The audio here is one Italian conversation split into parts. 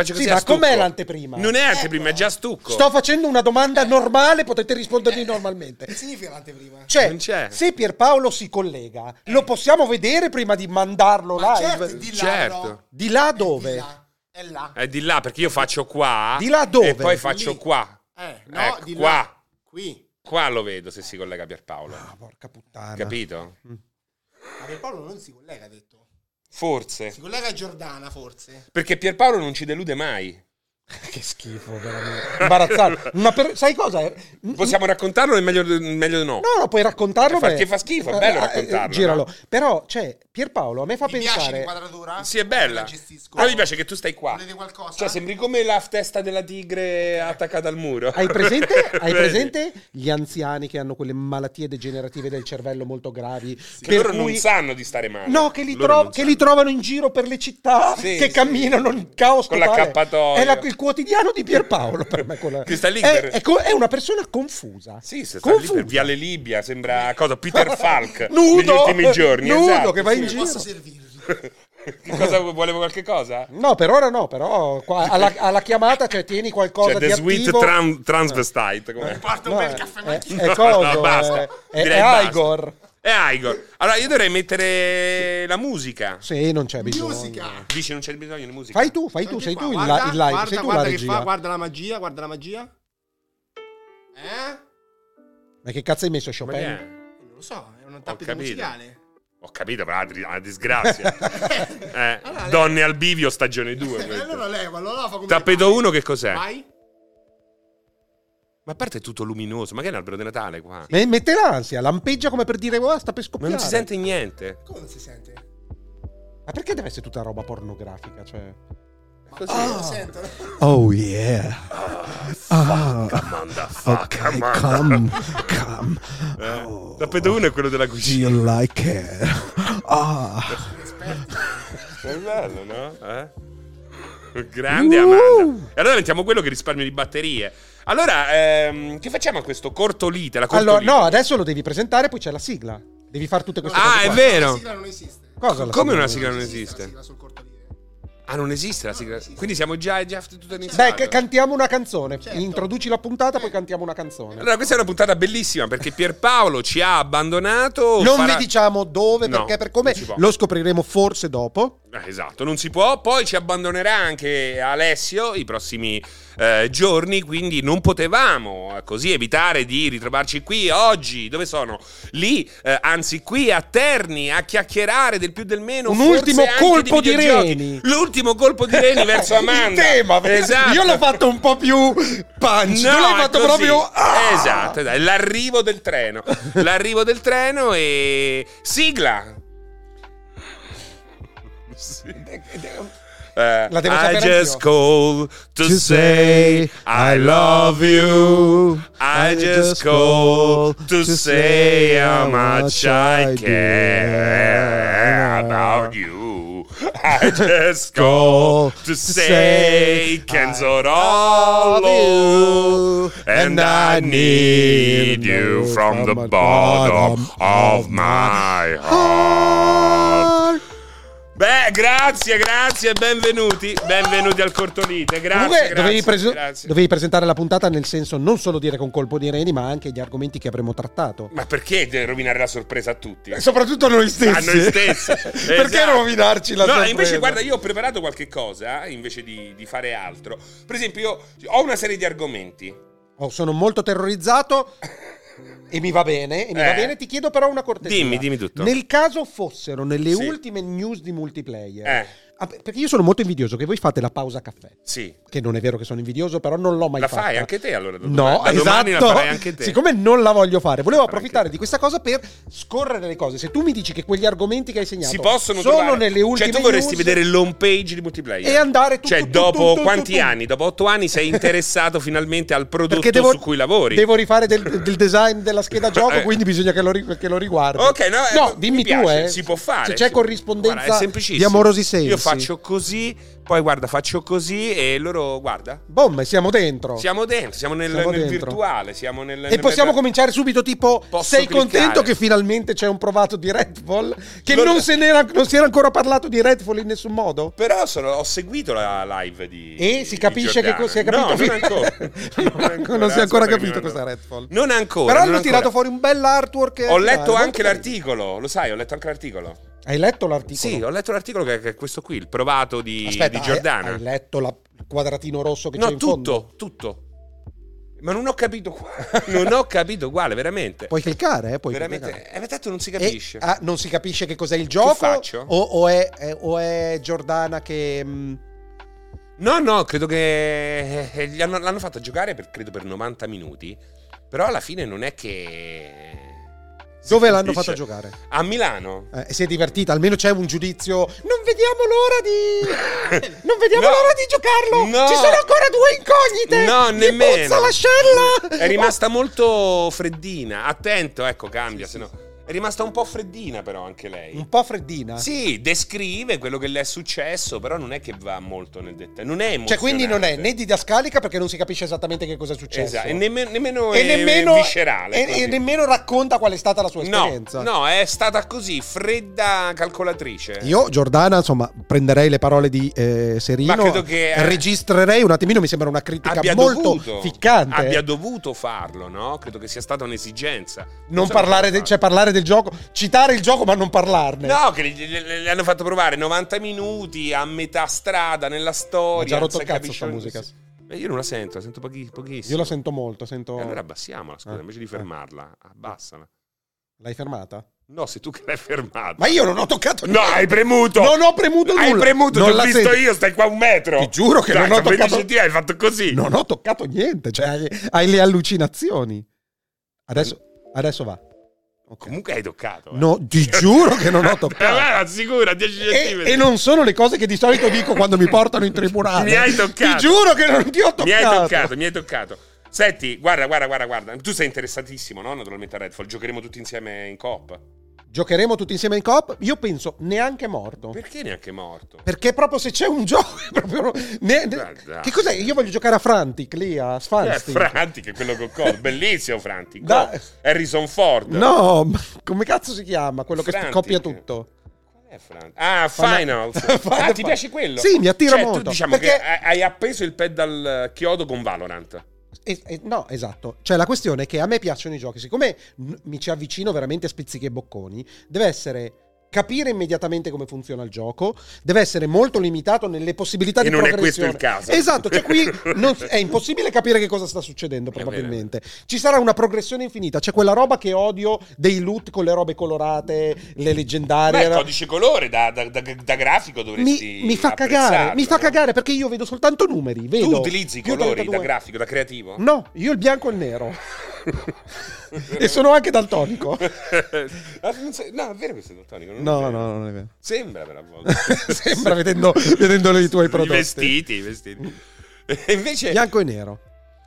Faccio Sì, a ma stucco. com'è l'anteprima? Eh, Non è anteprima, è già stucco. Sto facendo una domanda normale, potete rispondermi normalmente. Che significa l'anteprima? Eh. Cioè, Eh. Non c'è. se Pierpaolo si collega, lo possiamo vedere prima di mandarlo Ma live? certo, di là, certo. bro. Di là È dove? di là. È là. Eh, di là, perché io faccio qua. Di là dove? E poi faccio Lì. qua. Eh, no, Ecco, di là. qua. Qui. Qua lo vedo se si collega Pierpaolo. Ah, Mm. porca puttana. Capito? Ma Pierpaolo non si collega, ha detto. Forse. Si collega a Giordana, forse. Perché Pierpaolo non ci delude mai. Che schifo, veramente. Imbarazzante. Ma per- sai cosa? N- Possiamo raccontarlo o è meglio, meglio no? No, no, puoi raccontarlo. Fa- beh. che fa schifo, è bello Eh, eh, raccontarlo, Giralo. Però, cioè, Pierpaolo a me fa Mi piace pensare. l'inquadratura? Sì, è bella. La gestisco. Però mi piace che tu stai qua. Volete qualcosa? Cioè, sembri come la testa della tigre attaccata al muro. Hai presente, Vedi? hai presente gli anziani che hanno quelle malattie degenerative del cervello molto gravi? Che loro non sanno di stare male. Eh. No, che li, Loro tro- non che sanno. li trovano in giro per le città, Sì, che sì. camminano in caos Con totale. l'accappatoio. È la- il quotidiano di Pierpaolo per me. quella- Che sta lì è, per- è co- è una persona confusa. Sì, se sta lì confusa. per Viale Libia, sembra cosa, Peter Falk Nudo. negli ultimi giorni. Nudo, esatto, che va in sì. Come giro. posso servirvi? Che cosa volevo qualche cosa? No, per ora no, però qua- alla, alla chiamata cioè, tieni qualcosa Cioè, di The Sweet attivo. Eh. Tran- Transvestite. com'è? Porto No, un è- bel caffè macchina. È No, coso, no, basta. è- è- Direi è basta. Igor. È Igor. Allora, io dovrei mettere la musica. Sì, non c'è bisogno. Musica. Dici, non c'è bisogno di musica. Fai tu, fai tu, Senti sei qua, tu il, guarda, la- il live, guarda, sei tu la guarda che fa, regia. guarda la magia, guarda la magia. Eh? Ma che cazzo hai messo Ma Chopin? che è? Non lo so, è una capito. tappa musicale. Ho capito, ma è una dri- una disgrazia. Eh, Allora, lei- Donne al bivio, stagione Eh, 2. allora leva, allora fa come Tappeto 1 che cos'è? Vai. Ma a parte è tutto luminoso, ma che è un albero di Natale qua? Me- Mette l'ansia, lampeggia come per dire, oh, sta per Ma scoppiare. non si sente niente. Come non si sente? Ma perché deve essere tutta roba pornografica? Cioè... Così. Ah, lo sento. Oh yeah. Ah, Amanda, fuck, Amanda. come. Oh. Eh, Tappeto 1 è quello della cucina. you like it? Ah. È bello, no? Eh? Grande Amanda. E allora mettiamo quello che risparmio di batterie. Allora, ehm, che facciamo a questo cortolite? La Allora, cortolite? no, adesso lo devi presentare, poi c'è la sigla. Devi fare tutte queste Ah, cose. è qua. vero. La sigla non esiste. Cosa la Come una sigla? sigla non La esiste? sigla sul cortolino. Ah, non esiste la sigla. esiste. Quindi siamo già, già tutto iniziato. Beh, che- cantiamo una canzone. Certo. Introduci la puntata, poi cantiamo una canzone. Allora, questa è una puntata bellissima perché Pierpaolo ci ha abbandonato. non farà- vi diciamo dove, No, perché, per come. non si può. Lo scopriremo forse dopo. Eh, Esatto, non si può. Poi ci abbandonerà anche Alessio i prossimi eh, giorni, quindi non potevamo eh, così evitare di ritrovarci qui oggi. Dove sono? Lì, eh, anzi qui a Terni, a chiacchierare del più del meno. Un forse ultimo anche colpo di videogiochi. reni. L'ultimo colpo di reni verso Amanda. Il tema, esatto. Io l'ho fatto un po' più punch. tu l'hai è fatto così. proprio. Ah! Esatto, esatto, è l'arrivo del treno. L'arrivo del treno e sigla. Eh, La devo I sapere just anch'io. call to say I love you. I just call to say how much I care about you. I just call to say cancel all you. And I need you from the bottom of my heart. Beh, grazie, grazie, benvenuti, benvenuti al Cortolite, grazie, Comunque grazie, dovevi, presen- grazie. dovevi presentare la puntata nel senso non solo dire con colpo di reni, ma anche gli argomenti che avremmo trattato. Ma perché de- rovinare la sorpresa a tutti? Soprattutto a noi A noi stessi. Esatto. no, invece guarda, io ho preparato qualche cosa, eh, invece di, di fare altro. Per esempio, io ho una serie di argomenti. Oh, sono molto terrorizzato e mi va bene, e mi Eh. va bene. Ti chiedo però una cortesia. Dimmi, dimmi tutto. Nel caso fossero nelle Sì. ultime news di multiplayer, Eh, ah, per- perché io sono molto invidioso che voi fate la pausa caffè. sì. Che non è vero che sono invidioso, però non l'ho mai La fatta. fai anche te allora? da No, domani- da domani esatto. la farai anche te. Siccome non la voglio fare, volevo Farai approfittare anche di questa cosa per scorrere le cose. Se tu mi dici che quegli argomenti che hai segnato si possono sono trovare- nelle ultime Cioè, tu vorresti news- vedere l'home page di multiplayer E andare tutto, Cioè, tutto, dopo tutto, tutto, quanti tutto. anni? Dopo otto anni sei interessato finalmente al prodotto perché devo, su cui lavori. devo rifare del, del design della scheda gioco, Eh. quindi bisogna che lo, ri- che lo riguardi. Ok, no, eh, mi dimmi tu, piace, eh. si può fare. Se c'è Si- corrispondenza Guarda, è semplicissimo. di amorosi sensi. Io ho faccio così, poi guarda, faccio così e loro, guarda, Bombe, siamo dentro. siamo dentro, siamo nel, Oh. Siamo nel dentro. virtuale, siamo nel... E possiamo cominciare subito tipo Posso sei cliccare? contento che finalmente c'è un provato di Red Bull? Che Lo- non, se n'era- non si era ancora parlato di Red Bull in nessun modo? Però sono- ho seguito la live di... E di si capisce che Giordano. cosa si è capito? No, non ancora. non, non si è aspetta che ancora mi capito mando- cos'è Red Bull. Non ancora. Però non hanno ancora. tirato fuori un bel artwork. Ho finale, letto molto anche carino. l'articolo, lo sai, ho letto anche l'articolo. Hai letto l'articolo? Sì, ho letto l'articolo che, che è questo qui, il provato di, Aspetta, di hai- Giordana. Hai, letto la- il quadratino rosso che c'è no, in fondo? tutto, tutto. Ma non ho capito qua. non ho capito uguale, veramente. Puoi cliccare, eh? Puoi cliccare. veramente. Eh, ma tanto non si E- capisce. ah, non si capisce che cos'è il gioco? faccio? O, o è, è- o è Giordana che... mm, No, no, credo che eh, gli hanno- l'hanno fatto giocare per, credo per 90 minuti. Però alla fine non è che. si dove l'hanno capisce. fatta giocare? A Milano. Eh, si è divertita, almeno c'è un giudizio. Non vediamo l'ora di. Non vediamo No. l'ora di giocarlo! No. Ci sono ancora due incognite! No, Mi nemmeno. puzza l'ascella! È rimasta molto freddina. Attento, ecco, cambia, Sì, se no. sì, È rimasta un po' freddina, però, anche lei. Un po' eh. freddina. Sì, descrive quello che le è successo, però non è che va molto nel dettaglio. Non è emozionante. Cioè, quindi non è né didascalica perché non si capisce esattamente che cosa è successo. Esatto, e nemmeno, nemmeno E è nemmeno- viscerale. e- così. e nemmeno racconta qual è stata la sua no, esperienza. no, è stata così, fredda calcolatrice. Io, Giordana, insomma, prenderei le parole di eh, Serino. Ma credo che, eh, registrerei un attimino. Mi sembra una critica abbia molto dovuto, ficcante. abbia dovuto farlo, no? Credo che sia stata un'esigenza. non so parlare, come del, fa. cioè, parlare del gioco, citare il gioco, ma non parlarne. No, che gli, gli- gli hanno fatto provare 90 minuti a metà strada nella Ho storia. già rotto non si il cazzo capisce sta un- musica. Eh, Io non la sento, la sento pochi- pochissimo. Io la sento molto, sento... E allora abbassiamola, scusa, Eh, invece di eh. fermarla, abbassala. L'hai fermata? No, sei tu che l'hai fermata. Ma io non ho toccato No, hai premuto! Non ho premuto Hai nulla. premuto, Non ti ho la visto sento. io, stai qua un metro. Ti giuro che Dai, non ho sono 20 toccato- centimetri, hai fatto così. Non ho toccato niente, cioè hai, hai le allucinazioni. Adesso, adesso va. Ok. Comunque hai toccato. eh. No, ti giuro che non ho toccato. Allora, sicura, 10 E, centimetri. e non sono le cose che di solito dico quando mi portano in tribunale. Mi hai toccato. Ti giuro che non ti ho toccato. Mi hai toccato, mi hai toccato. Senti, guarda, guarda, guarda, guarda. Tu sei interessatissimo, no? Naturalmente a Redfall. Giocheremo tutti insieme in coop. Giocheremo tutti insieme in coop? Io penso neanche morto. Perché neanche morto? Perché proprio se c'è un gioco... è proprio- ne- ne- Guarda. che cos'è? Io voglio giocare a Frantic lì, a Eh, Sfanstic. Franti, che è quello con Coop. Bellissimo, Franti. Da- Coop. Harrison Ford. No, ma come cazzo si chiama quello che Frantic. copia tutto? Qual è Franti? Ah, Finals. ah, Final- ti piace quello? Sì, mi attira Cioè, Tu molto, diciamo perché- che hai- hai appeso il pedal eh, chiodo con Valorant. E- e- no, esatto. Cioè, la questione è che a me piacciono i giochi. Siccome n- mi ci avvicino veramente a spizzichi e bocconi, deve essere capire immediatamente come funziona il gioco, deve essere molto limitato nelle possibilità E di non è questo progressione. il caso. Esatto, cioè qui non- è impossibile capire che cosa sta succedendo vero. probabilmente. Ci sarà una progressione infinita, c'è quella roba che odio dei loot con le robe colorate, le Ma leggendarie. il codice colore da, da- da- da grafico dovresti mi, mi fa cagare, apprezzarlo, mi fa no? cagare perché io vedo soltanto numeri, vedo. Tu utilizzi i più colori 32. da grafico, da creativo? No, io il bianco e il nero. e sono anche daltonico. Ah, non sei- no, è vero che sei daltonico. non è No, no, vero. non è vero. Sembra per a volte. Sembra vedendo, vedendo i tuoi prodotti. I vestiti, i vestiti. E invece, Bianco e nero.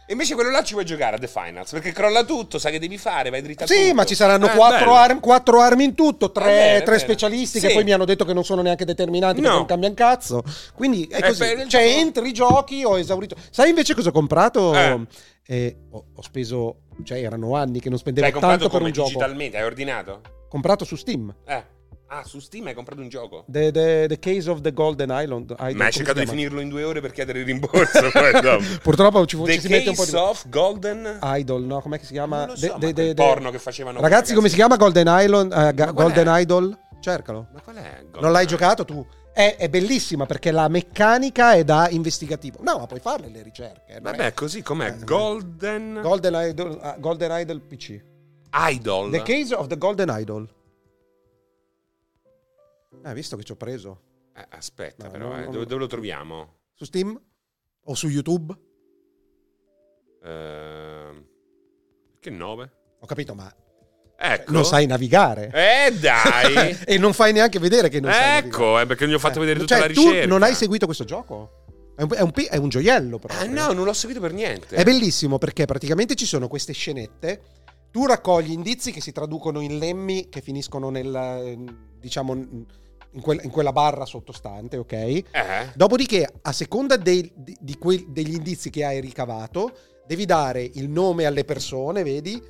e invece quello là ci vuoi giocare a The Finals perché crolla tutto, sai che devi fare, vai dritta Sì, tutto. ma ci saranno Ah, quattro, bello. armi, quattro armi in tutto, Ah, bene, tre, tre bene. specialisti che Sì. poi mi hanno detto che non sono neanche determinanti No. perché non cambiano cazzo. Quindi è Eh, così. per- cioè, entri i giochi, ho esaurito. Sai invece cosa ho comprato? Eh. Eh, ho, ho speso, cioè erano anni che non L'hai spendevo comprato tanto per come un gioco. digitalmente, hai ordinato? Comprato su Steam. Eh. Ah, su Steam hai comprato un gioco. The, the- the Case of the Golden Island. Island, Ma come hai si cercato di chiama? finirlo in due ore per chiedere il rimborso. poi dopo. Purtroppo ci, The ci si mette un po' Case di... of Golden Idol, no? Com'è che si chiama? Non lo so, De- ma de- quel de- de- porno che facevano Ragazzi, come si chiama Golden Island? eh, ga- Ma qual Golden è? Idol? Cercalo. Ma qual è? Golden non l'hai Eye? giocato tu? È, è bellissima perché la meccanica è da investigativo. No, ma puoi farle le ricerche. non Vabbè, è- così com'è? Eh, Golden Golden Idol, ah, Golden Idol PC. Idol. The Case of the Golden Idol. Eh, Hai visto che ci ho preso? Eh, aspetta, No, però, no, eh, no, dove, no. dove lo troviamo? Su Steam? O su YouTube? Ehm, che 9? Ho capito, ma Ecco. Cioè, non sai navigare. Eh, dai. e non fai neanche vedere che non sai navigare. ecco, eh, perché non gli ho fatto Eh, vedere tutta cioè, la ricerca. Tu non hai seguito questo gioco? È un, è un pi- è un gioiello, però. Ah, no, eh. non l'ho seguito per niente. È bellissimo perché praticamente ci sono queste scenette. Tu raccogli indizi che si traducono in lemmi che finiscono nel. eh, ehm, diciamo. in, quel- in quella barra sottostante, ok? Eh? Dopodiché, a seconda dei- di- di quel- degli indizi che hai ricavato, devi dare il nome alle persone, vedi?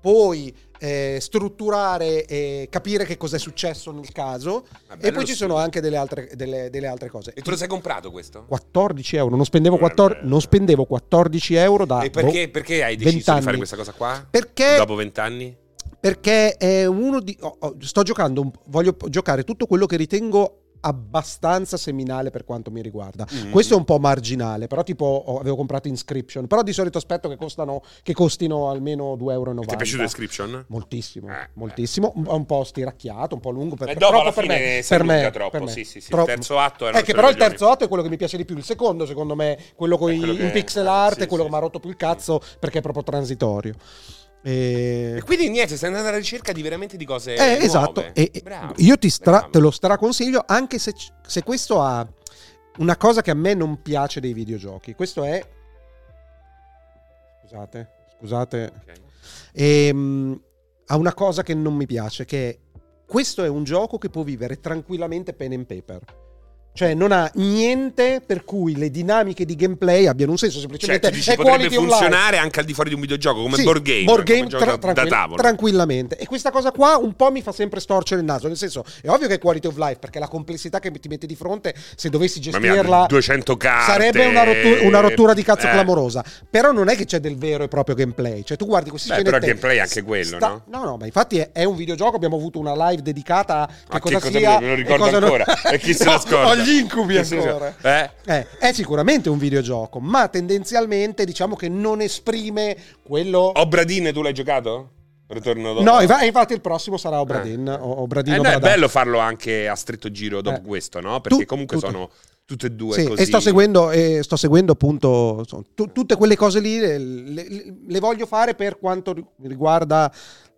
Poi eh, strutturare e capire che cos'è successo nel caso. Vabbè, e poi lo ci so. sono anche delle altre, delle- delle altre cose. E tu lo sei comprato questo? 14 euro, non spendevo, Vabbè. 14 non spendevo 14 euro da E perché, boh, perché hai deciso di 20 fare anni. questa cosa qua? Perché, Dopo vent'anni? perché è uno di... oh, oh, sto giocando, un- voglio p- giocare tutto quello che ritengo abbastanza seminale per quanto mi riguarda. Mm. Questo è un po' marginale, però tipo ho- avevo comprato Inscription, però di solito aspetto che, costano, che costino almeno 2,90 euro. E Ti è piaciuto Description? Moltissimo, Eh, moltissimo, un, un po' stiracchiato, un po' lungo, per, Eh, dopo troppo alla per fine me, si per allunga me, troppo, per me. sì, sì, sì. Tro- il terzo atto è Eh, che però il terzo atto è quello che mi piace di più. Il secondo, secondo me, quello con È i- quello che- in pixel art, sì, è quello sì. che mi ha rotto più il cazzo perché è proprio transitorio. E... E quindi niente, stai andando alla ricerca di veramente di cose Eh, nuove. esatto. E, e Bravo, io ti stra- bravo. te lo straconsiglio anche se, c- se questo ha una cosa che a me non piace dei videogiochi. Questo è. Scusate, scusate. Ok. Ehm, ha una cosa che non mi piace, che è- questo è un gioco che può vivere tranquillamente pen and paper. Cioè non ha niente per cui le dinamiche di gameplay abbiano un senso, Cioè, semplicemente tu dici, è potrebbe quality online. funzionare anche al di fuori di un videogioco, come Sì, board game, board come game gioco tra- da- tranquill- da tavolo. tranquillamente. E questa cosa qua un po' mi fa sempre storcere il naso. Nel senso, è ovvio che è quality of life, perché la complessità che ti metti di fronte, se dovessi Mamma mia, gestirla, 200 carte. sarebbe una, rottu- una rottura di cazzo Eh. clamorosa. Però non è che c'è del vero e proprio gameplay. Cioè, tu guardi questi Beh, scenetti- però il gameplay è anche quello, no? No, no, ma infatti è, è un videogioco. Abbiamo avuto una live dedicata a che Ma cosa che cosa sia. me lo e ricordo cosa non- ancora? E chi se la No, scorda? Ho gli incubi Chi se la ancora. scorda? Eh? Eh, è sicuramente un videogioco, ma tendenzialmente diciamo che non esprime quello. Obradine, tu l'hai giocato? Ritorno dopo. No, inf- infatti il prossimo sarà Obradin. Eh. o- Eh, Obradino no, è Bradan. bello farlo anche a stretto giro dopo Eh. questo, no? Perché Tu- comunque tutto. sono tutte e due Sì, così. e sto seguendo, e sto seguendo appunto insomma, tu- tutte quelle cose lì, le, le- le voglio fare per quanto ri- riguarda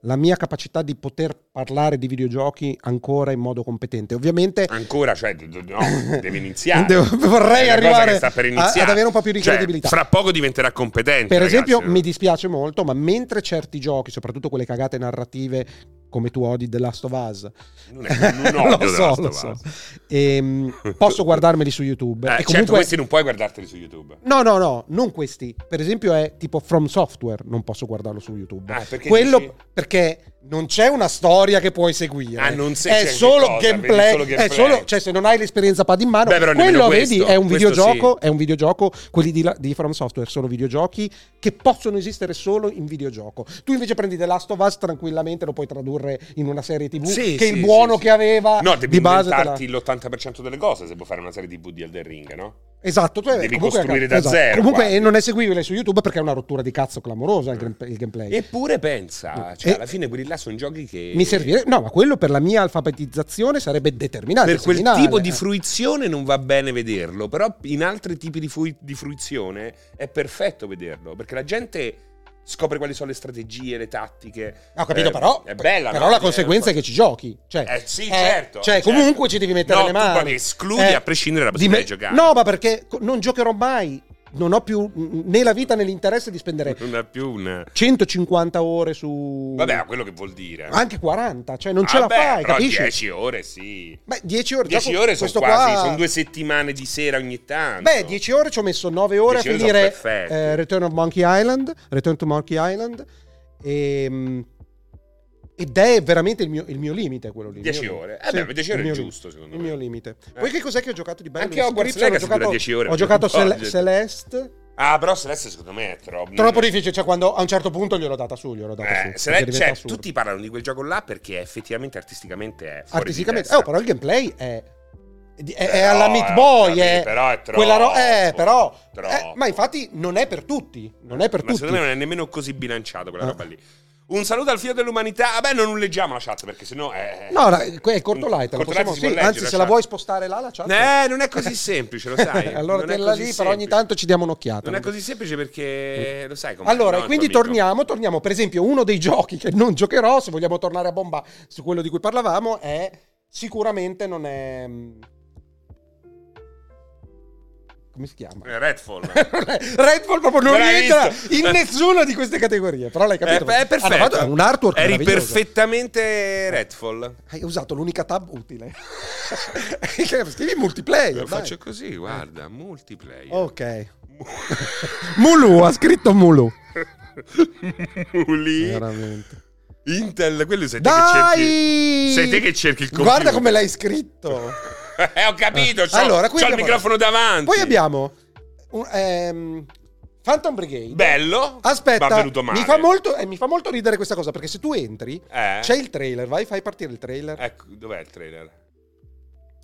la mia capacità di poter parlare di videogiochi ancora in modo competente. Ovviamente Ancora, cioè, d- d- no, devi iniziare. Devo- vorrei È una cosa arrivare che sta per a- iniziare. ad avere un po' più di Cioè, credibilità. Fra poco diventerà competente. Per ragazzi. eh. esempio, mi dispiace molto, ma mentre certi giochi, soprattutto quelle cagate narrative come tu odi The Last of Us, Non è non odio Lo The so, Last lo of so. Us. ehm, posso guardarmeli su YouTube. Eh, e Certo, comunque, questi non puoi guardarteli su YouTube. No, no, no, non questi. Per esempio è tipo From Software, non posso guardarlo su YouTube. Ah, perché Quello dici? perché non c'è una storia che puoi seguire. Ah, non se- è c'è solo che cosa, vedi gameplay, solo gameplay. È solo, cioè se non hai l'esperienza pad in mano, Beh, però nemmeno quello questo, vedi è un questo videogioco, è un videogioco, quelli di, la- di From Software sono videogiochi che possono esistere solo in videogioco. Tu invece prendi The Last of Us tranquillamente lo puoi tradurre in una serie TV Sì, che sì, il buono sì, sì. che aveva No, devi di base te la- inventarti l'80% delle cose se vuoi fare una serie di DVD al The Ring, no? Esatto, cioè, Devi comunque- costruire da esatto. zero, Comunque quasi. eh, non è seguibile su YouTube perché è una rottura di cazzo clamorosa il, Mm. gram- il gameplay. Eppure pensa, cioè E- alla fine quelli là sono giochi che Eh. Mi servire, no, ma quello per la mia alfabetizzazione sarebbe determinante. per quel seminale, tipo di eh. fruizione non va bene vederlo, però in altri tipi di, fui- di fruizione è perfetto vederlo, perché la gente scopre quali sono le strategie, le tattiche. Ho capito, Eh, però, è bella, però no? la conseguenza è Eh, che ci giochi. Cioè, Eh sì, eh, certo. Cioè, certo. comunque ci devi mettere No, le tu poi mani. li escludi Eh, a prescindere dalla di possibilità di, me- giocare. No, ma perché co- non giocherò mai. Non ho più mh, né la vita né l'interesse di spendere Non è più un... 150 ore su... Vabbè, ma quello che vuol dire. anche 40, cioè non ce Vabbè, la fai, però capisci? 10 ore, sì. Beh, 10 ore, già 10 con- ore sono questo quasi, qua- sono due settimane di sera ogni tanto. Beh, 10 ore ci ho messo 9 ore a 10 ore finire sono perfette. eh, Return of Monkey Island, Return to Monkey Island ehm, ed è veramente il mio, il mio limite quello lì. il 10 mio ore. limite. Eh beh, 10 il ore è mio giusto, secondo Il me. mio limite. Poi Eh. che cos'è che ho giocato di bello? Anche Hogwarts Inscription, Legacy ho dura giocato- 10 ore, Ho giocato non Cel- voglio. Celeste. Ah, però Celeste secondo me è troppo. Troppo difficile, cioè quando a un certo punto gliel'ho data su, gliel'ho data su. Eh, perché se lei- diventa cioè, assurdo. tutti parlano di quel gioco là perché effettivamente artisticamente è fuori artisticamente. di Oh, testa. Eh, però il gameplay è. È, è Però, alla Meat Boy, vabbè, è però è troppo, quella ro- eh, però, troppo. eh, ma infatti non è per tutti, non è per Ma tutti. secondo me non è nemmeno così bilanciato quella Ah. roba lì. Un saluto al figlio dell'umanità. Vabbè, non leggiamo la chat perché sennò è. No, la- è il corto light, la Corto light possiamo- Eh. si può sì, leggere, anzi se la chat. vuoi spostare là la chat. Eh, non è così semplice, lo sai. allora Non è tenla così lì, però ogni semplice. tanto ci diamo un'occhiata. Non è così semplice perché lo sai come. Allora, e quindi torniamo, torniamo, per esempio, uno dei giochi che non giocherò, se vogliamo tornare a bomba su quello di cui parlavamo, mm, è sicuramente non è come si chiama? Eh, Redfall. Redfall proprio non L'hai rientra visto? in nessuna di queste categorie, però l'hai capito. Eh, è perfetto. Hanno fatto- è un artwork Eri meraviglioso. perfettamente Redfall. Hai usato l'unica tab utile. Scrivi multiplayer. Lo dai. Oh. faccio così, guarda, multiplayer. Ok. Mulu, ha scritto Mulu. Muli. Veramente. Intel, quello sei te che cerchi. Dai! Sei te che cerchi il computer. Guarda come l'hai scritto. Eh, ho capito, c'ho, Allora, c'ho qui il abbiamo- microfono davanti. Poi abbiamo un- ehm, Phantom Brigade. Bello. Ma Aspetta, venuto male. mi fa, molto, eh, mi fa molto ridere questa cosa perché se tu entri Eh. c'è il trailer, vai, fai partire il trailer. Ecco, dov'è il trailer?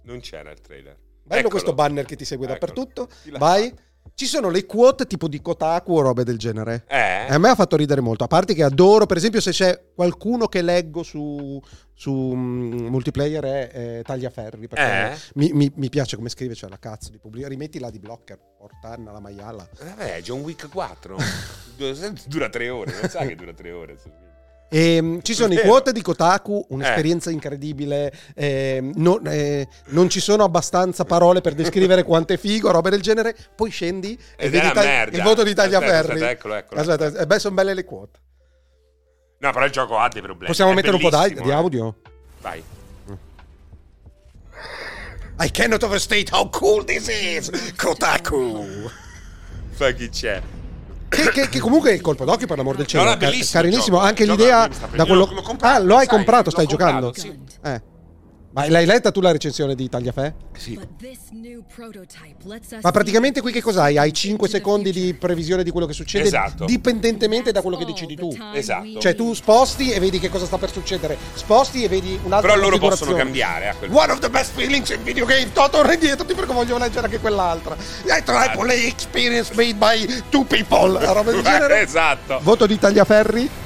Non c'era il trailer. Bello Eccolo. questo banner che ti segue Eccolo. dappertutto. Chi l'ha Vai. fatto? Ci sono le quote tipo di Kotaku o robe del genere. Eh. E a me ha fatto ridere molto, a parte che adoro, per esempio, se c'è qualcuno che leggo su, su mm, multiplayer è eh, Tagliaferri, perché Eh. mi, mi- mi piace come scrive, cioè la cazzo di pubblico, rimettila di blocker, portanna la maiala. Vabbè, Eh, John Wick 4. Du- dura tre ore, non sai che dura tre ore. E, mm, ci sono i Vero. quote di Kotaku, Eh. un'esperienza incredibile, ehm, non, eh, non ci sono abbastanza parole per descrivere quanto è figo, robe del genere, poi scendi e Ed è vedi una ta- merda. il voto di Aspetta, Tagliaferri. aspetta, eccolo, eccolo. Aspetta, eh, beh, sono belle le quote. No, però il gioco ha dei problemi. Possiamo È mettere un po' d'ai- bellissimo, di eh. audio? Vai. I cannot overstate how cool this is, Kotaku. Sai chi c'è? Che, che- che comunque è il colpo d'occhio per l'amor del cielo. No, no, è Car- bellissimo carinissimo, il gioco. anche Il gioco l'idea mi sta da piacendo. quello. Io l'ho comprato, ah, lo hai sai, comprato, l'ho stai comprato, giocando. Eh. Ma l'hai letta tu la recensione di Tagliafè? But this new prototype lets us Ma praticamente qui see che cos'hai? Hai into 5 the secondi future. di previsione di quello che succede Esatto. dipendentemente da That's quello che all decidi the tu. time Esatto. we Cioè tu need. sposti e vedi che cosa sta per succedere. Sposti e vedi un'altra Però loro configurazione. possono cambiare eh, a quel One of the best feelings in video game. Toto, torna indietro, ti prego, voglio leggere anche quell'altra. I Esatto. triple A experience made by two people. Roba del genere. Esatto. Voto di Tagliaferri.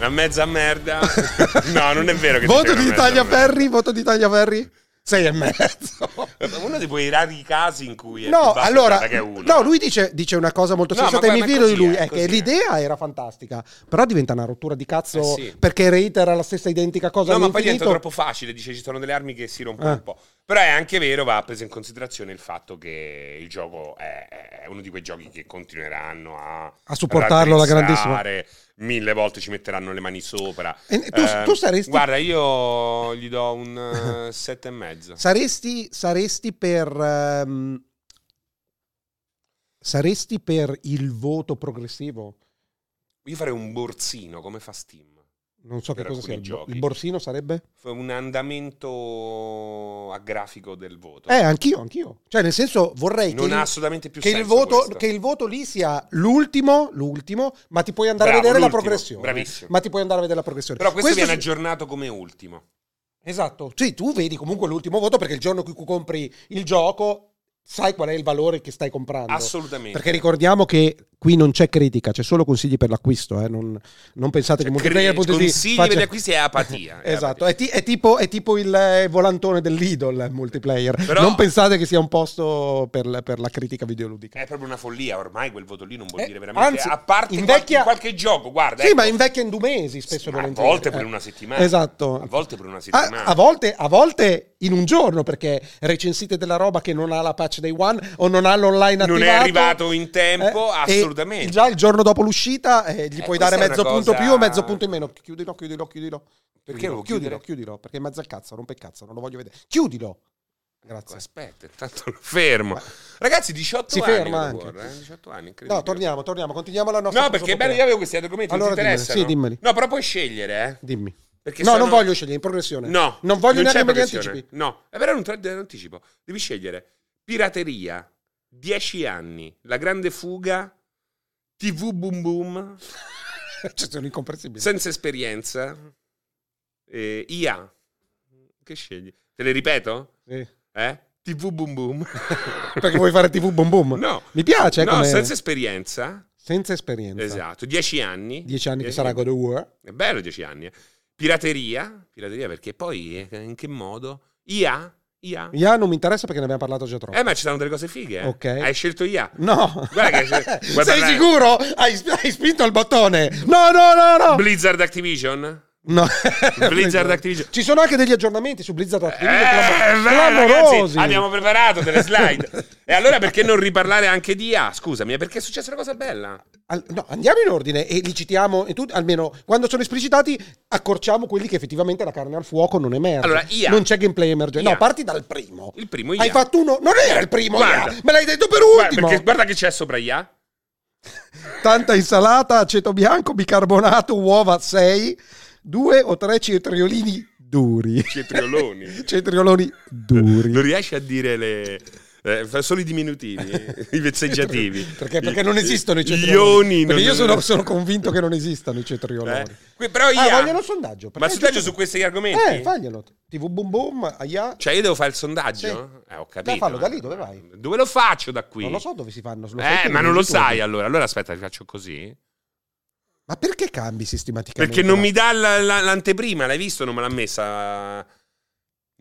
Una mezza merda. no, non è vero che ti Voto sei una di mezza Tagliaferri, voto di Tagliaferri. Sei e mezzo. merda. Uno di quei rari casi in cui è più No, basso allora, che è uno. eh. no, lui dice, dice una cosa molto No, sensata ma e mi guarda, fido di così eh, lui. è, è così che l'idea era fantastica, però diventa una rottura di cazzo Eh sì. perché Reiter ha la stessa identica cosa. No, ma poi all'infinito. diventa troppo facile, dice ci sono delle armi che si rompono Ah. un po'. Però è anche vero, va preso in considerazione il fatto che il gioco è, è uno di quei giochi che continueranno a, A supportarlo alla grandissima. raddrizzare, Mille volte ci metteranno le mani sopra. E tu- Eh, tu saresti- Guarda, io gli do un 7 e mezzo. Saresti, saresti per. ehm, saresti per il voto progressivo? Io farei un borsino come fa Steam. Non so Per che cosa sia. alcuni Il, bo- giochi. il borsino sarebbe? Fa Un andamento a grafico del voto. Eh, anch'io, anch'io. Cioè, nel senso, vorrei non che. ha il- assolutamente più che il, senso. voto, questo. che il voto lì sia l'ultimo, l'ultimo, ma ti puoi andare Bravo, a vedere la l'ultimo, progressione. bravissimo. Ma ti puoi andare a vedere la progressione. Però questo, viene sì- aggiornato come ultimo. Esatto. Sì, tu vedi comunque l'ultimo voto perché il giorno in cui tu compri il gioco sai qual è il valore che stai comprando. Assolutamente. Perché ricordiamo che qui non c'è critica, c'è solo consigli per l'acquisto. eh, Non, non pensate che Cioè, multiplayer cre- potete consigli per gli eh, acquisti è apatia, è esatto, apatia. È, ti- è tipo, è tipo il eh, volantone dell'idol eh, multiplayer. Però- Non pensate che sia un posto per, la- per la critica videoludica. È proprio una follia, ormai quel voto lì non vuol Eh, dire veramente. anzi, a parte in qualche- vecchia- in qualche gioco, guarda. Sì, ecco. ma invecchia in due mesi spesso e Ma volentieri. A volte per eh. una settimana. Esatto. A volte per una Ah, settimana. a, volte, a volte in un giorno perché recensite della roba che non ha la patch day one o non ha l'online attivato eh, Non è arrivato in tempo, e assolutamente. già il giorno dopo l'uscita eh, gli Eh, puoi questa dare è una mezzo punto cosa- più o mezzo punto in meno chiudilo chiudilo chiudilo Perché chiudilo devo chiudilo, chiudere? chiudilo, perché è mezzo al cazzo rompe il cazzo non lo voglio vedere chiudilo Ecco, grazie Aspetta, intanto lo fermo. Ragazzi, 18 Si anni. God ferma of anche. War, eh, 18 anni, incredibile. no torniamo torniamo continuiamo la nostra No, perché è bello, io avevo questi argomenti, Allora, non ti dimmeli, interessano? sì, dimmeli. No, però puoi scegliere, eh. dimmi Perché no sono- non voglio scegliere in progressione No, non voglio c'è neanche me li progressione. anticipi No, è vero, non te non anticipo. Devi scegliere pirateria, 10 anni, la grande fuga, TV boom boom, cioè sono incomprensibili senza esperienza, eh, IA. Che scegli? Te le ripeto? Sì. Eh? TV boom boom. perché vuoi fare tv boom boom No. mi piace eh, No, come- senza esperienza. senza esperienza Esatto, 10 anni. Dieci anni che Dieci sarà God of War. È bello 10 anni. eh. Pirateria, pirateria perché poi eh, in che modo? IA, IA. IA non mi interessa perché ne abbiamo parlato già troppo. Eh, ma ci sono delle cose fighe. eh. Ok. Hai scelto IA. No. Guarda che se- Sei guarda- sicuro? Hai, hai spinto il bottone. No, no, no, no. Blizzard Activision? No. Blizzard Activision. Ci sono anche degli aggiornamenti su Blizzard Activision clamor- Eh, beh, clamorosi. ragazzi, abbiamo preparato delle slide. e allora perché non riparlare anche di A? Scusami, è perché è successa una cosa bella. Al- no, andiamo in ordine e li citiamo e tu, almeno quando sono esplicitati accorciamo quelli che effettivamente la carne al fuoco non emerge. Allora, IA. Non c'è gameplay emergente. IA. No, parti dal primo. Il primo Hai IA. fatto uno, non era il primo, Guarda. IA. me l'hai detto per Guarda, ultimo. perché- guarda che c'è sopra IA. Tanta insalata, aceto bianco, bicarbonato, uova 6, due o tre cetriolini duri. Cetrioloni. cetrioloni Non duri. riesci a dire le. eh, fa solo i diminutivi, i vezzeggiativi. Perché, perché non esistono i cetrioloni. Ioni. Perché non- io sono, sono convinto che non esistano i cetrioloni. Eh? Que- Però IA. Ah, vogliono un sondaggio. Ma perché è sondaggio giusto- su questi argomenti? Eh, faglielo. TV boom boom, aia. Cioè, io devo fare il sondaggio? Eh, ho capito. Dai, fallo, da lì, dove vai? Dove lo faccio da qui? Non lo so dove si fanno. se lo fai eh, tu, ma non lo dimmi tu. sai allora. Allora aspetta, ti faccio così. Ma perché cambi sistematicamente? Perché non la- mi dà la- la- l'anteprima, l'hai visto? Non me l'ha messa.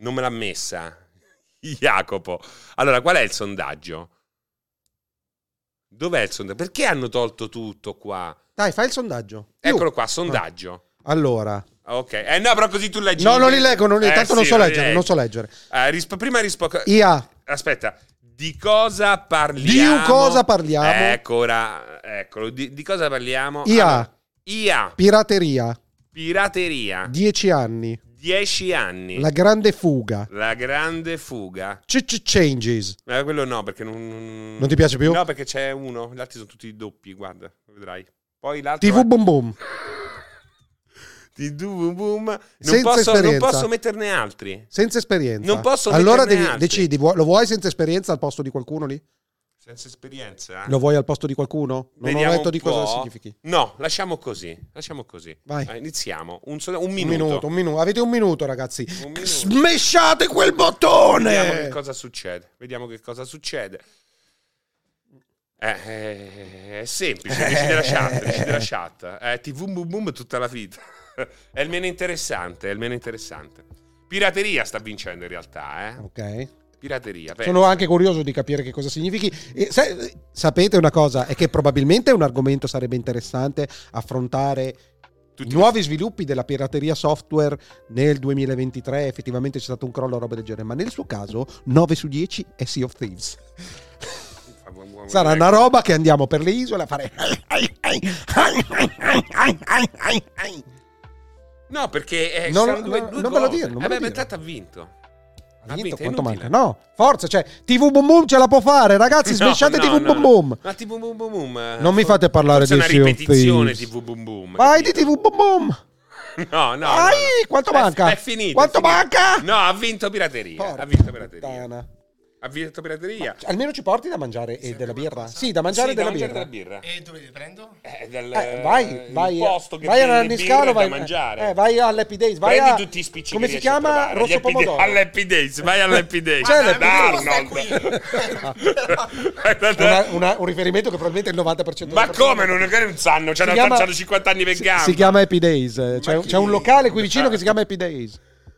Non me l'ha messa. Jacopo. Allora, qual è il sondaggio? Dov'è il sondaggio? Perché hanno tolto tutto qua? Dai, fai il sondaggio. Più. Eccolo qua, sondaggio. Allora. Ok. Eh no, però così tu leggi. No, non li leggo, non li- Eh, tanto sì, non so li leggere, leggi. non so leggere. Eh, rispo- prima rispondo. Ia, Aspetta, di cosa parliamo? Di cosa parliamo? Ecco, ora, eccolo, di, di cosa parliamo? IA. Allora, IA, pirateria, pirateria, 10 anni, 10 anni, la la... grande fuga, grande fuga. CC changes. Ma quello no, perché non... Non ti piace più? No, perché c'è uno, gli altri sono tutti doppi, guarda, vedrai. Poi l'altro... TV è- boom boom. Di du- boom boom. Non, Senza posso, non esperienza. posso metterne altri. Senza esperienza. Non posso allora metterne devi, altri. decidi, vuo- lo vuoi senza esperienza al posto di qualcuno lì? Senza esperienza? eh. Lo vuoi al posto di qualcuno? Non Ah. Vediamo ho letto un di cosa po'. significhi. No, lasciamo così. Lasciamo così. Vai. Eh, Iniziamo. Un, solo- Un minuto, un minuto. Avete un minuto, ragazzi. Un minuto. Smesciate quel Vediamo che bottone! cosa succede. Vediamo che cosa succede. Eh, eh, è semplice, decide la chat, decide la chat. Eh, TV boom boom tutta la vita. è il meno interessante, è il meno interessante. Pirateria sta vincendo in realtà, eh. Ok. Pirateria. pensa. Sono anche curioso di capire che cosa significhi. E sa- sapete una cosa? È che probabilmente un argomento sarebbe interessante affrontare Tutti i nuovi sviluppi della pirateria software nel 2023. Effettivamente c'è stato un crollo, roba del genere. Ma nel suo caso, 9 su 10 è Sea of Thieves. Sarà una roba che andiamo per le isole a fare. No, perché eh, Non- saranno due, no, due non me lo cose. dire, non me Eh, lo beh, ma dire. intanto ha vinto. Ha vinto, vinto è quanto manca? inutile. No, forza, cioè TV Boom Boom ce la può fare, ragazzi, smesciate No, no, TV no, Boom no. Boom. Ma TV boom boom boom. eh, Non mi fate parlare forse di è Sea una of ripetizione Thieves. TV boom boom. Vai di capito? TV Boom Boom. No, no. Vai, no, no. quanto È- manca? È finito. Quanto è finito. manca? No, ha vinto pirateria. Porca ha vinto pirateria. puttana. Cioè, Ha vinto pirateria. Almeno ci porti da mangiare e della birra? Sì, da mangiare Sì, e della da mangiare della birra. birra. E dove li prendo? Eh, dal, Eh, vai, il vai, posto che vai vende birra all'anniscalo, vai da mangiare. Eh, vai all'Happy Days, vai Prendi a- tutti i spicci Come che si riesci a chiama? trovare, gli Rosso Happy Day- pomodoro. All'Happy Days, vai all'Happy Days. C'è Guarda, l'Happy Arnold. Una- una- un riferimento che probabilmente il 90% Ma delle persone- come? Non, magari non sanno, c'hanno Si chiama- c'hanno 50 anni per si- gamba. Si chiama Happy Days. eh, C'è, chi- c'è un locale qui vicino che si chiama Happy Days.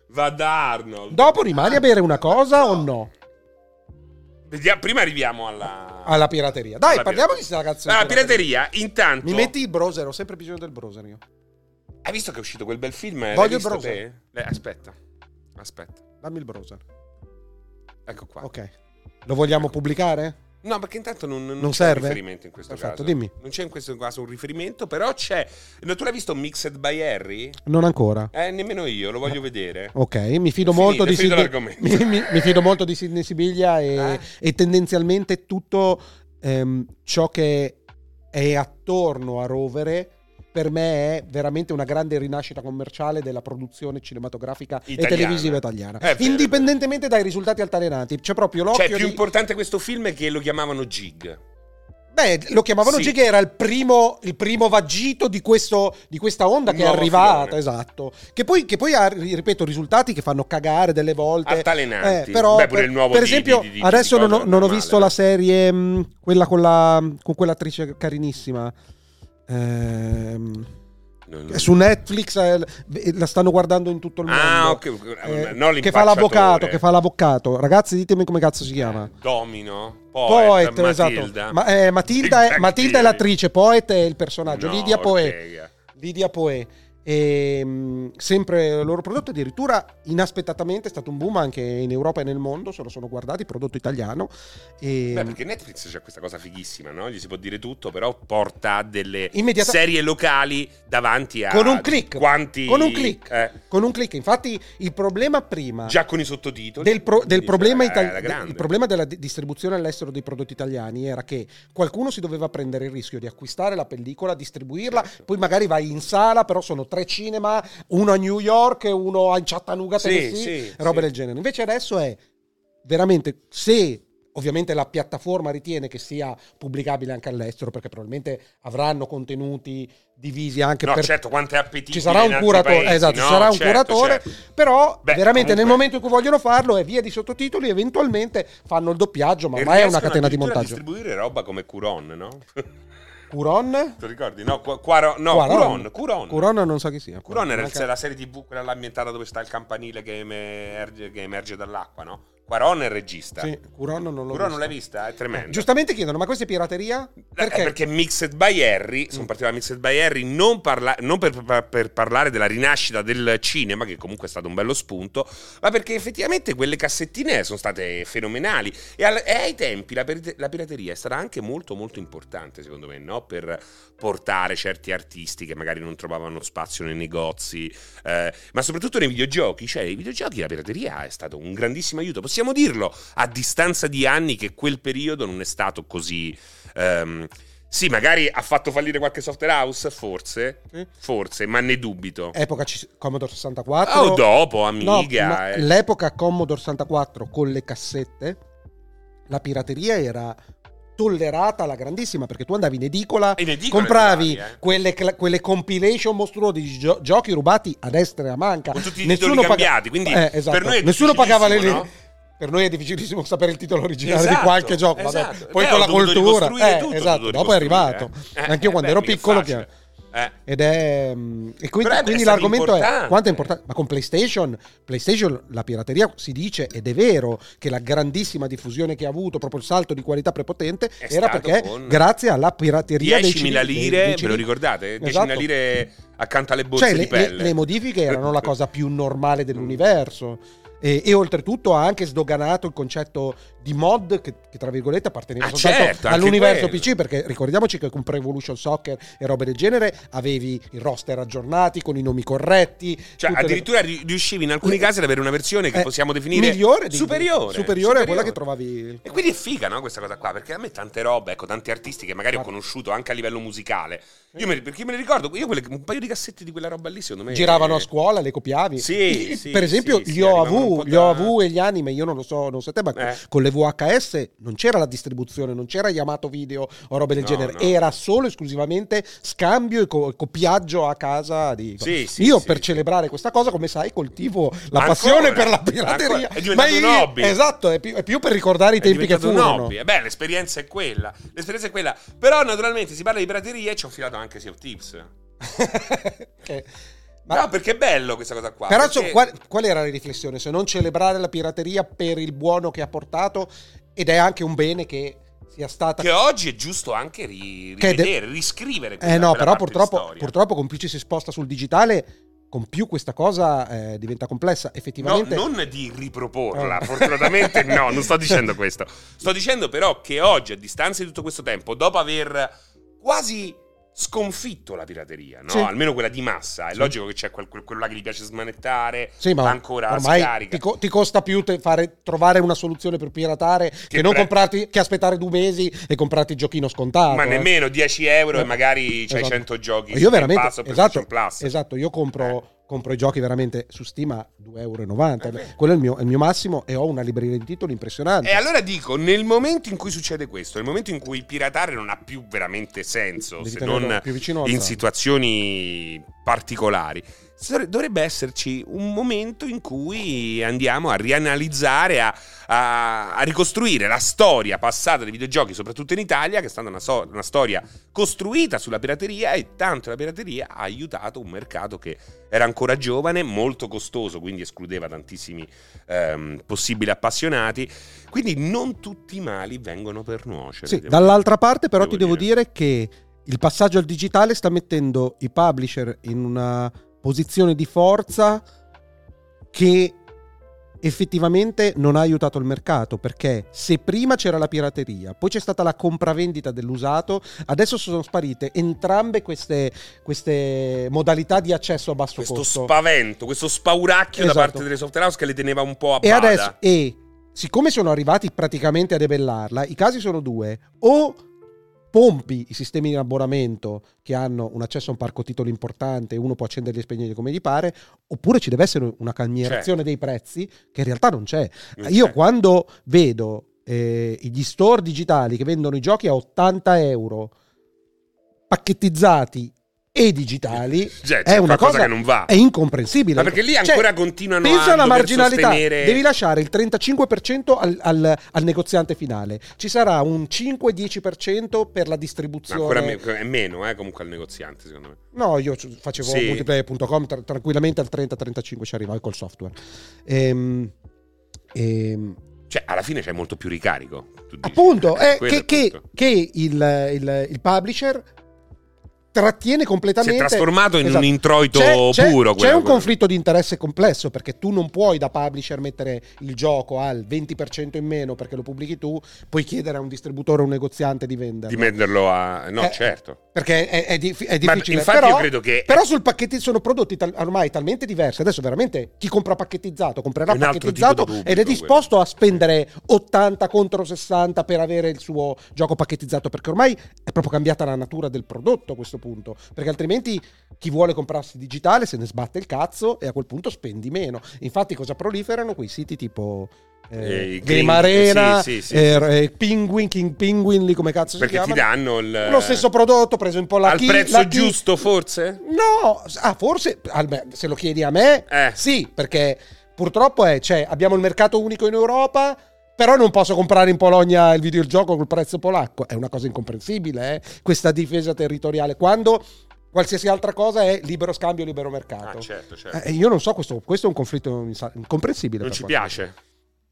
Va da Arnold. Dopo rimani a bere una cosa o no? Vediamo- prima arriviamo alla... Alla pirateria. Dai, alla parliamo di pirateria. sta ragazza. Allora, pirateria, intanto... Mi metti il browser, ho sempre bisogno del browser io. Hai visto che è uscito quel bel film? L'hai Voglio il visto browser. te? Eh, aspetta, aspetta. Dammi il browser. Ecco qua. Ok. Lo vogliamo pubblicare? No, perché intanto non, non Non c'è serve? un riferimento in Ecco. questo Perfetto, caso. dimmi. Non c'è in questo caso un riferimento, però c'è... No, tu l'hai visto Mixed by Harry? Non ancora. Eh, nemmeno io, lo voglio vedere. Ok, mi fido, È finito, molto, di è finito Sidney- l'argomento. mi, mi- mi fido molto di Sidney Sibiglia e, Eh? e tendenzialmente tutto ehm, ciò che è attorno a Rovere per me è veramente una grande rinascita commerciale della produzione cinematografica Italiana. e televisiva italiana. È vero, Indipendentemente dai risultati altalenanti, c'è proprio l'occhio Cioè, più di- Eh, importante questo film è che lo chiamavano Jig. Beh, lo chiamavano Sì. Giga, era il primo, il primo vaggito di, questo- di questa onda che è Nuovo arrivata, filone. esatto. Che poi, che poi ha, ripeto, risultati che fanno cagare delle volte. Altalenanti. Eh, però, Beh, pure il nuovo per di- esempio, di- di- di adesso cosa non ho, non ho normale, visto no? la serie, mh, quella con, la, con quell'attrice carinissima. Ehm, Non- su Netflix eh, l- la stanno guardando in tutto il mondo. Mm. Ah, ok, Eh, non che fa l'avvocato, l'impacciatore. che fa l'avvocato. Ragazzi, ditemi come cazzo si chiama. Domino, Poet, Poet, esatto. Ma, eh, Matilda, è, Matilda è l'attrice, Poet è il personaggio. Lidia Poe. Lidia Poe. E, mh, sempre il loro prodotto, addirittura inaspettatamente è stato un boom anche in Europa e nel mondo. Se lo sono guardati, prodotto italiano. Ehm, E, Beh, perché Netflix c'è questa cosa fighissima, no? Gli si può dire tutto, però porta delle Immediata- serie locali davanti a Con un click. quanti Con un click. eh, Con un click, infatti, il problema prima. già con i sottotitoli. Del, pro- del Quindi, problema eh, itali- alla de- grande. il problema della di- distribuzione all'estero dei prodotti italiani era che qualcuno si doveva prendere il rischio di acquistare la pellicola, distribuirla, Certo. poi magari vai in sala, però sono tre cinema, uno a New York, e uno a Chattanooga, Sì, Tennessee, sì, robe sì. del genere. Invece adesso è veramente se ovviamente la piattaforma ritiene che sia pubblicabile anche all'estero perché probabilmente avranno contenuti divisi anche No, per certo, quanto è appetibile. ci sarà un curatore, esatto, ci sarà un curatore, però Certo, Beh, veramente nel comunque- momento in cui vogliono farlo è via di sottotitoli, eventualmente fanno il doppiaggio, ma E ormai è una riescono catena di addirittura montaggio. a distribuire roba come Curon, no? Curon? Ti ricordi? No, Cu- Cuaro- no, Curon, Curon. Curon non so chi sia. Curon era Manca- la serie tv, quella là ambientata dove sta il campanile che emerge, che emerge dall'acqua, no? Quaron è il regista. Sì, Curon non l'ho Curon non vista. l'hai vista? È tremendo. Eh, Giustamente chiedono, ma questa è pirateria? Perché? Perché? Eh, Mm. perché Mixed by Harry, sono partito da Mixed by Harry non, parla- non per, per- per parlare della rinascita del cinema, che comunque è stato un bello spunto, ma perché effettivamente quelle cassettine sono state fenomenali e, al- e ai tempi la, per- la pirateria è stata anche molto molto importante secondo me, no? per portare certi artisti che magari non trovavano spazio nei negozi, eh, ma soprattutto nei videogiochi, cioè nei videogiochi la pirateria è stato un grandissimo aiuto, possiamo dirlo a distanza di anni che quel periodo non è stato così Ehm, sì, magari ha fatto fallire qualche software house, forse, eh? Sì. forse, ma ne dubito. Ah, Epoca C- Commodore 64. o dopo, No, amiga. ma Oh, eh. l'epoca Commodore 64 con le cassette, la pirateria era tollerata alla grandissima perché tu andavi in edicola In edicola compravi andavi, eh. quelle, cla- quelle compilation mostruose di gio- giochi rubati a destra e a manca. Con tutti i Nessuno titoli paga- cambiati, quindi Eh, esatto. per noi è Nessuno pagava le difficilissimo, Per noi è difficilissimo sapere il titolo originale di Esatto, qualche gioco. vabbè. esatto. Poi Beh, con ho la dovuto cultura, ricostruire eh, tutto, ho esatto. dovuto Dopo è ricostruire, arrivato. eh. Anche io Eh, quando beh, ero mica piccolo. facile. che- Eh. ed è. mm, E quindi, Però è- quindi è stato l'argomento è importante. quanto è importante. Ma con PlayStation, PlayStation, la pirateria si dice ed è vero che la grandissima diffusione che ha avuto, proprio il salto di qualità prepotente, È era stato perché con grazie alla pirateria dei 10.000 CD, dei- lire, dei ve lo CD. ricordate? 10.000 Esatto. lire accanto alle borse Cioè, di le, le- pelle. le modifiche erano la cosa più normale dell'universo. E, e oltretutto ha anche sdoganato il concetto di mod che, che, tra virgolette apparteneva Ah, soltanto certo, anche all'universo quello. PC perché ricordiamoci che con Pro Evolution Soccer e robe del genere avevi i roster aggiornati con i nomi corretti Cioè, tutte le- addirittura ri- riuscivi in alcuni Eh, casi ad avere una versione che eh, possiamo definire migliore di- superiore, superiore a quella che trovavi- E quindi è figa, no, questa cosa qua, perché a me tante robe, ecco, tanti artisti che magari ho conosciuto anche a livello musicale. Io me, perché me ne ricordo, io quelle- un paio di cassetti di quella roba lì, secondo me giravano a scuola, le copiavi. Eh, Sì, I- sì, per esempio, sì, sì, gli OAV, arrivavano un po' gli da- OAV e gli anime, io non lo so, non so te, ma Eh. con le VHS non c'era la distribuzione, non c'era Yamato Video o robe del No, genere, no. era solo esclusivamente scambio e co- copiaggio a casa di Sì, sì, Io sì, per sì. celebrare questa cosa, come sai, coltivo la Ancora, passione per la pirateria. ancora. È diventato Ma un io- hobby. Esatto, è più, è più per ricordare i È tempi che diventato un furono. hobby. Eh beh, l'esperienza è quella. L'esperienza è quella. Però, naturalmente, si parla di pirateria e ci ho filato anche Sea of Tips. Ok. Ma- no, perché è bello questa cosa qua. Però perché- insomma, qual, qual era la riflessione? Se non celebrare la pirateria per il buono che ha portato, ed è anche un bene che sia stata. Che oggi è giusto anche ri- Che de- rivedere, riscrivere quella- eh no, quella però parte di purtroppo, storia. purtroppo con più ci si sposta sul digitale, con più questa cosa eh, diventa complessa. No, Effettivamente. non di riproporla, Eh. fortunatamente no, non sto dicendo questo. Sto dicendo però che oggi, a distanza di tutto questo tempo, dopo aver quasi sconfitto la pirateria, no? Sì. almeno quella di massa, è Sì. logico che c'è quel, quel- quello là che gli piace smanettare, Sì, ma ancora ormai scarica. ti, co- ti costa più te- fare- trovare una soluzione per piratare che, non pre- comprarti, che aspettare due mesi e comprarti il giochino scontato. ma eh. nemmeno 10 euro e Eh. magari c'hai Esatto. 100 giochi io veramente passo per esatto, PlayStation Plus. esatto, io compro, compro i giochi veramente su Steam a 2,90 Eh beh. Eh, quello è il, mio, è il mio massimo e ho una libreria di titoli impressionante E allora dico, nel momento in cui succede questo, nel momento in cui il piratare non ha più veramente senso, Devi se tenerlo non più vicino al in sangue. situazioni particolari, sare- dovrebbe esserci un momento in cui andiamo a rianalizzare, a, a- a ricostruire la storia passata dei videogiochi, soprattutto in Italia, che è stata una, so- una storia costruita sulla pirateria e tanto la pirateria ha aiutato un mercato che era ancora giovane, molto costoso, quindi escludeva tantissimi ehm, possibili appassionati. Quindi non tutti i mali vengono per nuocere. Sì, devo- dall'altra parte però devo ti devo dire che il passaggio al digitale sta mettendo i publisher in una posizione di forza che effettivamente non ha aiutato il mercato perché se prima c'era la pirateria, poi c'è stata la compravendita dell'usato, adesso sono sparite entrambe queste, queste modalità di accesso a basso questo costo. spavento, questo spauracchio Esatto. da parte delle software house che le teneva un po' a e bada. adesso e siccome sono arrivati praticamente a debellarla, i casi sono due: o pompi i sistemi di abbonamento che hanno un accesso a un parco titoli importante, uno può accenderli e spegnerli come gli pare, oppure ci deve essere una Certo. calmierazione dei prezzi che in realtà non c'è. Io quando vedo eh, gli store digitali che vendono i giochi a 80 euro pacchettizzati e digitali Cioè, c'è è una qualcosa cosa che non va. è incomprensibile Cioè, Ma perché lì ancora continuano pensa a alla dover marginalità sostenere- devi lasciare il 35% al, al- al negoziante finale ci sarà un 5-10% per la Ma ancora distribuzione me- è meno, eh, comunque al negoziante, secondo me. no io ci- facevo Sì. multiplayer.com tra- tranquillamente al 30-35 ci arrivavo col software Ehm, ehm, Cioè, alla fine c'è molto più ricarico. tu dici. appunto Eh, è quello che, che- appunto. che il, il- il publisher trattiene si è completamente trasformato in Esatto. un introito C'è, c'è- puro. c'è quello- un quello. conflitto di interesse complesso perché tu non puoi da publisher mettere il gioco al 20% in meno perché lo pubblichi tu, puoi chiedere a un distributore o un negoziante di di venderlo. venderlo a. No, Eh, certo. perché è, è dif- è Ma difficile. infatti, però, io credo che. però sul pacchetto sono prodotti tal- ormai talmente diversi. Adesso veramente chi compra pacchettizzato comprerà È un altro pacchettizzato tipo di pubblico, ed è disposto a spendere 80 contro 60 per avere il suo gioco pacchettizzato. Perché ormai è proprio cambiata la natura del prodotto a questo punto. Perché altrimenti chi vuole comprarsi digitale se ne sbatte il cazzo e a quel punto spendi meno. Infatti, cosa proliferano quei siti tipo. Eh, Eh, i King- Game Arena, sì, sì, sì, eh, eh, Penguin, King Penguin, lì come cazzo si perché ti chiama? danno il. lo stesso prodotto preso in Polacchia Al prezzo giusto, forse? No, ah, forse alme- se lo chiedi a me, Eh. sì, perché purtroppo è, cioè, abbiamo il mercato unico in Europa, però non posso comprare in Polonia il videogioco col prezzo polacco. È una cosa incomprensibile, eh, questa difesa territoriale, quando qualsiasi altra cosa è libero scambio, libero mercato. Ah, certo, certo. Eh, io non so, questo, questo è un conflitto insa- incomprenibile. non per ci quanto- piace.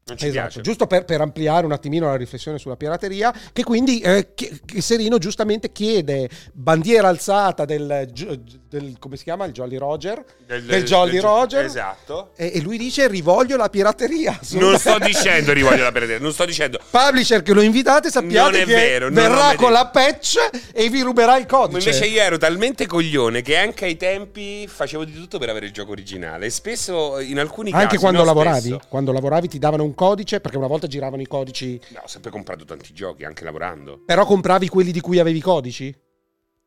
Non ci Esatto, piace. giusto per, per ampliare un attimino la riflessione sulla pirateria, che quindi eh, chi- che Serino giustamente chiede bandiera alzata del, gio- del- come si chiama il Jolly Roger del, Jolly del- Roger Esatto. e, e lui dice rivoglio la pirateria. Non sto dicendo rivoglio la perdere, non sto dicendo. Publisher che lo invitate sappiate Non è che vero, non ho verrà mai con detto. la patch e vi ruberà il Ma codice. invece io ero talmente coglione che anche ai tempi facevo di tutto per avere il gioco originale. E spesso in alcuni casi. Anche quando no, lavoravi, spesso- quando lavoravi ti davano un codice perché una volta giravano i codici, no, ho sempre comprato tanti giochi, anche lavorando. però compravi quelli di cui avevi i codici?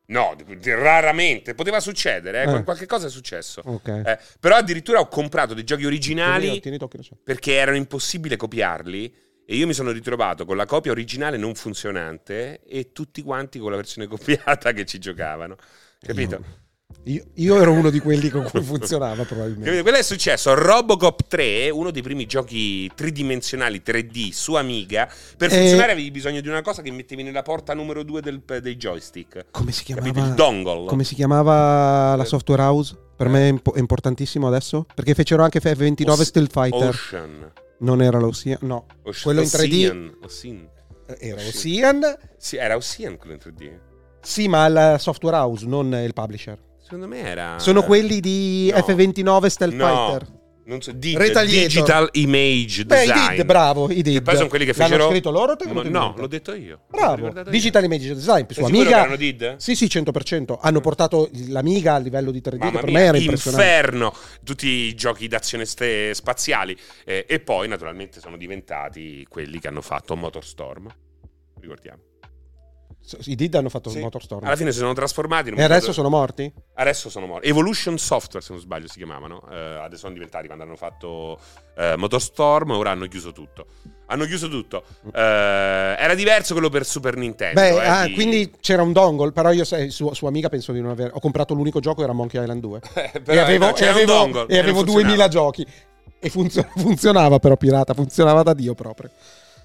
No, di- di- raramente. Poteva succedere, eh, Eh. qualche cosa è successo. Ok. Eh, però addirittura ho comprato dei giochi originali Tieni- tieni tocchi, lo so. perché erano impossibile copiarli. E io mi sono ritrovato con la copia originale non funzionante e tutti quanti con la versione copiata che ci giocavano. Capito? Io, io ero uno di quelli con cui funzionava Capito? probabilmente. Quello è successo a Robocop 3, uno dei primi giochi tridimensionali 3D su Amiga. Per Eh. funzionare avevi bisogno di una cosa che mettevi nella porta numero 2 dei joystick. Come si Capito? Il Eh. dongle. come si chiamava la software house? Per me è, impo- è importantissimo adesso. Perché fecero anche F29 Oce- Steel Fighter. Ocean. non era l'Ocean. No, Oce- quello in 3D Ocean. Ocean. era Ocean. Sì, era Ocean quello in 3D. Sì, ma la software house, non il publisher. Secondo me era. Sono quelli di Ah. no. F29 Steel No. Fighter. Non so, di- Retaliator. Digital Image Beh, i Design. Did, bravo, i Did. E poi sono quelli che L'hanno fecero. scritto loro o te è Ma- venuto in no, mente? l'ho detto io. L'ho Bravo, ricordato io. Digital Image Design, su Sei sicuro che Amiga. erano Did? Sì, sì, 100%. Hanno portato l'Amiga a livello di 3D, che Mm. Mamma per mia, me era impressionante. inferno, tutti i giochi d'azione ste- spaziali Eh, e poi naturalmente sono diventati quelli che hanno fatto Motorstorm. Ricordiamo. I Did hanno fatto Sì. il Motorstorm. Alla fine si sono trasformati. non Eh, E mi adesso ricordo- sono morti? adesso sono morti. Evolution Software, se non sbaglio, si chiamavano. Eh, adesso sono diventati quando hanno fatto eh, Motorstorm. Ora hanno chiuso tutto. Hanno chiuso tutto. Eh, era diverso quello per Super Nintendo. Beh, eh, ah, di- quindi c'era un dongle, però io sai, su, su Amiga penso di non aver... Ho comprato l'unico gioco, era Monkey Island 2. Però, eh, e avevo, no, e c'era un avevo- dongle, e avevo non funzionava. 2000 giochi. E funzio- funzionava però pirata, funzionava da Dio proprio.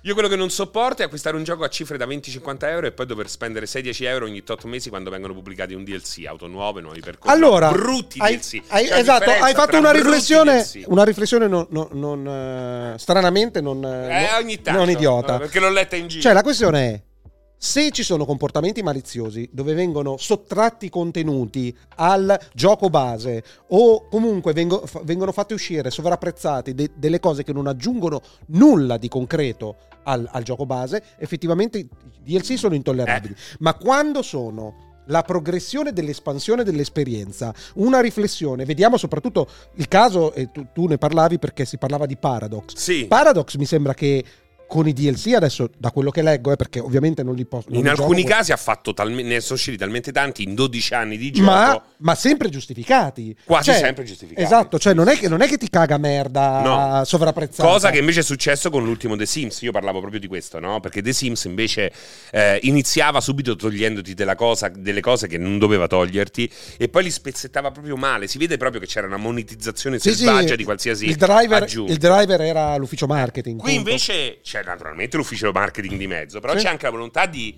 Io quello che non sopporto è acquistare un gioco a cifre da 20-50 euro e poi dover spendere 6-10 euro ogni 8 mesi quando vengono pubblicati un DLC, auto nuove, nuovi percorsi. allora, brutti hai- DLC. hai- C'è una esatto, hai differenza fatto tra una brutti riflessione, DLC. una riflessione non, non- non, eh, stranamente non, eh, Eh, non- ogni tanto. non idiota. Eh, Perché l'ho letta in giro. Cioè, la Cioè, questione è: Se ci sono comportamenti maliziosi dove vengono sottratti i contenuti al gioco base o comunque vengo- fa- vengono fatti uscire sovrapprezzati de- delle cose che non aggiungono nulla di concreto al, al gioco base, effettivamente i DLC sono intollerabili. Eh. Ma quando sono la progressione dell'espansione dell'esperienza, una riflessione, vediamo soprattutto il caso, e tu, tu ne parlavi perché si parlava di Paradox. Sì. Paradox mi sembra che con i DLC adesso, da quello che leggo, eh, perché ovviamente non li posso... non diciamo In li alcuni gioco, casi ha fatto talme- ne sono usciti talmente tanti in 12 anni di gioco. ma, ma sempre giustificati. Quasi Cioè, sempre giustificati. Esatto, cioè non è che, non è che ti caga merda No. sovrapprezzata. Cosa che invece è successo con l'ultimo The Sims, io parlavo proprio di questo, no? Perché The Sims invece eh, iniziava subito togliendoti della cosa- delle cose che non doveva toglierti e poi li spezzettava proprio male, si vede proprio che c'era una monetizzazione Sì, sì, selvaggia di qualsiasi il driver, aggiunta. il driver era l'ufficio marketing. Qui punto. invece c'è naturalmente l'ufficio marketing di mezzo, però Sì. c'è anche la volontà di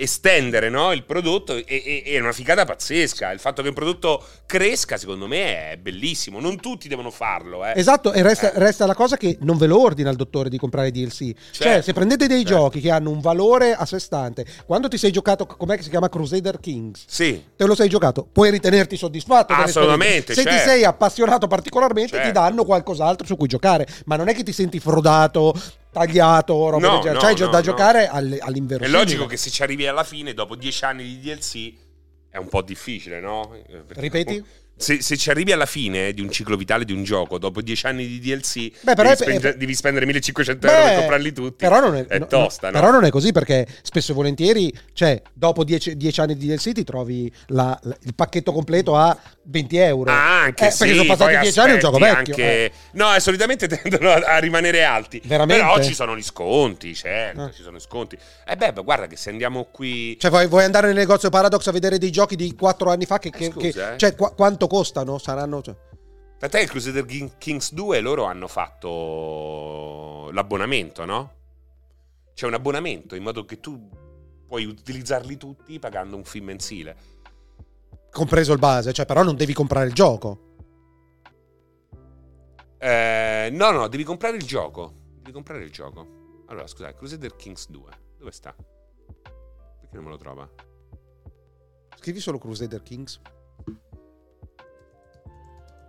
estendere no, il prodotto e, e- e è una figata pazzesca. Il fatto che un prodotto cresca, secondo me, è bellissimo. Non tutti devono farlo. eh. Esatto, e resta, Eh. resta la cosa che non ve lo ordina il dottore di comprare i DLC. cioè, Certo, se prendete dei certo. giochi che hanno un valore a sé stante, quando ti sei giocato, com'è che si chiama Crusader Kings? Sì. Te lo sei giocato, puoi ritenerti soddisfatto. Assolutamente, dell'esperienza. Se certo. ti sei appassionato particolarmente, ti Certo. danno qualcos'altro su cui giocare. Ma non è che ti senti frodato, tagliato, roba No, del genere. no, C'hai gio- no, da no. giocare all- all'inverosimile. È logico che se ci arrivi alla fine, dopo dieci anni di DLC, è un po' difficile, no? Eh, perché- Ripeti? Se, se ci arrivi alla fine di un ciclo vitale di un gioco, dopo dieci anni di DLC, Beh, devi, però è- spendere- devi spendere 1500 Beh, euro per comprarli tutti. Però non è, no- tosta, no? Però non è così perché spesso e volentieri, cioè, dopo 10 10 anni di DLC ti trovi la- la- il pacchetto completo a 20 euro. Ah, anche Eh, sì, perché sono passati poi 10 anni è un aspetti gioco vecchio. anche- eh. No, eh, solitamente tendono a, a rimanere alti. Veramente? Però ci sono gli sconti, certo, Ah. ci sono gli sconti. E beh, beh, guarda che se andiamo qui... Cioè, vuoi, vuoi andare nel negozio Paradox a vedere dei giochi di 4 anni fa? Che, che- scusa, che- eh. Cioè, qua- quanto costano? Saranno. cioè- Tant'è che il Crusader King- Kings 2 loro hanno fatto l'abbonamento, no? C'è un abbonamento in modo che tu puoi utilizzarli tutti pagando un film mensile. compreso il base, cioè, però non devi comprare il gioco. Eh, no, no, devi comprare il gioco. Devi comprare il gioco. Allora, scusate, Crusader Kings 2, dove sta? Perché non me lo trova? Scrivi solo Crusader Kings.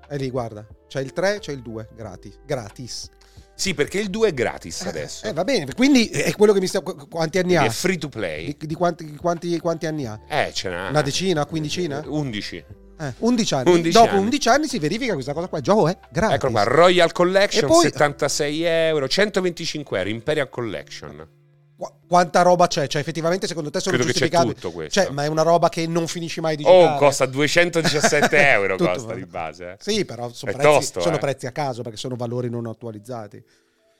E lì, guarda. C'è il 3, c'è il 2, gratis. Gratis. Sì, perché il 2 è gratis adesso. Eh, va bene, quindi è quello che mi sta. qu- Quanti anni Quindi ha? è free to play. Di, di quanti, di quanti- quanti anni ha? Eh, ce n'ha. Una decina, quindicina? 11. Eh, 11 anni. 11 Dopo anni. Ecco, 11 anni si verifica questa cosa qua. Il gioco è gratis. Eccolo qua, Royal Collection, E poi- 76 euro, 125 euro, Imperial Collection. Qua- Quanta roba c'è? Cioè, effettivamente, secondo te sono Credo che c'è giustificabili? tutto questo. Cioè, ma è una roba che non finisci mai di giocare. Oh, costa 217 euro, Tutto costa vale. di base. eh. Sì, però sono, È prezzi, tosto, sono eh. prezzi a caso perché sono valori non attualizzati.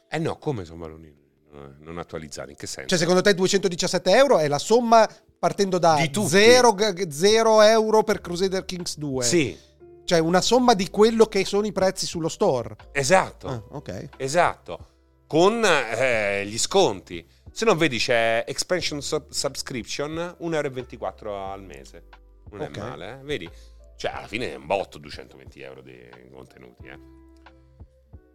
Eh no, come sono valori eh, non attualizzati? In che senso? Cioè, secondo te 217 euro è la somma partendo da Di tutti. 0 euro per Crusader Kings 2? sì, Cioè, una somma di quello che sono i prezzi sullo store. esatto, Ah, ok. esatto. Con eh, gli sconti. Se non vedi c'è expansion sub- subscription, 1,24 euro al mese. Non Ok. è male, eh? vedi? Cioè, alla fine è un botto 220 euro di contenuti, eh.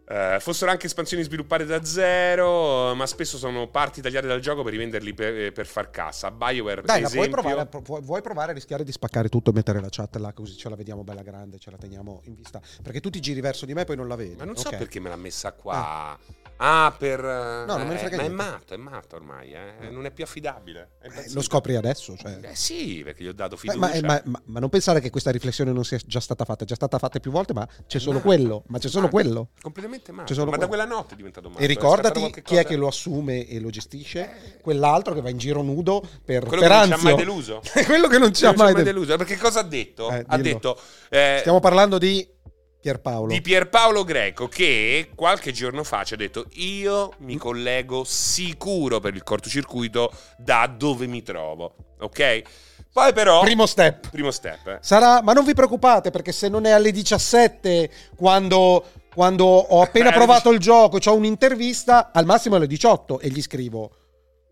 Eh, fossero anche espansioni sviluppate da zero, ma spesso sono parti tagliate dal gioco per rivenderli eh, per, per far cassa. BioWare, Dai, per la puoi esempio, provare, pro- vuoi, vuoi provare a rischiare di spaccare tutto e mettere la chat là così ce la vediamo bella grande, ce la teniamo in vista. Perché tu ti giri verso di me e poi non la vedi. Ma non so Ok. perché me l'ha messa qua. Ah, per. No, non me ne eh, frega Ma è niente. matto, è matto ormai, eh. Non è più affidabile. È Eh, impazzito. lo scopri adesso. cioè. Eh sì, perché gli ho dato Beh, fiducia. ma, ma- ma- ma non pensare che questa riflessione non sia già stata fatta, è già stata fatta più volte, ma c'è solo Ma- quello. Ma c'è solo ma- quello. Completamente matto. C'è solo ma da quello. quella notte è diventato matto. E è scattato ricordati qualche chi è cosa. Eh. che lo assume e lo gestisce, quell'altro che va in giro nudo per, Quello per che non ci ha anzio. mai deluso. quello che non ci ha Non ci mai deluso. deluso. Perché cosa ha detto? Eh, ha dillo. detto. eh, Stiamo parlando di Pierpaolo. di Pierpaolo Greco che qualche giorno fa ci ha detto io mi Mm. collego sicuro per il cortocircuito da dove mi trovo, ok? Poi però... Primo step. primo step, eh. Sarà, ma non vi preoccupate perché se non è alle 17 quando, quando ho appena Eh, alle provato il gioco, ho un'intervista, al massimo alle 18 e gli scrivo.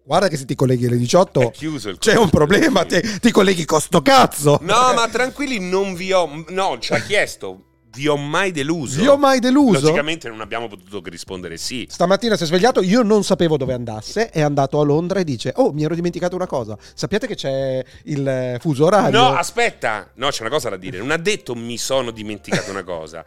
Guarda che se ti colleghi alle 18 È chiuso il c'è un problema, cortocircuito. te- ti colleghi con sto cazzo. No, ma tranquilli, non vi ho... No, ci ha chiesto Vi ho mai deluso? Vi ho mai deluso? Logicamente non abbiamo potuto che rispondere sì. Stamattina si è svegliato, io non sapevo dove andasse, è andato a Londra e dice, oh mi ero dimenticato una cosa, sappiate che c'è il eh, fuso orario? No, ah, aspetta. No, c'è una cosa da dire. Non ha detto mi sono dimenticato una cosa.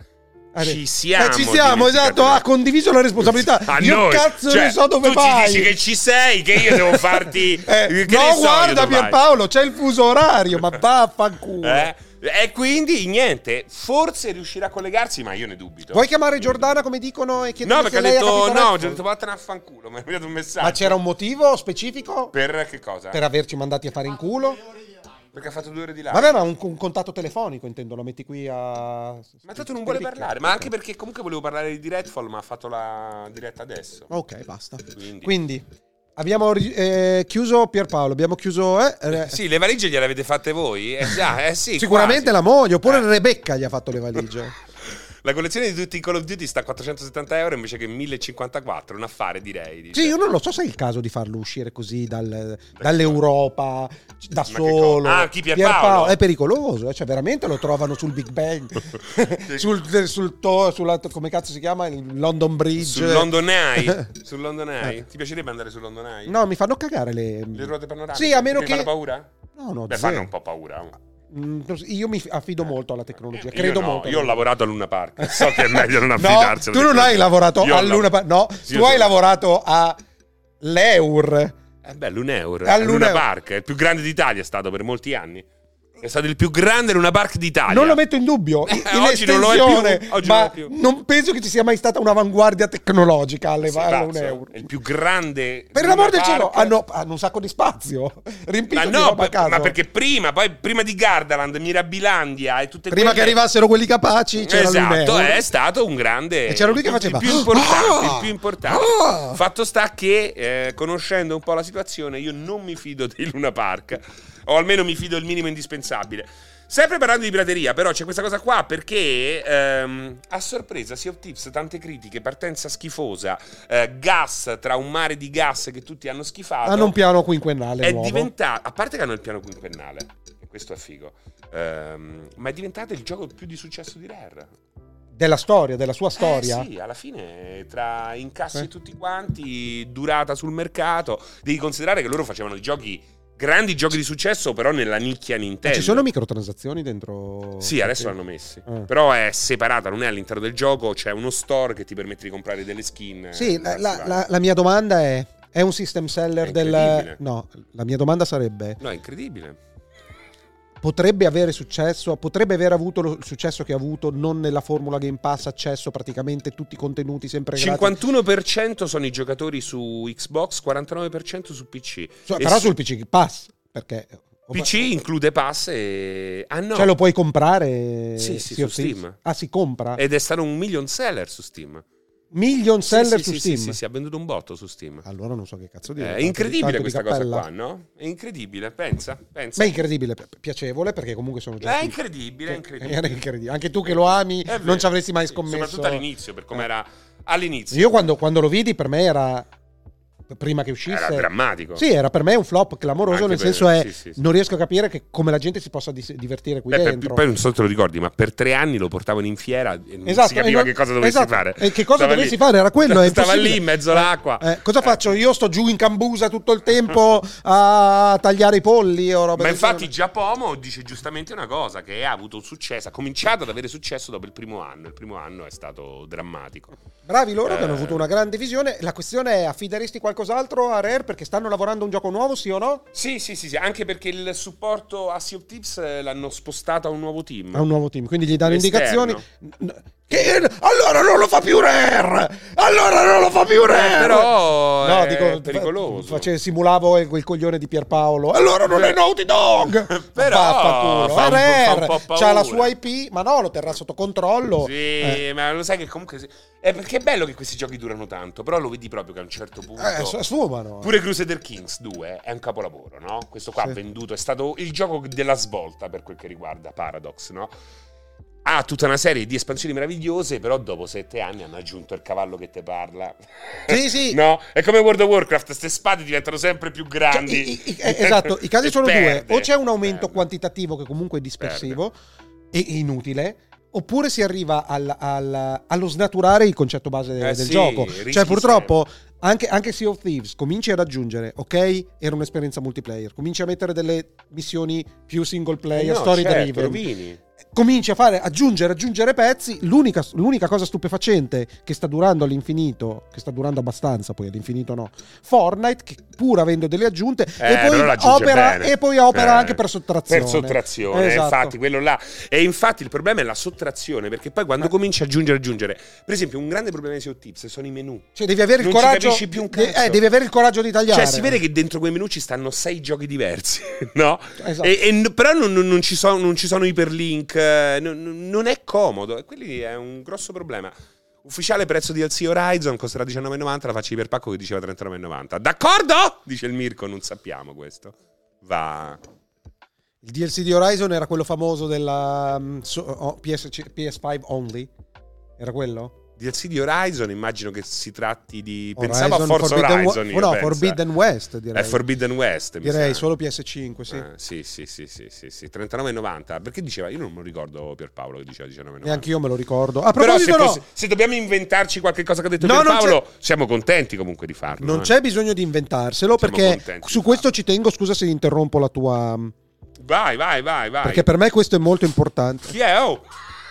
Ha detto- ci siamo Eh, ci siamo, dimenticati esatto, una- ha condiviso la responsabilità. A io noi. cazzo Cioè, ne so dove tu vai. Tu ci dici che ci sei, che io devo farti... Eh, che ne so no, io guarda dove vai. Pierpaolo, c'è il fuso orario, ma vaffanculo. Eh? E quindi niente, forse riuscirà a collegarsi, ma io ne dubito. Vuoi chiamare Giordana come dicono e chiedere no, se perché ha lei detto capito no, Redfall? ho detto vattene a fanculo, mi ha inviato un messaggio. Ma c'era un motivo specifico per, Per Ah. che cosa? averci mandati a fare in culo? Perché ha fatto due ore di là. Vabbè, ma un, un contatto telefonico intendo, lo metti qui a Ma tanto non vuole parlare, ma anche perché comunque volevo parlare di Redfall, ma ha fatto la diretta adesso. Ok, basta. Quindi. Quindi abbiamo ri- eh, chiuso Pierpaolo, abbiamo chiuso eh, eh, Sì, le valigie gliele avete fatte voi? Eh già, eh sì. sicuramente quasi. la moglie, oppure Eh. Rebecca gli ha fatto le valigie. La collezione di tutti i Call of Duty sta a 470 euro invece che 1054, un affare direi. dice. Sì, io non lo so se è il caso di farlo uscire così dal- dall'Europa da che solo. cosa? Ah, chi, Pierpaolo? È pericoloso, eh, cioè veramente lo trovano sul Big Bang, sul, sul to- sulla- come cazzo si chiama? Il London Bridge. Sul London Eye. sul London Eye. Eh. Ti piacerebbe andare sul London Eye? No, mi fanno cagare le, Le ruote panoramiche? Sì, a meno Ti che. fanno paura? No, no, Beh, zero. fanno un po' paura. oh. Mm, Io mi affido molto alla tecnologia. Io Cioè, Credo no, molto. Io ho lavorato a Luna Park. So che è meglio non affidarsene. No, tu non hai lavorato Io ho a lav- Luna Park. No, Io tu hai so- lavorato a l'Eur. Eh beh, l'Uneur. A A Luna Luneur. Park. È il più grande d'Italia, è stato per molti anni. È stato il più grande Luna Park d'Italia. Non lo metto in dubbio, Eh, in Ah, oggi non lo è più, estensione, oggi non ma lo è più. non penso che ci sia mai stata un'avanguardia tecnologica alle Sei a un pazzo? euro. È il più grande. Per Luna l'amor del cielo, Park. hanno, hanno un sacco di spazio, riempito Ma di no, roba per- a caso. ma perché prima, poi prima di Gardaland, Mirabilandia e tutte Prima che quelle- arrivassero quelli capaci, c'era esatto, l'Uneur. è stato un grande. E c'era lui che il- faceva, Il più importante. "Ah! il più importante." Ah!" Fatto sta che, eh, conoscendo un po' la situazione, io non mi fido di Luna Park. O almeno mi fido il minimo indispensabile. Sempre parlando di pirateria, però, c'è questa cosa qua perché ehm, a sorpresa Sea of Tips, tante critiche, partenza schifosa, eh, gas tra un mare di gas che tutti hanno schifato Hanno un piano quinquennale è nuovo. diventato a parte che hanno il piano quinquennale e questo è figo ehm, ma è diventato il gioco più di successo di Rare Della storia, della sua storia. Eh, sì alla fine tra incassi Eh. e tutti quanti durata sul mercato devi considerare che loro facevano i giochi grandi giochi di successo però nella nicchia Ma Nintendo ci sono microtransazioni dentro... sì, adesso l'hanno messi. Ah. Però è separata, non è all'interno del gioco. C'è uno store che ti permette di comprare delle skin. Sì, eh, la, la- vari. la- la mia domanda è: è un system seller È del. incredibile. No, la mia domanda sarebbe: No, è incredibile. potrebbe avere successo? Potrebbe aver avuto lo- il successo che ha avuto non nella formula Game Pass, accesso praticamente tutti i contenuti sempre gratis? 51% sono i giocatori su Xbox, 49% su PC. So- e Cioè, però su- sul PC Pass, perché. PC include pass e... Ah no, Cioè, lo puoi comprare Sì, sì, Sea of su Thieves? Steam. Ah, si compra? ed è stato un million seller su Steam. Million seller Sì, su sì, Steam. Sì, sì, sì, ha venduto un botto su Steam. Allora non so che cazzo dire. È tanto di- incredibile tanto di questa cosa cappella. qua, no? È incredibile, pensa, pensa. Ma è incredibile, pi- piacevole perché comunque sono giochi È incredibile, è incredibile. Era incredibile. Anche tu che lo ami, È vero. non ci avresti mai Sì, scommesso. Eh. Soprattutto all'inizio, per come era all'inizio. Io quando, quando lo vidi, per me era. Prima che uscisse. Era drammatico. Sì, era per me un flop clamoroso. ecco. Anche nel per- senso, è. sì, sì, sì. Non riesco a capire che- come la gente si possa dis- divertire qui Beh, per- dentro. poi non so se te lo ricordi, ma per tre anni lo portavano in fiera e non Esatto, si capiva e non- che cosa dovessi esatto, fare. e che cosa Stava dovessi lì- fare, era quello, è Stava lì impossibile. in mezzo all'acqua. Eh, cosa faccio? Io sto giù in cambusa tutto il tempo a tagliare i polli o roba Ma del infatti genere. Giacomo dice giustamente una cosa che ha avuto un successo, ha cominciato ad avere successo dopo il primo anno. Il primo anno è stato drammatico. Bravi loro che hanno Eh. avuto una grande visione. La questione è: affideresti qualcos'altro a Rare perché stanno lavorando a un gioco nuovo, sì o no? Sì, sì, sì, sì, anche perché il supporto a Sea of Tips eh, l'hanno spostato a un nuovo team. a un nuovo team. Quindi gli danno Esterno. indicazioni. N- Che, allora non lo fa più Rare! Allora non lo fa più Rare! Eh, però no, è dico, pericoloso. fa- face- simulavo il- quel coglione di Pierpaolo. Allora non è Naughty Dog! Però Vaffanculo. fa un- È fa un Rare, po' paura. C'ha la sua IP, ma no, lo terrà sotto controllo. Sì, Eh, ma lo sai che comunque... se- È perché è bello che questi giochi durano tanto, però lo vedi proprio che a un certo punto... eh, s- sfumano. Pure Crusader Kings 2 è un capolavoro, no? Questo qua Sì. ha venduto, è stato il gioco della svolta per quel che riguarda Paradox, no? Ha tutta una serie di espansioni meravigliose, però dopo sette anni hanno aggiunto il cavallo che te parla. Sì, sì. No? È come World of Warcraft, queste spade diventano sempre più Cioè, grandi. i- i- eh, esatto, i casi E sono perde, due: o c'è un aumento perde. quantitativo che comunque è dispersivo e inutile, Oppure si arriva al- al- allo snaturare il concetto base de- Eh del sì, gioco. rischi Cioè, purtroppo, anche, anche Sea of Thieves cominci ad aggiungere, ok? Era un'esperienza multiplayer. Cominci a mettere delle missioni più single player, No, story certo, driven. rovini. Cominci a fare, aggiungere, aggiungere pezzi. L'unica, l'unica cosa stupefacente che sta durando all'infinito, che sta durando abbastanza, poi all'infinito no, Fortnite, che pur avendo delle aggiunte, Eh, e, però poi l'aggiunge opera, bene. e poi opera Eh, anche per sottrazione. Per sottrazione, Esatto. infatti, quello là. E infatti il problema è la sottrazione, perché poi quando Ma- cominci a aggiungere, aggiungere. Per esempio, un grande problema di SEO Tips sono i menu. Cioè, devi avere il Non ci coraggio. capisci più un de- cazzo. eh, devi avere il coraggio di tagliare. Cioè, si vede che dentro quei menu ci stanno sei giochi diversi, no? Esatto. E, e n- però non, non- non ci sono, non ci sono iperlink, eh, non- non, non è comodo, e quelli è un grosso problema. Ufficiale prezzo di LC Horizon costerà 19,90, la faccia iperpacco che diceva 39,90. D'accordo? Dice il Mirko, non sappiamo questo. Va. Il DLC di Horizon era quello famoso della mm, so- oh, PSC PS5 only. Era quello? DLC di Horizon, immagino che si tratti di... Horizon, Pensavo a Forza Forbidden Horizon. Wa- io, no, pensa. Forbidden West, direi. È Forbidden West. mi Direi sa. solo PS5, sì. Ah, sì, sì, sì, sì, sì, sì. 39,90. Perché diceva? Io non me lo ricordo Pierpaolo che diceva 19,90. Neanche io me lo ricordo. A Però proposito, se, no, possi- se dobbiamo inventarci qualche cosa che ha detto No, non Pierpaolo, siamo contenti comunque di farlo. non eh. c'è bisogno di inventarselo Siamo perché contenti di su esatto. questo ci tengo. Scusa se interrompo la tua. mm, Vai, vai, vai, vai. Perché per me questo è molto importante. Chi è? Oh!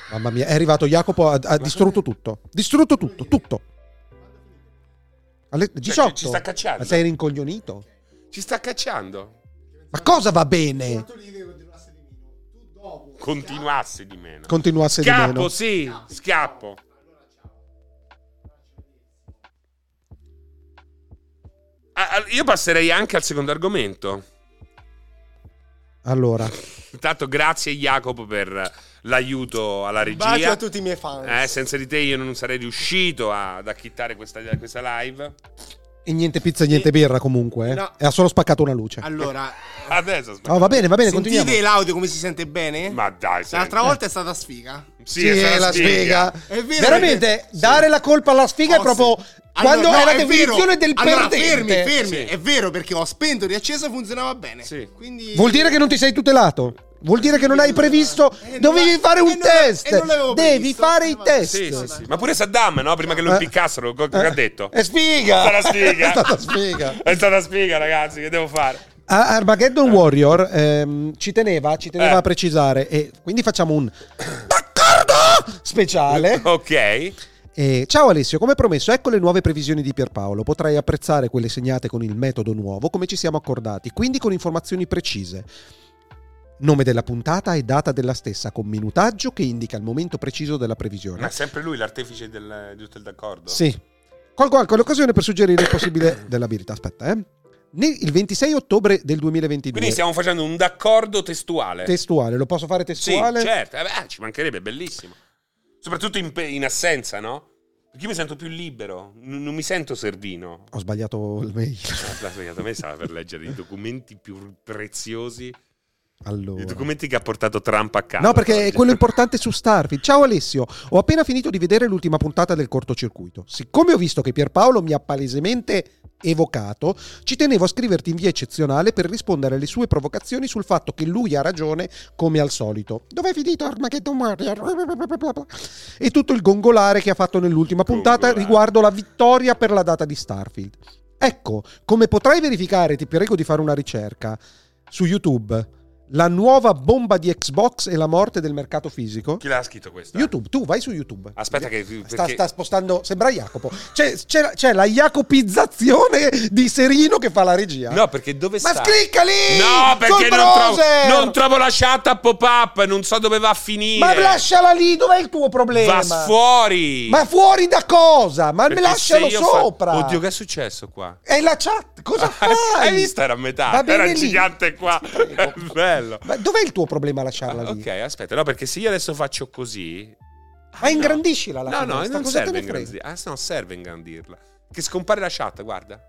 Mamma mia, è arrivato Jacopo, ha, ha distrutto tutto. Distrutto tutto, tutto. Alle Cioè, 18. ci- ci sta cacciando. Ma sei rincoglionito? Ci sta cacciando. Ma cosa va bene? Continuasse di meno. Continuasse di Schiappo, meno. sì, schiappo. Ah, ah, Io passerei anche al secondo argomento. Allora, Intanto grazie Jacopo per l'aiuto alla regia. Bacio a tutti i miei fan. Eh, senza di te io non sarei riuscito a- ad acchittare questa, questa live. e niente pizza e niente birra comunque. eh. No. E ha solo spaccato una luce. Allora, Adesso aspetta. Oh, va bene, va bene, continuiamo. sentite l'audio come si sente bene? Ma dai, senti. L'altra volta è stata sfiga. Sì, è stata la sfiga. È vero, Veramente, perché- dare la colpa alla sfiga è Oh, proprio sì. quando Allora, è no, la vero. definizione del allora, perdente. fermi, fermi. Sì. È vero perché ho spento, riacceso, funzionava bene. Sì. Quindi Vuol dire che non ti sei tutelato. Vuol dire che non hai previsto. Eh, Dovevi non- fare eh, un non- test. eh, non l'avevo Devi previsto. fare i test. Sì, sì, sì. Ma pure Saddam, no? Prima che lo Eh. impiccassero, co- cosa Eh. ha detto? È sfiga. È stata sfiga. È stata sfiga. È stata sfiga, ragazzi, che devo fare? A Armageddon Warrior ehm, ci teneva, ci teneva Eh. a precisare. E quindi facciamo un d'accordo speciale. Ok. Eh, ciao Alessio, come promesso, ecco le nuove previsioni di Pierpaolo. Potrai apprezzare quelle segnate con il metodo nuovo, come ci siamo accordati, quindi con informazioni precise. Nome della puntata e data della stessa, con minutaggio che indica il momento preciso della previsione. Ma è sempre lui l'artefice del, di tutto il d'accordo? Sì. Colgo anche l'occasione per suggerire il possibile dell'abilità. Aspetta, eh. Né il 26 ottobre del 2022. Quindi stiamo facendo un d'accordo testuale. Testuale, lo posso fare sì, testuale? certo. Eh, beh, ci mancherebbe, è bellissimo. Soprattutto in, pe- in assenza, no? Perché io mi sento più libero, n- non mi sento servino. Ho sbagliato il mail. La svegliata a me stava per leggere i documenti più preziosi, Allora. i documenti che ha portato Trump a casa. No, perché è quello importante su Starfield. Ciao Alessio, ho appena finito di vedere l'ultima puntata del cortocircuito. Siccome ho visto che Pierpaolo mi ha palesemente evocato, ci tenevo a scriverti in via eccezionale per rispondere alle sue provocazioni sul fatto che lui ha ragione come al solito. Dov'è finito Armageddon Warrior? E tutto il gongolare che ha fatto nell'ultima puntata Gongolare. riguardo la vittoria per la data di Starfield. Ecco, come potrai verificare, ti prego di fare una ricerca su YouTube. La nuova bomba di Xbox e la morte del mercato fisico. Chi l'ha scritto questo? YouTube, tu vai su YouTube. Aspetta che- Sta, perché- sta spostando, sembra Jacopo. C'è, c'è la- c'è la jacopizzazione di Serino che fa la regia. No, perché dove Ma sta? clicca lì! No, perché non Col trovo, browser! non trovo la chat a pop-up, non so dove va a finire. Ma lasciala lì, dov'è il tuo problema? Va fuori! Ma fuori da cosa? Ma Perché lascialo se io fa- sopra! Oddio, che è successo qua? È la chat, cosa fai? Hai visto? Era a metà, Va bene era il lì. gigante qua. Ti prego. Bello. Ma dov'è il tuo problema a lasciarla Ah, lì? ok, aspetta, no, perché se io adesso faccio così... Ma ingrandiscila la No, no, finestra, non cosa te serve ne frega? ingrandirla. Ah, no, serve ingrandirla. Che scompare la chat, guarda.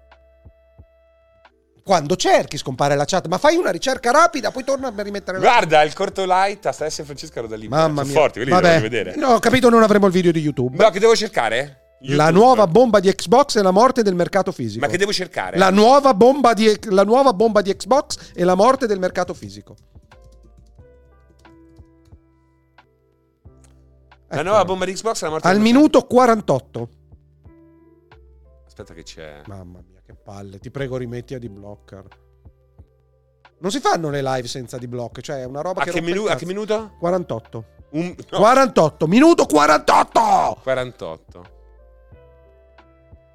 Quando cerchi scompare la chat, ma fai una ricerca rapida, poi torna a rimettere la Guarda, il corto light a Stassi e Francesco erano da lì. Mamma sono mia. forti, quelli li Vabbè. devo rivedere. No, ho capito, non avremo il video di YouTube. No, che devo cercare? La YouTube. nuova bomba di Xbox e la morte del mercato fisico. Ma che devo cercare? La nuova, bomba di, la nuova bomba di Xbox e la morte del mercato fisico. La nuova bomba di Xbox è la morte Al del- minuto 48. Aspetta che c'è. Mamma mia, che palle. Ti prego, rimetti a D-Blocker. Non si fanno le live senza D-Block, cioè è una roba A che che, rompe il minu- a cazzo. che minuto? 48. Un- no, 48, minuto 48! 48.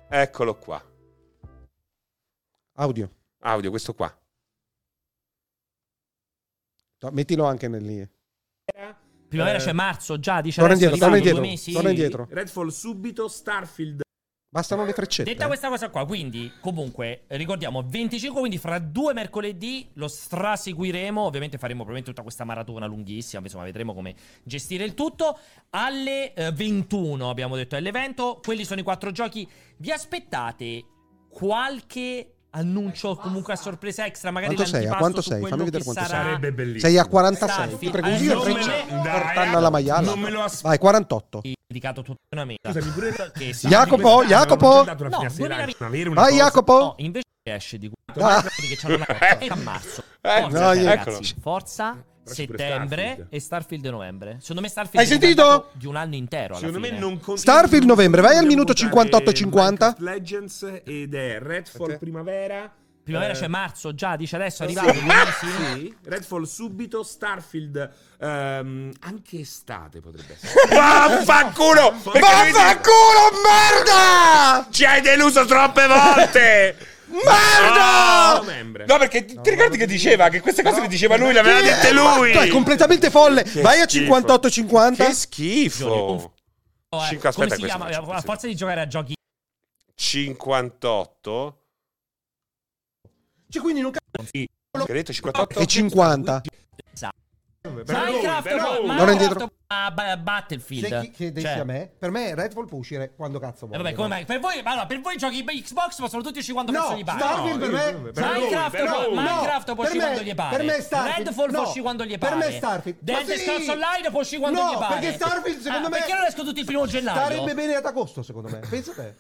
Eccolo qua. Audio. Audio, questo qua. No, Mettilo anche nel lì. Primavera Eh. c'è marzo, già dice Torna adesso, indietro, torna arrivano indietro. due mesi. Torna indietro. Redfall subito, Starfield. Bastano le freccette. Detta eh. questa cosa qua, quindi, comunque, ricordiamo, 25, quindi fra due mercoledì lo straseguiremo, ovviamente faremo probabilmente tutta questa maratona lunghissima, insomma vedremo come gestire il tutto. Alle eh, 21 abbiamo detto è l'evento, quelli sono i quattro giochi. Vi aspettate qualche annuncio comunque a sorpresa extra, magari Quanto sei? A l'antipasto quanto su sei? quello Fammi vedere che quanto sarà- Sarebbe bellissimo. Sei a 46. Starfield. Ti prego, Eh, gira non freccia. me ne- Portanna alla maiala. Non me lo aspetto. Vai, 48. dedicato tutta una meta. Scusami, pure- Che sa- Jacopo, Ah, Jacopo. non c'è dato una No, finestra di 2020. lancio, una vera, una Vai, cosa. No, Jacopo. invece esce di Ah. quello che c'hanno la cotta. E a marzo. Eh, Forza, no, ragazzi, eccolo. forza pure settembre Starfield. e Starfield novembre. Secondo me Starfield Hai è sentito? diventato di un anno intero alla Secondo me fine. non con- Starfield novembre, vai al minuto Dobbiamo contare 58-50. Minecraft Legends ed è Redfall Perché? primavera. Primavera c'è eh, marzo già, dice Eh, adesso Eh, è Sì. arrivato. quindi sì. Sì, Redfall subito, Starfield ehm, anche estate potrebbe essere. Vaffanculo! Perché lui dice- Vaffanculo, merda! Ci hai deluso troppe volte! Merda! Ah, novembre. No, perché ti, ti ricordi che diceva che queste cose le diceva lui, le aveva Sì, dette esatto, lui! Cioè, È completamente folle. Che Vai a schifo. 58-50. Che schifo! Oh, eh, Cinque, aspetta, come si questo chiama? faccio, a questo. forza di giocare a giochi 58? Cioè, quindi non cazzo Che hai detto 58? E 50. Minecraft, però- ma- Non è Minecraft, indietro. ma- ba- Battlefield. C'è chi chiedesse Cioè, a me, per me Redfall può uscire quando cazzo eh, vuole. vabbè, come mai? Per voi, ma allora, per voi i giochi Xbox possono tutti uscire quando cazzo No, gli pare. Starfield per me... Per lui, Minecraft, per può- lui. Minecraft No, può per uscire me- quando gli pare. per me Starfield- Redfall può no, uscire quando per gli pare. me Starfield- Dead ma sì! Scrolls Online può uscire quando No, gli pare. perché Starfield, secondo Ah, me- Perché non escono tutti il primo gennaio? Starebbe bene ad agosto, secondo me. Pensa te.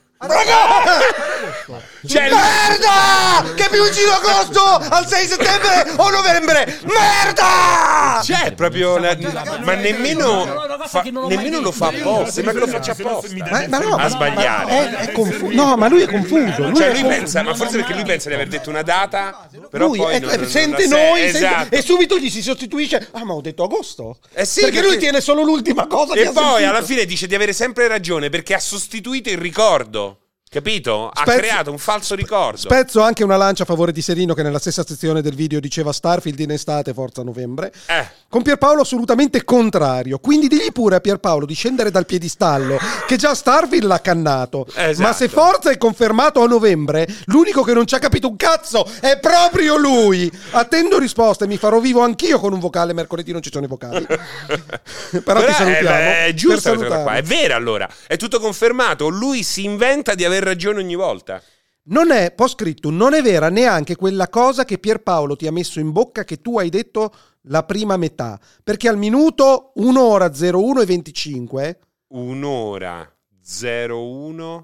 Cioè, Merda! Che mi uccido agosto al 6 settembre o novembre! Merda! C'è proprio la- Cioè, ragazzi, ma non è nemmeno, vero, è una cosa fa- che non ho mai nemmeno lo visto. fa Io apposta. Sembra che lo no, faccia se no se mi apposta. dà- Ma, ma no, ma- a sbagliare. ma- è, è confuso. No, ma lui è confuso. Lui Cioè, è lui confuso. pensa, ma non forse ho perché lui mai- pensa di aver detto una data, però Lui poi è- non- è- non- sente non la- noi sente- esatto. e subito gli si sostituisce. Ah, ma ho detto agosto. Eh sì, perché, lui perché- tiene solo l'ultima cosa. che E ha poi sentito. alla fine dice di avere sempre ragione perché ha sostituito il ricordo. Capito? Ha Spezzo- creato un falso ricordo. Spezzo anche una lancia a favore di Serino che nella stessa sezione del video diceva Starfield in estate, forza novembre. Eh. Con Pierpaolo assolutamente contrario. Quindi digli pure a Pierpaolo di scendere dal piedistallo che già Starfield l'ha cannato. Esatto. Ma se Forza è confermato a novembre, l'unico che non ci ha capito un cazzo è proprio lui. Attendo risposte, mi farò vivo anch'io con un vocale, mercoledì non ci sono i vocali. Però, ti eh, salutiamo. beh, è Per giusta questa cosa salutarvi. qua. È vera allora. È tutto confermato. Lui si inventa di aver ragione ogni volta. Non è, po' scritto, non è vera neanche quella cosa che Pierpaolo ti ha messo in bocca che tu hai detto la prima metà, perché al minuto 1 ora 01 e 25 Un'ora 01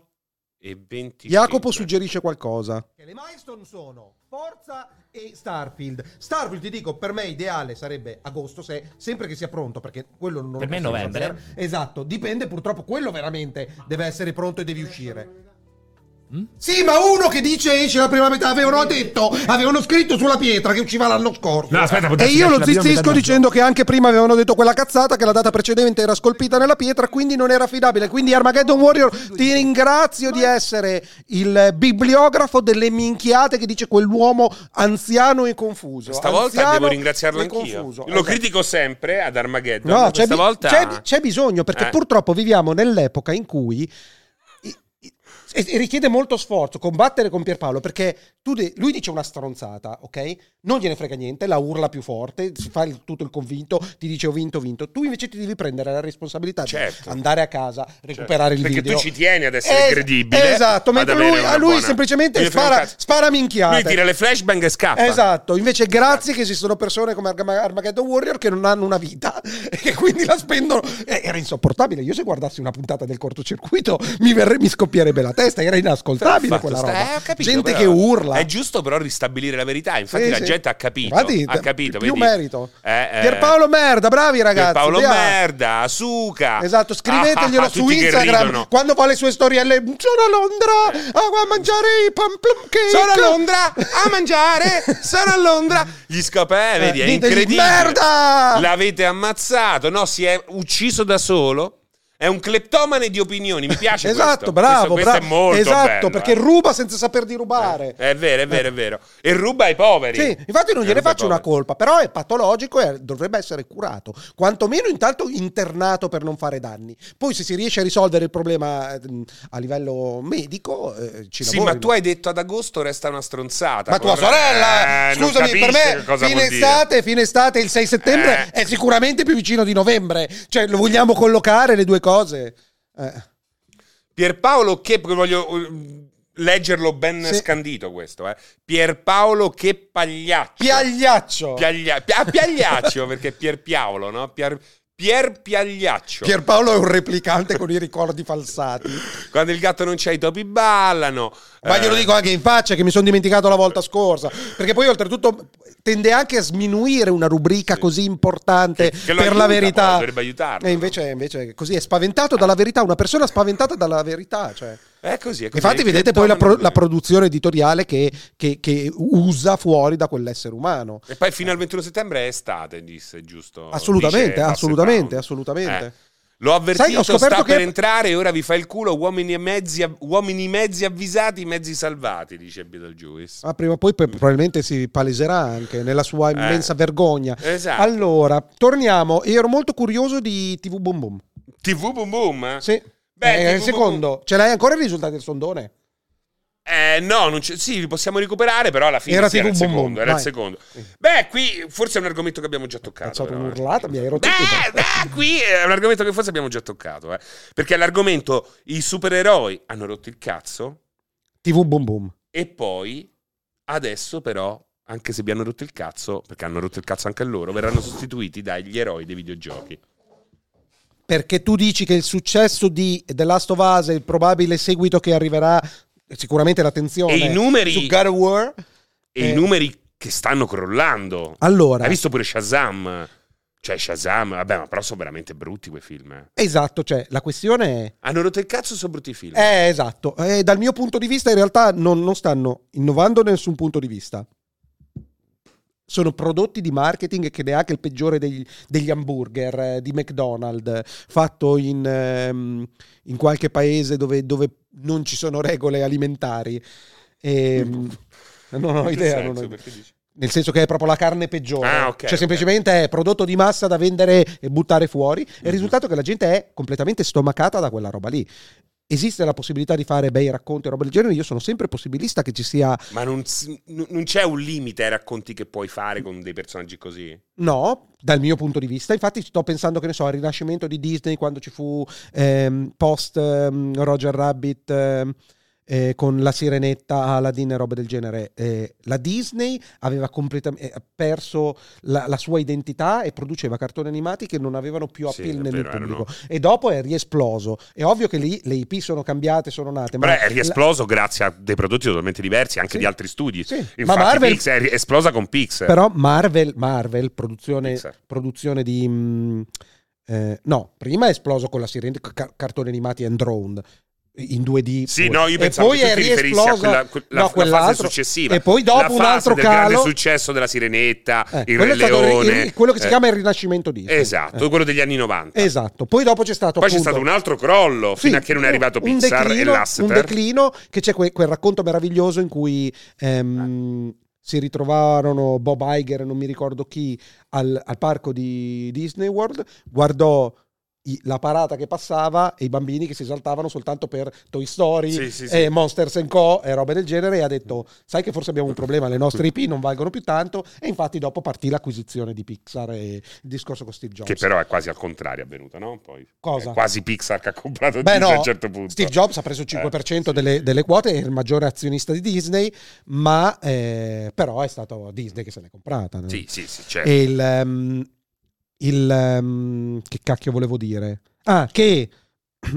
e 25. Jacopo suggerisce qualcosa. Che le milestone sono Forza e Starfield. Starfield, ti dico, per me ideale sarebbe agosto, se, sempre che sia pronto, perché quello non lo Per me è possiamo novembre. sapere. Esatto, dipende purtroppo, quello veramente deve essere pronto e devi uscire. Mm? Sì, ma uno che dice esce la prima metà, avevano detto, avevano scritto sulla pietra che usciva l'anno scorso. No, aspetta, E potessi io lo darci la prima metà zizzisco di dicendo che anche prima avevano detto quella cazzata che la data precedente era scolpita nella pietra, quindi non era affidabile. Quindi Armageddon Warrior, ti ringrazio di essere il bibliografo delle minchiate che dice quell'uomo anziano e confuso. Stavolta Anziano devo ringraziarlo e anch'io. confuso. Lo Esatto. critico sempre eh, ad Armageddon. No, ma c'è, questa bi- volta c'è bi- c'è bisogno perché Eh. purtroppo viviamo nell'epoca in cui i- i- e- e richiede molto sforzo combattere con Pierpaolo perché tu de- lui dice una stronzata, ok? Non gliene frega niente, la urla più forte, si fa il- tutto il convinto, ti dice ho vinto, ho vinto. Tu invece ti devi prendere la responsabilità Certo. di andare a casa, recuperare il Perché video. tu ci tieni ad essere Es- credibile, Esatto, ad mentre avere lui, una a lui buona- semplicemente Non gli frega un spara, cazzo. spara minchiate. Lui tira le flashbang e scappa. Esatto, invece grazie che esistono persone come Arg- Armageddon Warrior che non hanno una vita pubblicità e che quindi la spendono. Eh, era insopportabile. Io se guardassi una puntata del cortocircuito mi, verre- mi scoppierebbe la testa, era inascoltabile Fatto quella sta- roba. eh, ho capito, Gente però. che urla. È giusto però ristabilire la verità. Infatti Sì, la sì. gente ha capito. Infatti, ha capito. più vedi? merito. Eh, eh, Pierpaolo Merda, bravi ragazzi. Paolo via. Merda, Suca. Esatto, Ah, ah, scriveteglielo ah, su tutti che ridono. Instagram quando fa le sue storielle. Sono a Londra a, a mangiare i plum cake. Sono a Londra a mangiare. Sono a Londra. Gli scapè, vedi, è ditegli, incredibile. Eh, "Merda!" L'avete ammazzato. No, si è ucciso da solo. È un cleptomane di opinioni. Mi piace questo. Esatto, bravo, Questo, questo bravo. è molto esatto, bello, perché eh. ruba senza saper di rubare. È vero, è vero, è vero. E ruba ai poveri. Sì, infatti non E gliene ruba ai faccio una poveri. colpa, però è patologico e dovrebbe essere curato, quantomeno intanto internato per non fare danni. Poi se si riesce a risolvere il problema eh, a livello medico, eh, ci Sì, lavorino. ma tu hai detto ad agosto resta una stronzata. Ma tua Guarda- sorella, Eh, non scusami, per capisce me cosa fine vuol dire. estate, fine estate, il 6 settembre Eh. è sicuramente più vicino di novembre. Cioè, lo vogliamo collocare le due cose? Eh. Pierpaolo che perché voglio eh, leggerlo ben Sì. scandito questo, eh. Pierpaolo che pagliaccio. Piagliaccio. Piaglia- Pia- ah, Piagliaccio perché Pierpiaolo, no? Pier, Pier Piagliaccio. Pierpaolo è un replicante con i ricordi falsati. Quando il gatto non c'è i topi ballano. Ma Eh, glielo dico anche in faccia che mi sono dimenticato la volta scorsa. Perché poi oltretutto tende anche a sminuire una rubrica così importante Che- che lo per la aiuta, verità. poi, dovrebbe aiutarlo, E no? invece, invece così è spaventato dalla verità, una persona spaventata dalla verità. Cioè. È così, è così. Infatti Il vedete poi la, pro- cleptomane- la produzione editoriale che, che- che usa fuori da quell'essere umano. E poi fino al 21 settembre è estate, disse, giusto? Assolutamente, Dice Bassett assolutamente, Brown. assolutamente. Eh. L'ho Sai, ho avvertito, scoperto sta che- per entrare e ora vi fa il culo uomini, e mezzi, uomini mezzi avvisati, mezzi salvati, dice Beetlejuice. Ma Ah, prima o poi pe- probabilmente si paleserà anche nella sua immensa vergogna. Eh. Esatto. Allora, torniamo. Io ero molto curioso di TV Boom Boom. TV Boom Boom? eh? Sì. Beh, Eh, TV Boom secondo, Boom. ce l'hai ancora i risultati del sondone? Eh, no, non c'è- sì, li possiamo recuperare, però alla fine Era sì, era, TV il Boom Boom, secondo, era il vai. secondo. Beh, qui forse è un argomento che abbiamo già Ho toccato. fatto però, eh. un'urlata, mi hai rotto Beh, tutto. beh, qui è un argomento che forse abbiamo già toccato, eh. perché è l'argomento i supereroi hanno rotto il cazzo TV Boom Boom. e poi adesso però, anche se vi hanno rotto il cazzo, perché hanno rotto il cazzo anche a loro, verranno sostituiti dagli eroi dei videogiochi. Perché tu dici che il successo di The Last of Us e il probabile seguito che arriverà, eh, sicuramente l'attenzione E i numeri- su God of War. E Eh. i numeri che stanno crollando. Allora, Hai visto pure Shazam? Cioè Shazam, vabbè, ma però sono veramente brutti quei film. eh. esatto, cioè la questione è... Hanno rotto il cazzo sono brutti film. Eh, esatto. Eh, dal mio punto di vista, in realtà, non, non stanno innovando da nessun punto di vista. Sono prodotti di marketing che neanche il peggiore degli, degli hamburger eh, di McDonald's, fatto in, ehm, in qualche paese dove, dove non ci sono regole alimentari. Ehm, non In ho che idea. senso? non ho- Perché dici? Nel senso che è proprio la carne peggiore. Ah, ok, cioè, ok. semplicemente è prodotto di massa da vendere e buttare fuori. E Mhm. il risultato è che la gente è completamente stomacata da quella roba lì esiste la possibilità di fare bei racconti o roba del genere, io sono sempre possibilista che ci sia Ma non, si- n- non c'è un limite ai racconti che puoi fare con dei personaggi così? no, dal mio punto di vista. Infatti sto pensando che ne so, al rinascimento di Disney quando ci fu ehm, post ehm, Roger Rabbit ehm, eh, con la sirenetta Aladdin e roba del genere. Eh, la Disney aveva completamente eh, perso la, la sua identità e produceva cartoni animati che non avevano più Sì, appeal è nel vero, pubblico. E dopo è riesploso. È ovvio che lì le IP sono cambiate, sono nate. Però ma è la- riesploso grazie a dei prodotti totalmente diversi, anche Sì. di altri studi. Sì, Infatti, ma Marvel- Pix è ri- esplosa con Pixar. Però Marvel, Marvel, produzione, Pixar. produzione di... mh, eh, no, prima è esploso con la sirena, ca- cartoni animati and drone in 2D. Sì, pure. no, io pensavo e poi che tu è ti riferissi a riesplosa- quella, que- la- no, la fase quell'altro. successiva. E poi dopo la un fase altro del calo. grande successo della Sirenetta, Eh, il quello Re è stato il- il- Leone. quello che si Eh, chiama il Rinascimento di Esatto, quello degli anni 90. Esatto. Poi dopo c'è stato Poi c'è appunto- stato un altro crollo, fino Sì, a che non è arrivato un Pixar declino- e Un l'Asseter. declino che c'è que- quel racconto meraviglioso in cui ehm, si ritrovarono Bob Iger e non mi ricordo chi al, al parco di Disney World, guardò i- la parata che passava e i bambini che si esaltavano soltanto per Toy Story, Sì, sì, sì. eh, Monsters and Co e robe del genere e ha detto sai che forse abbiamo un problema, le nostre IP non valgono più tanto e infatti dopo partì l'acquisizione di Pixar e il discorso con Steve Jobs. Che però è quasi al contrario avvenuto, no? Poi, Cosa? È quasi Pixar che ha comprato Beh, Disney no, a un certo punto. Steve Jobs ha preso il 5% delle, delle quote, è il maggiore azionista di Disney, ma eh, però è stato Disney che se l'è comprata. no? Certo. Sì, sì, sì, certo. E il, ehm, il ehm, che cacchio volevo dire? Ah, che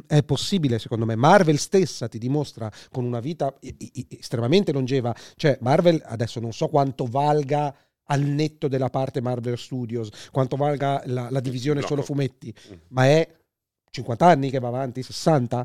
è possibile, secondo me, Marvel stessa ti dimostra con una vita i- i- estremamente longeva, cioè Marvel adesso non so quanto valga al netto della parte Marvel Studios, quanto valga la, la divisione No. solo fumetti, Mm. ma è 50 anni che va avanti, 60?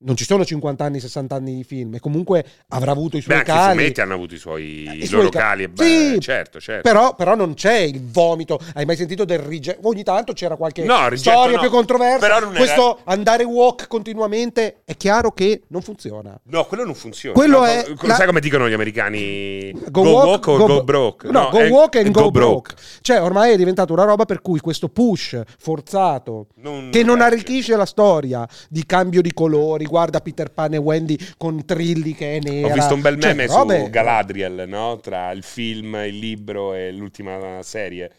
Non ci sono 50 anni, 60 anni di film, e comunque avrà avuto i Beh, suoi anche i cali. fumetti hanno avuto i suoi Eh, i i suoi loro ca- cali e Sì, beh, certo, certo. Però, però non c'è il vomito. Hai mai sentito del rigetto? Ogni tanto c'era qualche No, rigetto storia no. più controversa. Però non era- Questo andare walk continuamente è chiaro che non funziona. No, quello non funziona. Quello No, è co- la- Sai come dicono gli americani? Go, walk, o go go, bro- broke? eh, No, go walk and go, broke. broke. Cioè, ormai è diventata una roba per cui questo push forzato che non piace. arricchisce la storia di cambio di colori. Guarda Peter Pan e Wendy con Trilli che è nera. Ho visto un bel Cioè, meme robe- su Galadriel, no? Tra il film, il libro e l'ultima serie.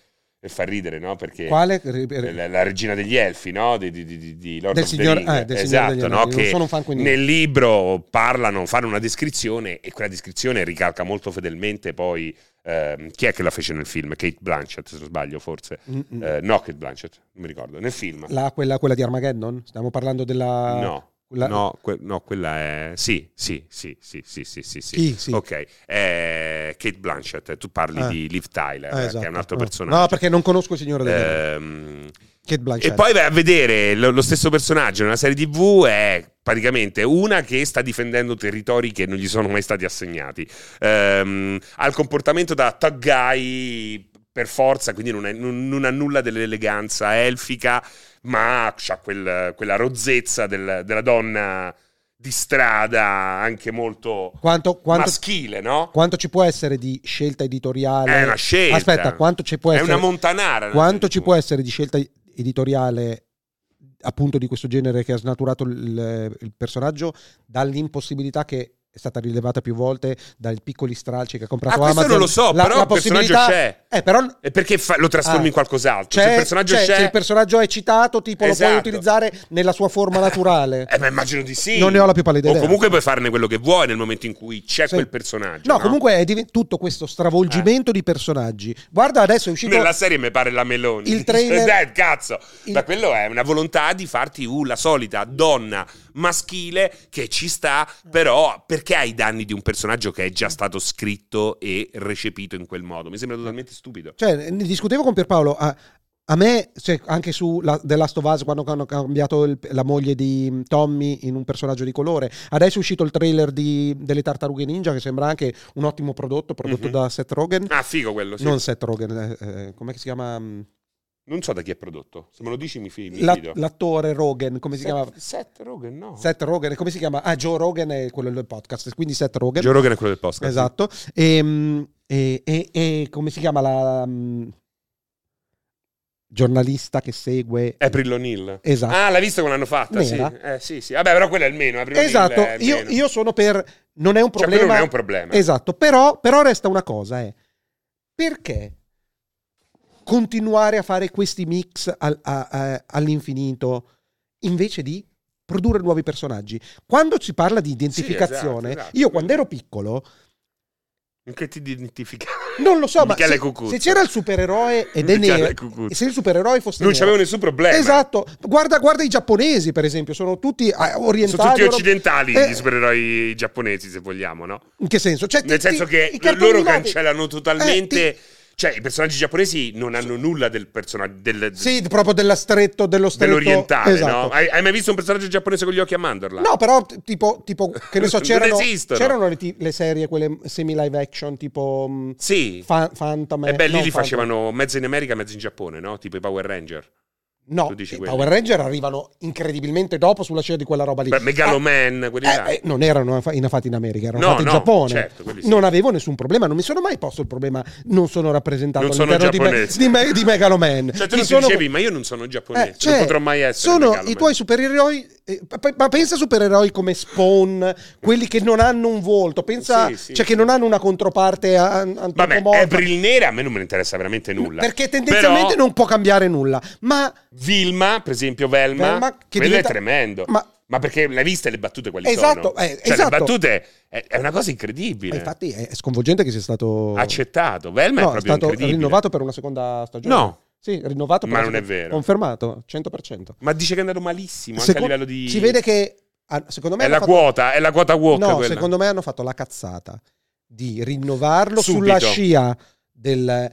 E fa ridere, no? Perché Quale? la, la regina degli elfi, no? Di, di, di- di- di Lord Del of the signor- Ring. eh, del signor esatto, degli no? anelli. Non Che sono un fan, quindi- nel libro parlano, fanno una descrizione e quella descrizione ricalca molto fedelmente poi ehm, chi è che la fece nel film? Kate Blanchett, se non sbaglio, forse. Mm-mm. Eh, no, Kate Blanchett, non mi ricordo, nel film. La- quella, quella di Armageddon? Stiamo parlando della. No. quella- No, que- no, quella è. Sì, sì, sì, sì, sì, sì, sì. sì. Chi? Sì. Ok, è Kate Blanchett, tu parli Eh. di Liv Tyler, Eh, eh, esatto. che è un altro No. personaggio. No, perché non conosco il signore degli Anelli. Ehm, Kate Blanchett. e poi vai a vedere lo, lo stesso personaggio nella serie TV è praticamente una che sta difendendo territori che non gli sono mai stati assegnati. Ehm, ha il comportamento da tag guy per forza, quindi non, è- non- non ha nulla dell'eleganza elfica, ma ha quel- quella rozzezza del- della donna di strada, anche molto quanto, quanto- maschile, no? quanto ci può essere di scelta editoriale? È una scelta. Aspetta, quanto ci può È essere? una montanara, nella Quanto serie ci TV. può essere di scelta editoriale appunto di questo genere che ha snaturato il, il personaggio dall'impossibilità che è stata rilevata più volte dai piccoli stralci che ha Ah, comprato questo Amazon. non lo so, La- però la il personaggio possibilità- c'è. Eh, però E perché fa- lo trasformi Ah. in qualcos'altro? C'è- se il personaggio c'è- c'è, se il personaggio è citato, tipo lo puoi Esatto. utilizzare nella sua forma naturale. Eh, ma immagino di sì. Non ne ho la più pallida o idea. comunque puoi farne quello che vuoi nel momento in cui c'è Sì. quel personaggio. No, comunque è diven- tutto questo stravolgimento di personaggi. Guarda, adesso è uscito. Eh. Nella serie mi pare la Meloni. Il trailer- Dai, cazzo. il- Ma quello è una volontà di farti uh, la solita donna maschile che ci sta, però perché hai i danni di un personaggio che è già stato scritto e recepito in quel modo? Mi sembra totalmente stupido. Cioè, ne discutevo con Pierpaolo. A, a me, cioè, anche su la- The Last of Us, quando hanno cambiato il- la moglie di mm, Tommy in un personaggio di colore. Adesso è uscito il trailer di- delle Tartarughe Ninja, che sembra anche un ottimo prodotto, prodotto Mhm. da Seth Rogen. Ah, figo quello, sì. Non Non, Seth Rogen, eh, eh, com'è che si chiama? mm, so da chi è prodotto. Se me lo dici mi, fi- mi la- fido. l'attore Rogen, come si chiama? Seth, Seth Rogen, no. Seth Rogen, come si chiama? Ah, Joe Rogan è quello del podcast, quindi Seth Rogen. Joe Rogan è quello del post. Esatto. E, mm, e- e- e come si chiama la mm, giornalista che segue? April O'Neil. Esatto. Ah, l'hai visto come l'hanno fatta? Sì. Nera. Eh, sì, sì. Vabbè, però quello è il meno. April O'Neil esatto, è il io, meno. io sono per... Non è un Cioè, quello problema. non è un problema. Esatto, però, però resta una cosa, eh. perché continuare a fare questi mix al- a- a- all'infinito invece di produrre nuovi personaggi? Quando si parla di identificazione, esatto, esatto. io quando ero piccolo In Che ti identifica? Non lo so, ma Michele se, Cucuzzo. se c'era il supereroe ed è Michele nero, Cucuzzo. e se il supereroe fosse Non nero, c'avevo nessun problema. Esatto, guarda, guarda i giapponesi per esempio, sono tutti eh, orientali. Sono tutti euro- occidentali Eh, gli supereroi giapponesi, se vogliamo, no? In che senso? Cioè, ti- Nel senso ti- che i cartoni loro animati- cancellano totalmente. Eh, Cioè, i personaggi giapponesi non hanno nulla del personaggio. Del, ti- sì, proprio della stretto, dello stretto dell'orientale, esatto. no? Eh, Hai, hai mai visto un personaggio giapponese con gli occhi a mandorla? No, però t- tipo, tipo che ne so, Non c'erano, esistono. c'erano le, ti- le serie, quelle semi live action, tipo mh, Sì. Fa- Phantom. e beh, lì non li Phantom. facevano mezzo in America, mezzo in Giappone, no? Tipo i Power Ranger. No, tu dici i quelli. Power Ranger arrivano incredibilmente dopo sulla scena di quella roba lì. Beh, Ah, Megaloman, quelli là. Eh, eh, non erano fa- in- fatti in America, erano No, fatti in no, Giappone. certo, quelli sì. Non avevo nessun problema, non mi sono mai posto il problema. Non sono rappresentato Non sono all'interno di, me- giapponese. di, me- di Megaloman. Cioè, tu Mi non ti sono- dicevi, ma io non sono giapponese, Eh, cioè, non potrò mai essere. Sono Megaloman. i tuoi supereroi. eh, pa- pa- ma pensa a supereroi come Spawn, quelli che non hanno un volto, pensa Sì, sì, cioè sì. che non hanno una controparte a- a- Vabbè, antropomorfa. April Nera a me non me ne interessa veramente nulla. Perché tendenzialmente Però non può cambiare nulla. Ma Vilma, per esempio, Velma, Velma, che quello diventa- è tremendo. Ma- Ma... perché l'hai viste le battute quali Esatto, sono? eh, cioè, esatto. le battute è, è una cosa ma incredibile. infatti è sconvolgente che sia stato Accettato. Velma No, è è proprio stato incredibile. rinnovato per una seconda stagione. No, Sì, rinnovato. per Ma la non è seconda- vero. Confermato, 100%. Ma dice che è andato malissimo anche Seco- a livello di... Si vede che... ah, Secondo me È hanno la fatto- quota, è la quota walk No, quella. secondo me hanno fatto la cazzata di rinnovarlo Subito. sulla scia del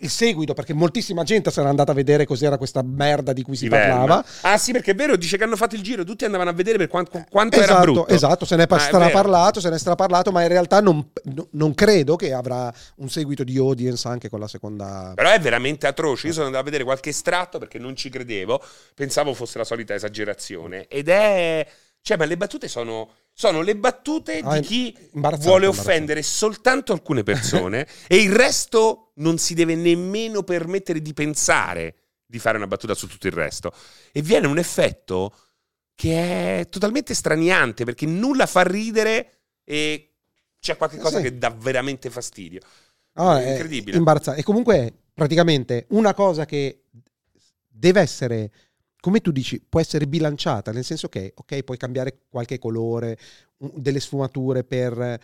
il seguito, perché moltissima gente sarà andata a vedere cos'era questa merda di cui si Di Verna. parlava. Ah sì, perché è vero, dice che hanno fatto il giro, tutti andavano a vedere per quanto, quanto era esatto, brutto. esatto, se ne è Ma pa- è straparlato, se ne è straparlato, ma in realtà non, no- non credo che avrà un seguito di audience anche con la seconda. Però è veramente atroce. Io sono andato a vedere qualche estratto perché non ci credevo. Pensavo fosse la solita esagerazione. Ed è. Cioè, ma le battute sono. Sono le battute Ah, di chi imbarazzante, vuole imbarazzante. offendere soltanto alcune persone e il resto non si deve nemmeno permettere di pensare di fare una battuta su tutto il resto. E viene un effetto che è totalmente straniante perché nulla fa ridere e c'è qualche Eh, cosa sì. che dà veramente fastidio. Ah, è è incredibile. imbarazzante. E comunque, praticamente, una cosa che deve essere, come tu dici, può essere bilanciata, nel senso che, ok, puoi cambiare qualche colore, un- delle sfumature per,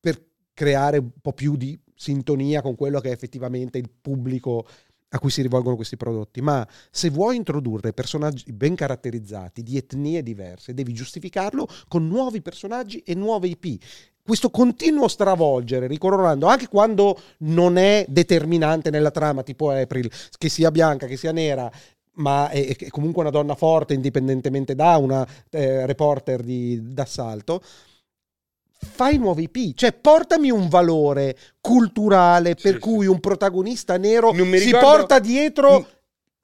per creare un po' più di sintonia con quello che è effettivamente il pubblico a cui si rivolgono questi prodotti, ma se vuoi introdurre personaggi ben caratterizzati di etnie diverse, devi giustificarlo con nuovi personaggi e nuove IP. Questo continuo stravolgere, ricolorando anche quando non è determinante nella trama, tipo April, che sia bianca, che sia nera, ma è, è comunque una donna forte, indipendentemente da una eh, reporter di- d'assalto. Fai nuovi IP, cioè portami un valore culturale per Sì, cui un protagonista nero Non mi si ricordo- porta dietro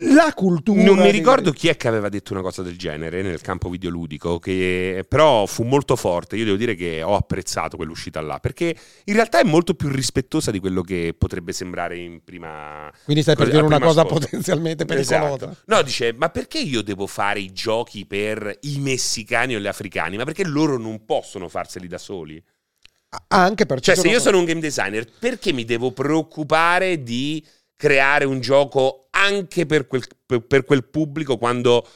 Mm. la cultura. Non mi dei- ricordo chi è che aveva detto una cosa del genere nel campo videoludico, che però fu molto forte. Io devo dire che ho apprezzato quell'uscita là, perché in realtà è molto più rispettosa di quello che potrebbe sembrare in prima. Quindi stai per al dire una primo cosa ascolto. potenzialmente pericolosa. Esatto. No, dice, ma perché io devo fare i giochi per i messicani o gli africani? Ma perché loro non possono farseli da soli? Ah, Anche per Cioè, se io sono un game designer, perché mi devo preoccupare di creare un gioco anche per quel, per- per quel pubblico quando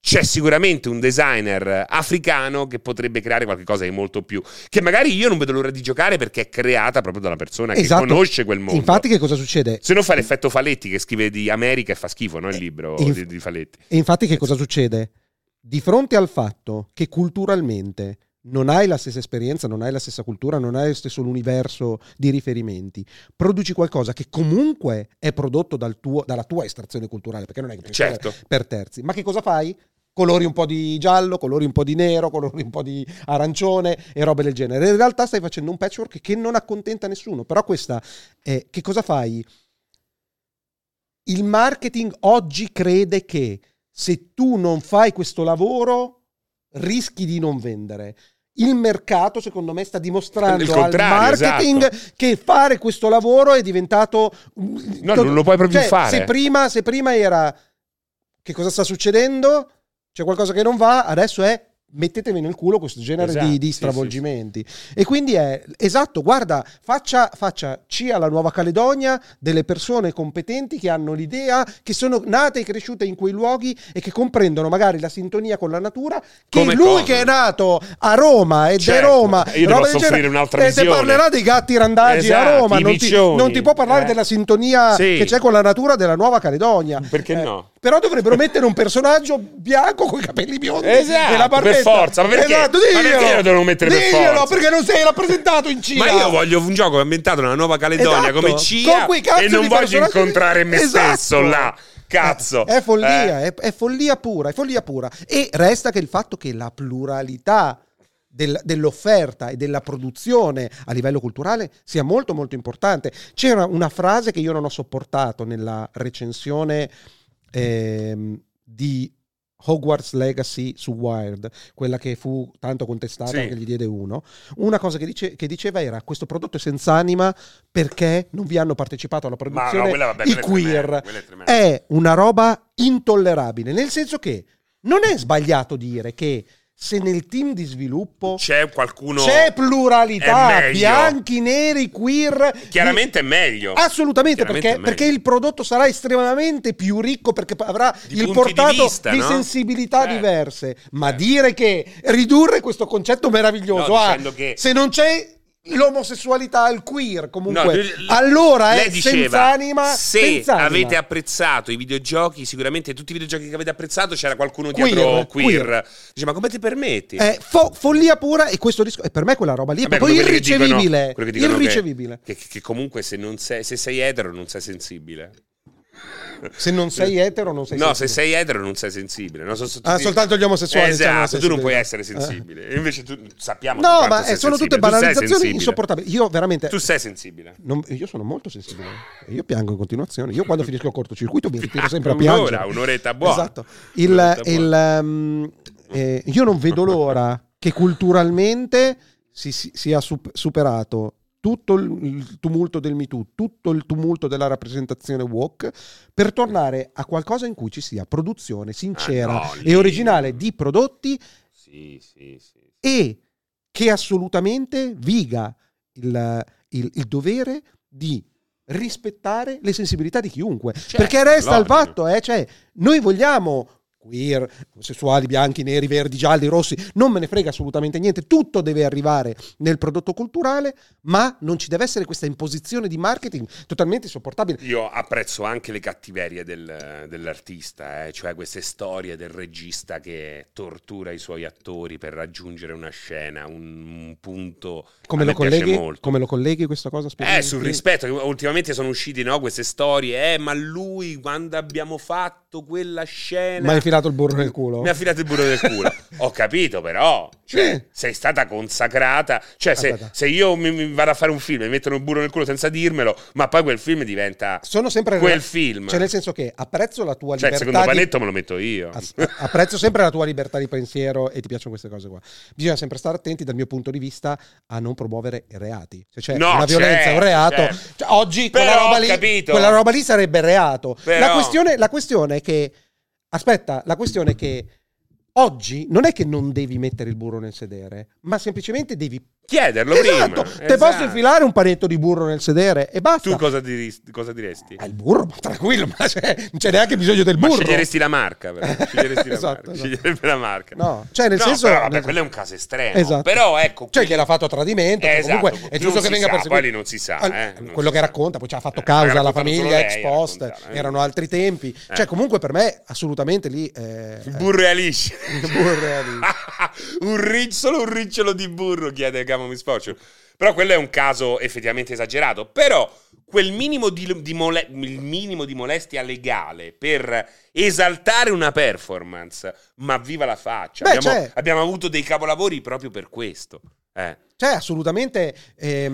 c'è sicuramente un designer africano che potrebbe creare qualcosa di molto più che magari io non vedo l'ora di giocare perché è creata proprio dalla persona Esatto. che conosce quel mondo. Infatti, che cosa succede? se no fa l'effetto Faletti che scrive di America e fa schifo, no? Il libro Eh, Inf- di, di Faletti. E infatti, che cosa succede? Di fronte al fatto che culturalmente non hai la stessa esperienza, non hai la stessa cultura, non hai lo stesso universo di riferimenti, produci qualcosa che comunque è prodotto dal tuo- dalla tua estrazione culturale, perché non è che puoi fare Certo. per terzi. Ma che cosa fai? Colori un po' di giallo, colori un po' di nero, colori un po' di arancione e robe del genere. In realtà stai facendo un patchwork che non accontenta nessuno, però questa è Eh, che cosa fai? Il marketing oggi crede che se tu non fai questo lavoro rischi di non vendere. Il mercato, secondo me, sta Il dimostrando al contrario, esatto. marketing che fare questo lavoro è diventato No, non lo puoi proprio cioè, fare. Se prima, se prima era che cosa sta succedendo, c'è qualcosa che non va, adesso è mettetevi nel culo questo genere Esatto, di, di sì, stravolgimenti. E quindi è esatto, guarda, faccia, faccia C alla Nuova Caledonia delle persone competenti che hanno l'idea, che sono nate e cresciute in quei luoghi e che comprendono magari la sintonia con la natura. Che Come lui cosa? che è nato a Roma ed è Certo, Roma, io devo roba del offrire genere, un'altra e te visione. parlerà dei gatti randagi Esatto, a Roma, i non ti, piccioni, non ti può parlare eh. della sintonia Sì. che c'è con la natura della Nuova Caledonia. Perché Eh, no? Però dovrebbero mettere un personaggio bianco con i capelli biondi Esatto, e la barbetta. per forza, ma perché? Esatto, Ma diglielo. perché lo devono mettere per Diglielo, forza? perché non sei rappresentato in Cina. Ma io voglio un gioco ambientato nella Nuova Caledonia Esatto, come CIA con quei cazzo e non di voglio personaggi- incontrare me Esatto. stesso là. Cazzo. È follia, Eh. è, è follia pura, è follia pura. E resta che il fatto che la pluralità del- dell'offerta e della produzione a livello culturale sia molto molto importante. C'era una frase che io non ho sopportato nella recensione ehm, di Hogwarts Legacy su Wired, quella che fu tanto contestata Sì. che gli diede uno. Una cosa che, dice- che diceva era questo prodotto è senza anima perché non vi hanno partecipato alla Ma produzione no, quella vabbè, quella i è tremenda, queer quella è tremenda. è una roba intollerabile, nel senso che non è sbagliato dire che se nel team di sviluppo C'è qualcuno c'è è pluralità, meglio. bianchi, Ah, neri, queer, Chiaramente è meglio. Assolutamente, Chiaramente perché, è meglio. perché il prodotto sarà estremamente più ricco perché avrà Di il punti portato di di, vista, no? sensibilità Certo. diverse. Ma Certo. dire che ridurre questo concetto meraviglioso No, a dicendo che- se non c'è l'omosessualità, il queer No, comunque. lui- allora lei è senza anima. Se senza anima. avete apprezzato i videogiochi, sicuramente tutti i videogiochi che avete apprezzato c'era qualcuno Queer, dietro queer. queer. Eh, Dice, ma come ti permetti? È fo- follia pura e questo disco e per me quella roba lì è Vabbè, proprio quello che dicono- irricevibile. quello che dicono che- irricevibile. Che, che comunque se, non sei, se sei etero non sei sensibile. Se non sei etero non sei no, sensibile. se sei etero non sei sensibile. no? Sono- sono Ah, tutti- soltanto gli omosessuali hanno Esatto, tu non sensibilità. puoi essere sensibile. E Invece tu sappiamo tu No, quanto ma sei eh, sensibile. sono tutte Tu sei banalizzazioni sensibile. insopportabili. Io veramente Tu sei sensibile. non- io sono molto sensibile. Io piango in continuazione. Io quando finisco il cortocircuito mi ritiro sempre a Un'ora, piangere. un'oretta buona. Esatto. Il- Un'oretta il, ehm, eh, io non vedo l'ora che culturalmente si, si- sia sup- superato tutto il, il tumulto del MeToo, tutto il tumulto della rappresentazione woke, per tornare a qualcosa in cui ci sia produzione sincera Ah, no, lì. e originale di prodotti Sì, sì, sì. e che assolutamente viga il, il- il dovere di rispettare le sensibilità di chiunque. Certo, Perché resta il logico. fatto, eh, cioè, noi vogliamo queer, sessuali, bianchi, neri, verdi, gialli, rossi, non me ne frega assolutamente niente, tutto deve arrivare nel prodotto culturale, ma non ci deve essere questa imposizione di marketing totalmente insopportabile. Io apprezzo anche le cattiverie del- dell'artista, eh, cioè queste storie del regista che tortura i suoi attori per raggiungere una scena, un, un punto Come a lo, me piace colleghi, molto. come lo colleghi questa cosa? Eh, sul rispetto, che ultimamente sono usciti no, queste storie, eh, ma lui quando abbiamo fatto quella scena... Ma hai filato il burro nel culo? Mi ha filato il burro del culo. Ho capito, però. Cioè, Sì. sei stata consacrata. Cioè, se, Aspetta. se io mi, mi vado a fare un film e mi mettono il burro nel culo senza dirmelo, ma poi quel film diventa. Sono sempre... Quel film. Cioè nel senso che apprezzo la tua Cioè, il libertà secondo di- panetto me lo metto io. As- apprezzo sempre la tua libertà di pensiero e ti piacciono queste cose qua. Bisogna sempre stare attenti, dal mio punto di vista, a non promuovere reati. Se c'è No, una violenza, certo, un reato. certo. cioè, oggi Però quella, roba ho lì, capito. quella roba lì sarebbe reato. La Però- questione, la questione è che. Aspetta, la questione è che. Oggi non è che non devi mettere il burro nel sedere, ma semplicemente devi. Chiederlo esatto, prima. te posso Esatto. infilare un panetto di burro nel sedere e basta. Tu cosa, diri- cosa diresti? Ah, il burro, ma tranquillo, ma cioè, non c'è neanche bisogno del Ma burro. sceglieresti la marca, però. Sceglieresti la Esatto, marca. esatto. Sceglierebbe la marca. No, cioè nel No, senso... però, vabbè, quello è un caso estremo. Esatto. Però ecco. Cioè qui- che l'ha fatto a tradimento, Eh, cioè, comunque esatto. è giusto Non che si venga sa, perseguito. poi lì non si sa, Al- eh, non quello si che sa. racconta, poi ci ha fatto Eh, causa alla raccontano solo famiglia, lei, ex ha post, raccontato, eh. erano altri tempi. Cioè comunque per me assolutamente lì... eh, Il burro è liscio. Il burro è liscio. un ric- solo un ricciolo di burro chiede Gamo mi sfocio. Però quello è un caso effettivamente esagerato. Però quel minimo di, di mole- il minimo di molestia legale per esaltare una performance, ma viva la faccia. Beh, cioè- abbiamo, c'è. abbiamo avuto dei capolavori proprio per questo. Eh. cioè assolutamente...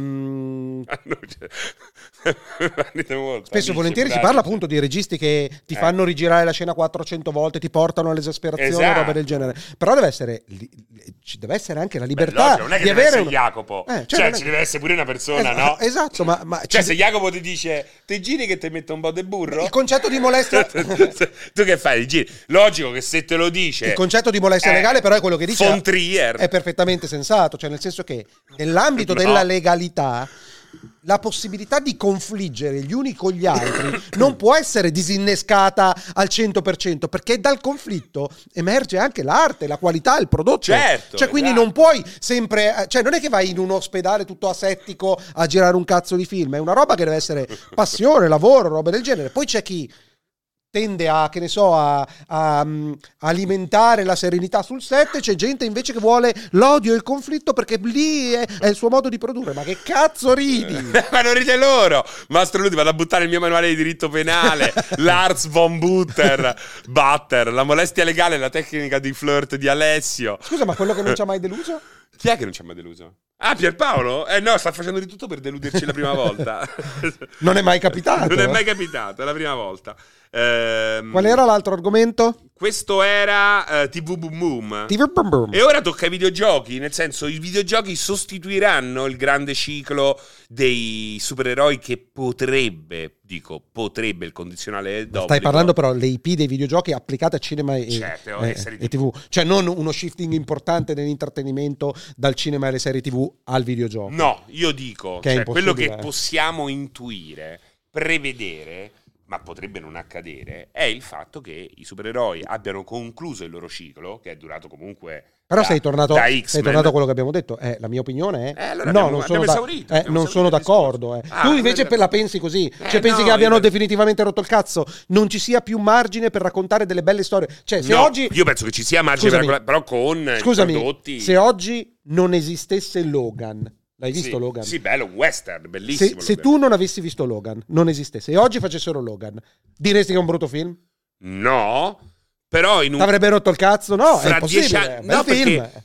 ehm, Ah, no, cioè- Guardate molto, Spesso amici, e volentieri si bravo. parla appunto di registi che ti Eh. fanno rigirare la scena 400 volte, ti portano all'esasperazione, Esatto. roba del genere. Però deve essere, li- li- ci deve essere anche la Beh, libertà logico, non è che di deve avere essere un- Jacopo. Eh, cioè, non è- ci deve essere pure una persona, Es- no? Esatto, ma, ma Cioè, ci- se Jacopo ti dice ti giri che ti metto un po' di burro. il concetto di molestia tu che fai? Ti Giri. Logico che se te lo dice. Il concetto di molestia Eh, legale, però, è quello che dice. Von Trier. È perfettamente sensato, cioè, nel senso che nell'ambito No. della legalità. La possibilità di confliggere gli uni con gli altri non può essere disinnescata al 100% perché dal conflitto emerge anche l'arte, la qualità, il prodotto. Certo, cioè, quindi esatto. non puoi sempre. Cioè, non è che vai in un ospedale tutto asettico a girare un cazzo di film, è una roba che deve essere passione, lavoro, roba del genere. Poi c'è chi tende a, che ne so, a, a, mm, alimentare la serenità sul set, c'è gente invece che vuole l'odio e il conflitto perché lì è, è il suo modo di produrre. Ma che cazzo ridi? ma non ride loro! Mastro Ludi, vado a buttare il mio manuale di diritto penale. Lars von Butter. Butter. La molestia legale è la tecnica di flirt di Alessio. Scusa, ma quello che non ci ha mai deluso? Chi è che non ci ha mai deluso? Ah, Pierpaolo? Eh no, sta facendo di tutto per deluderci la prima volta. Non è mai capitato. eh. non è mai capitato, è la prima volta. Ehm, Qual era l'altro argomento? Questo era eh, TV Boom Boom. TV Boom Boom. E ora tocca ai videogiochi, nel senso i videogiochi sostituiranno il grande ciclo dei supereroi che potrebbe, dico potrebbe il condizionale dopo. Stai parlando però le IP dei videogiochi applicate a cinema e, Certo, e- e serie e TV, cioè non uno shifting importante nell'intrattenimento dal cinema alle serie TV al videogioco. No, io dico, Che è cioè, quello che impossibile, eh. possiamo intuire, prevedere, ma potrebbe non accadere, è il fatto che i supereroi abbiano concluso il loro ciclo, che è durato comunque. Però da- sei tornato, da sei X-Men. tornato a quello che abbiamo detto. Eh, la mia opinione è: Eh, allora no, abbiamo- non sono, abbiamo da- esaurito, eh, abbiamo non sono esaurito il d'accordo. discorso. eh. Ah, tu invece allora- per la pensi così, Eh, cioè pensi no, che abbiano io- definitivamente rotto il cazzo, non ci sia più margine per raccontare delle belle storie. Cioè, se No, oggi. Io penso che ci sia margine, Scusami. per- però con eh, Scusami, prodotti. se oggi non esistesse Logan, l'hai visto sì, Logan? Sì, bello, western, bellissimo. se, se Logan. tu non avessi visto Logan, non esistesse, e oggi facessero Logan, diresti che è un brutto film? No, però in un. T'avrebbe rotto il cazzo? No, Fra è dieci impossibile. anni- È un no, bel film. perché-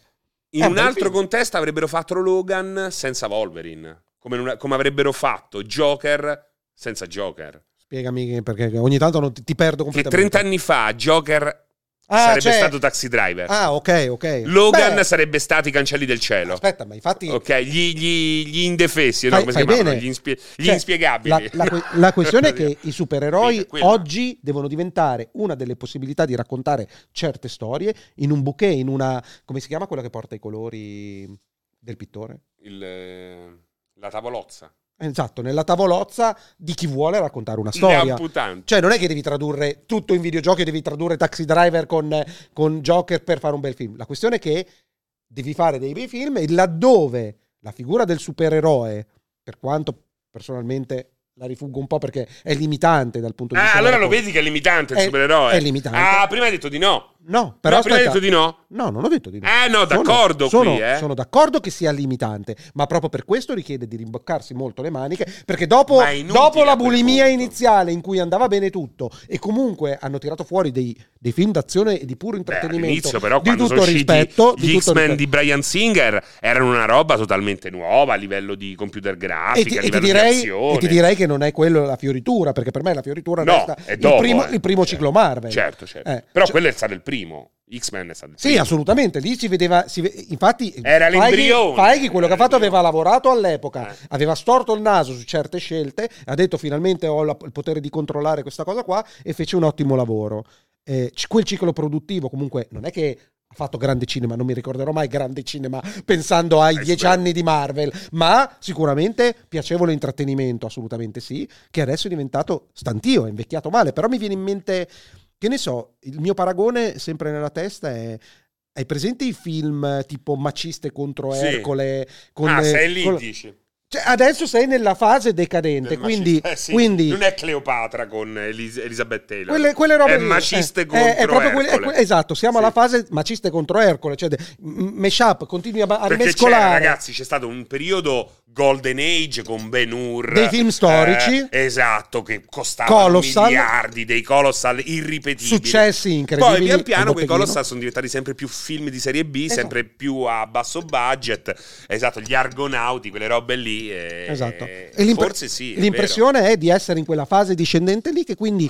In Eh, un bel altro film. contesto avrebbero fatto Logan senza Wolverine, come, in una- come avrebbero fatto Joker senza Joker. Spiegami che- perché ogni tanto non ti, ti perdo Che completamente. 30 anni fa Joker Ah, sarebbe cioè- stato Taxi Driver, Ah, ok, ok. Logan Beh, sarebbe stato i cancelli del cielo. Aspetta, ma infatti Ok, gli, gli- gli indefessi, no? Fai- Come si fai chiamavano? bene. Gli, inspie- gli Cioè, inspiegabili. La, la que- la questione è che i Sì, supereroi quella. oggi devono diventare una delle possibilità di raccontare certe storie in un bouquet, in una. come si chiama quella che porta i colori del pittore? Il, eh, la tavolozza. Esatto, nella tavolozza di chi vuole raccontare una Le storia. amputanti. Cioè, non è che devi tradurre tutto in videogiochi, devi tradurre Taxi Driver con, con Joker per fare un bel film. La questione è che devi fare dei bei film e laddove la figura del supereroe, per quanto personalmente la rifuggo un po' perché è limitante dal punto di Ah, vista. allora della lo vedi racconta- che è limitante il È- supereroe. è limitante. Ah, prima hai detto di no. No, però no, prima hai detto aspetta. di no. No, non ho detto di no. Eh, no, d'accordo sono, qui, eh. sono d'accordo che sia limitante, ma proprio per questo richiede di rimboccarsi molto le maniche, perché dopo, Ma è inutile dopo a la quel bulimia punto. iniziale in cui andava bene tutto e comunque hanno tirato fuori dei, dei film d'azione e di puro Beh, intrattenimento all'inizio però di quando tutto sono usciti rispetto, di gli tutto X-Men rispetto. di Brian Singer erano una roba totalmente nuova a livello di computer e grafica, ti, a e ti livello di direi, azione. e ti direi che non è quello la fioritura, perché per me la fioritura eh. no, resta è dopo, il primo, eh. il primo Cioè, ciclo Marvel. Certo, certo. Eh, però cioè- quello è stato il primo. X-Men è stato il Sì, primo. assolutamente. Lì si vedeva. si ve- infatti, Era l'embrione. Feige, quello che ha Era fatto, aveva l'embrione. lavorato all'epoca, Eh. aveva storto il naso su certe scelte, ha detto finalmente ho la- il potere di controllare questa cosa qua e fece un ottimo lavoro. Eh, c- quel ciclo produttivo, comunque, non è che. Ha fatto grande cinema, non mi ricorderò mai grande cinema pensando ai Ai dieci super- anni di Marvel, ma sicuramente piacevole intrattenimento, assolutamente sì, che adesso è diventato stantio, è invecchiato male, però mi viene in mente, che ne so, il mio paragone sempre nella testa è hai presente i film eh, tipo Maciste contro Sì. Ercole? Con ah, eh, sei lì, con- dici. Cioè, adesso sei nella fase decadente, Del quindi, macista. Eh, sì, quindi non è Cleopatra con Elis- Elizabeth Taylor. quelle, quelle robe È lì, maciste eh, è- contro è proprio quelle- è Ercole. que- esatto, siamo Sì. alla fase Maciste contro Ercole, cioè de- m- mashup, continui a, a Perché c'era, mescolare. ragazzi, c'è stato un periodo golden age con Ben Hur. Dei film storici. Eh, esatto, che costavano Colossal. miliardi, dei colossal irripetibili. Successi incredibili Poi pian al piano quei botteghino. colossal sono diventati sempre più film di serie B, Esatto. sempre più a basso budget. Esatto, gli argonauti, quelle robe lì. eh, Esatto. eh, E l'impre- forse sì. è L'impressione è, di essere in quella fase discendente lì che quindi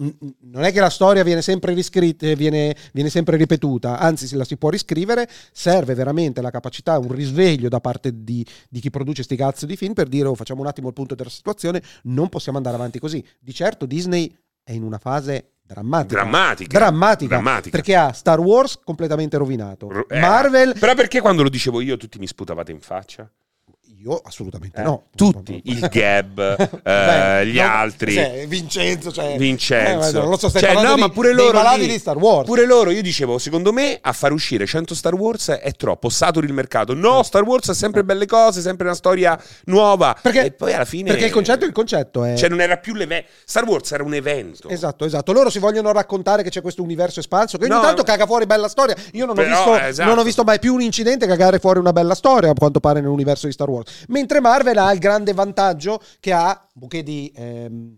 mm, mm, non è che la storia viene sempre riscritta, eh, viene, viene sempre ripetuta, anzi se la si può riscrivere, serve veramente la capacità, un risveglio da parte di, di chi produce sti cazzo di film per dire oh, facciamo un attimo il punto della situazione, non possiamo andare avanti così. Di certo Disney è in una fase drammatica. Drammatica. Drammatica, Drammatica. perché ha Star Wars completamente rovinato, vero. Eh, Marvel Però perché quando lo dicevo io tutti mi sputavate in faccia? io assolutamente Eh, no. tutti, il Gab, eh, Beh, gli no, altri. cioè, Vincenzo, cioè, Vincenzo. eh, guarda, non lo so, stai Cioè, parlando no, di- ma pure dei loro malati lì- di Star Wars. Pure loro, io dicevo, secondo me a far uscire 100 Star Wars è troppo, saturi il mercato. Eh. No, Star Wars ha sempre belle cose, sempre una storia nuova. Perché- e poi alla fine perché il concetto- il concetto è- Cioè, non era più l'evento. Star Wars era un evento. Esatto, esatto. Loro si vogliono raccontare che c'è questo universo espanso che ogni No, tanto eh, caga fuori bella storia. Io non, però, ho visto, eh, esatto. non ho visto mai più un incidente cagare fuori una bella storia, a quanto pare, nell'universo di Star Wars. Mentre Marvel ha il grande vantaggio che ha un bouquet di. ehm,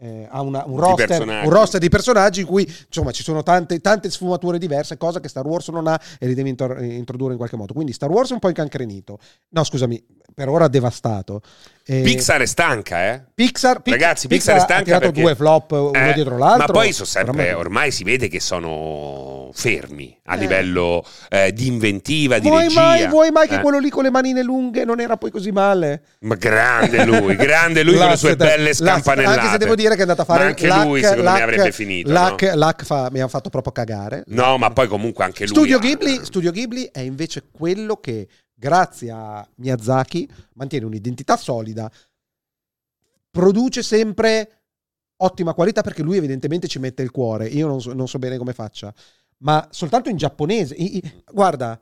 eh, ha una- un, roster, personaggi. un roster di personaggi in cui insomma ci sono tante, tante sfumature diverse, cosa che Star Wars non ha e li deve intor- introdurre in qualche modo. Quindi Star Wars è un po' incancrenito, no scusami, per ora devastato. Eh, Pixar è stanca, eh. Pixar, Pix- Ragazzi, Pixar, è stanca ha tirato perché- due flop uno Eh, dietro l'altro. Ma poi sono sempre, Veramente. ormai si vede che sono fermi a Eh. livello eh, di inventiva, di Vuoi regia. mai, vuoi mai che Eh. quello lì con le manine lunghe non era poi così male? Ma grande lui, grande lui con le sue Lasseter, belle Lasseter, scampanellate. Anche se devo dire che è andato a fare Ma anche Lack, lui, secondo me, Lack, avrebbe finito. Lack, no? Lack fa- mi ha fatto proprio cagare. No, ma poi comunque anche lui. Studio ha- eh. Ghibli, Studio Ghibli è invece quello che, grazie a Miyazaki, mantiene un'identità solida, produce sempre ottima qualità perché lui evidentemente ci mette il cuore. Io non so, non so bene come faccia, ma soltanto in giapponese. I- i- guarda,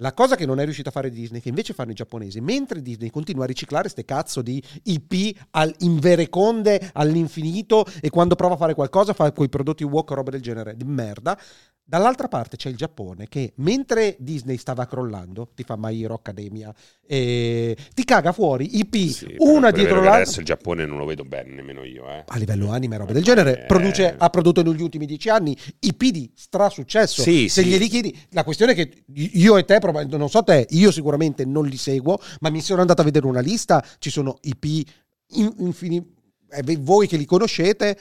la cosa che non è riuscita a fare Disney, che invece fanno i giapponesi, mentre Disney continua a riciclare ste cazzo di IP al, in vereconde all'infinito e quando prova a fare qualcosa fa quei prodotti wok o roba del genere, di merda. Dall'altra parte c'è il Giappone che mentre Disney stava crollando, ti fa My Hero Academia, eh, ti caga fuori IP Sì, però- una però è dietro vero che l'altra Adesso il Giappone non lo vedo bene nemmeno io, eh. a livello anime, roba del Eh, genere, produce- eh. ha prodotto negli ultimi dieci anni IP di strasuccesso. Sì, Se sì. glieli chiedi, la questione è che io e te, proba- non so te, io sicuramente non li seguo, ma mi sono andato a vedere una lista, ci sono IP in- infini- eh, beh, voi che li conoscete.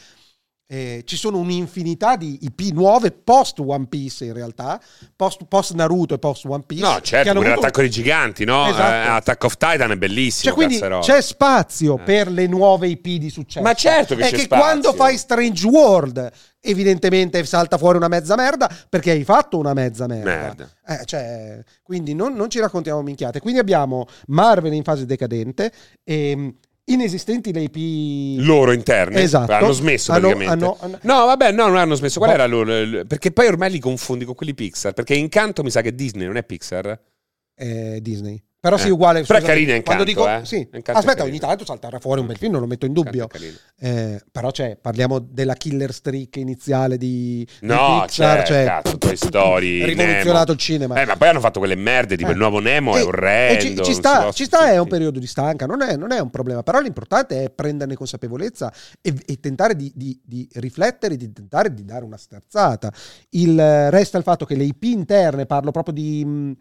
eh, ci sono un'infinità di IP nuove post One Piece in realtà, post, post Naruto e post One Piece. No, che certo, hanno pure avuto- l'attacco dei giganti, no? Esatto. Eh, Attack of Titan è bellissimo, Cioè, quindi cazzarola. c'è spazio Eh. per le nuove IP di successo. Ma certo che È c'è che spazio. quando fai Strange World, evidentemente salta fuori una mezza merda perché hai fatto una mezza merda. Merda. Eh, cioè, quindi non, non ci raccontiamo minchiate. Quindi abbiamo Marvel in fase decadente, ehm, inesistenti le IP. loro interni Esatto. hanno smesso Hanno- praticamente hanno- hanno- no vabbè no non hanno smesso qual Boh. era loro il- perché poi ormai li confondi con quelli Pixar perché Incanto mi sa che Disney non è Pixar eh, Disney. Però Eh. sì, uguale. Però è scusami, carina Encanto, quando dico- eh. sì. Encanto è Aspetta, carina. ogni tanto salterà fuori un bel film, non lo metto in dubbio. Incanto è carino. Eh, però c'è, parliamo della killer streak iniziale di, di No, Pixar, cioè, c'è, cazzo, Toy Story, rivoluzionato Nemo. il cinema. eh ma poi hanno fatto quelle merde tipo Eh. il nuovo Nemo E- è e orrendo ci, non ci si sta, può- ci sta, sì, è un sì. periodo di stanca, non è, non è un problema, però l'importante è prenderne consapevolezza e, e tentare di, di- di riflettere, di tentare di dare una sterzata. Il eh, resta il fatto che le IP interne, parlo proprio di mh,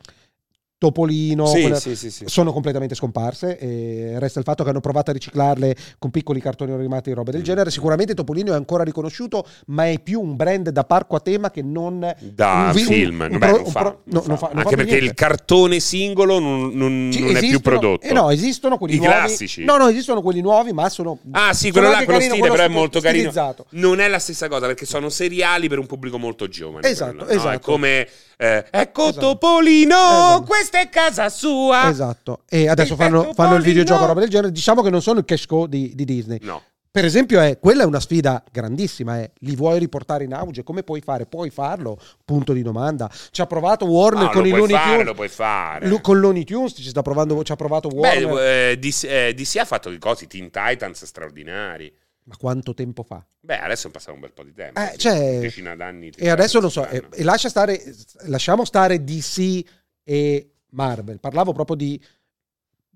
Topolino, Sì, quella- sì, sì, sì. sono completamente scomparse. E resta il fatto che hanno provato a riciclarle con piccoli cartoni animati e robe del Mm. genere. Sicuramente Topolino è ancora riconosciuto, ma è più un brand da parco a tema che non da un vi- un- film no, un pro- beh, non un fa, pro- non no, fa. non fa- non fa anche più perché niente. il cartone singolo non, non- Ci- non è più esistono- prodotto eh no, esistono quelli i nuovi. classici No, no, esistono quelli nuovi, ma sono. Ah, sì, sono quello là, anche quello carino, stile, però è molto carino. stilizzato. non è la stessa cosa perché sono seriali per un pubblico molto giovane. Esatto, quello, no? esatto. È come eh, Ecco Esatto. Topolino, Esatto. questa è casa sua. Esatto. E adesso Perfetto, fanno, fanno il Polino. videogioco, roba del genere. Diciamo che non sono il cash cow di, di Disney. No. Per esempio, è, quella è una sfida grandissima. È, li vuoi riportare in auge? Come puoi fare? Puoi farlo? Punto di domanda. Ci ha provato Warner Ah, con lo i puoi Looney fare, Tunes. lo puoi fare. Lu- con Looney Tunes ci, sta provando, ci ha provato Warner. Beh, eh, DC, eh, DC ha fatto dei cosi, Teen Titans straordinari. Ma quanto tempo fa? Beh, adesso è passato un bel po' di tempo. Eh, sì, cioè, decina d'anni. E adesso non so, eh, Titans, e, no? e lascia stare, lasciamo stare DC e Marvel. Parlavo proprio di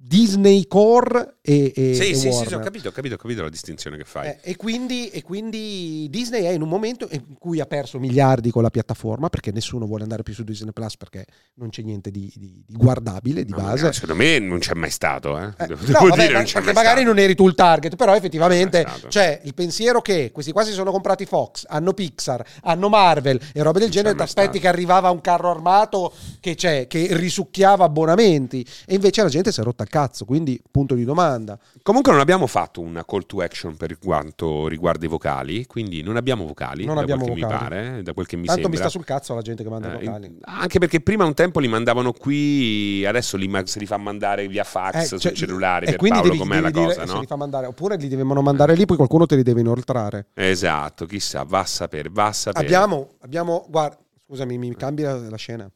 Disney Core e, eh, e, sì, sì, e sì, Warner. sì, ho capito, ho capito, ho capito la distinzione che fai. Eh, e, quindi, e quindi Disney è in un momento in cui ha perso miliardi con la piattaforma perché nessuno vuole andare più su Disney Plus perché non c'è niente di, di- di guardabile di No, base. no, secondo me non c'è mai stato. Eh. Eh, Devo no, vabbè, dire, Eh, ma- non c'è perché mai magari stato. non eri tu il target, però effettivamente Non c'è mai stato. cioè, il pensiero che questi qua si sono comprati Fox, hanno Pixar, hanno Marvel e robe del Non c'è genere, ti mai aspetti stato. che arrivava un carro armato che, c'è, che risucchiava abbonamenti e invece la gente si è rotta il cazzo, quindi punto di domanda. Comunque non abbiamo fatto una call to action per quanto riguarda i vocali, quindi non abbiamo vocali, Non da abbiamo quel che vocali. mi pare, eh, da quel che mi Tanto mi sembra. sta sul cazzo la gente che manda Eh, i vocali. anche perché prima un tempo li mandavano qui, adesso li ma- se li fa mandare via Eh, fax, cioè, sul cellulare, e per quindi Paolo, devi- com'è devi la dire cosa, se no? li fa mandare, oppure li devono mandare lì, poi qualcuno te li deve inoltrare. Esatto, chissà, va a sapere, va a sapere. Abbiamo, abbiamo, guarda, scusami, mi cambi la, la scena.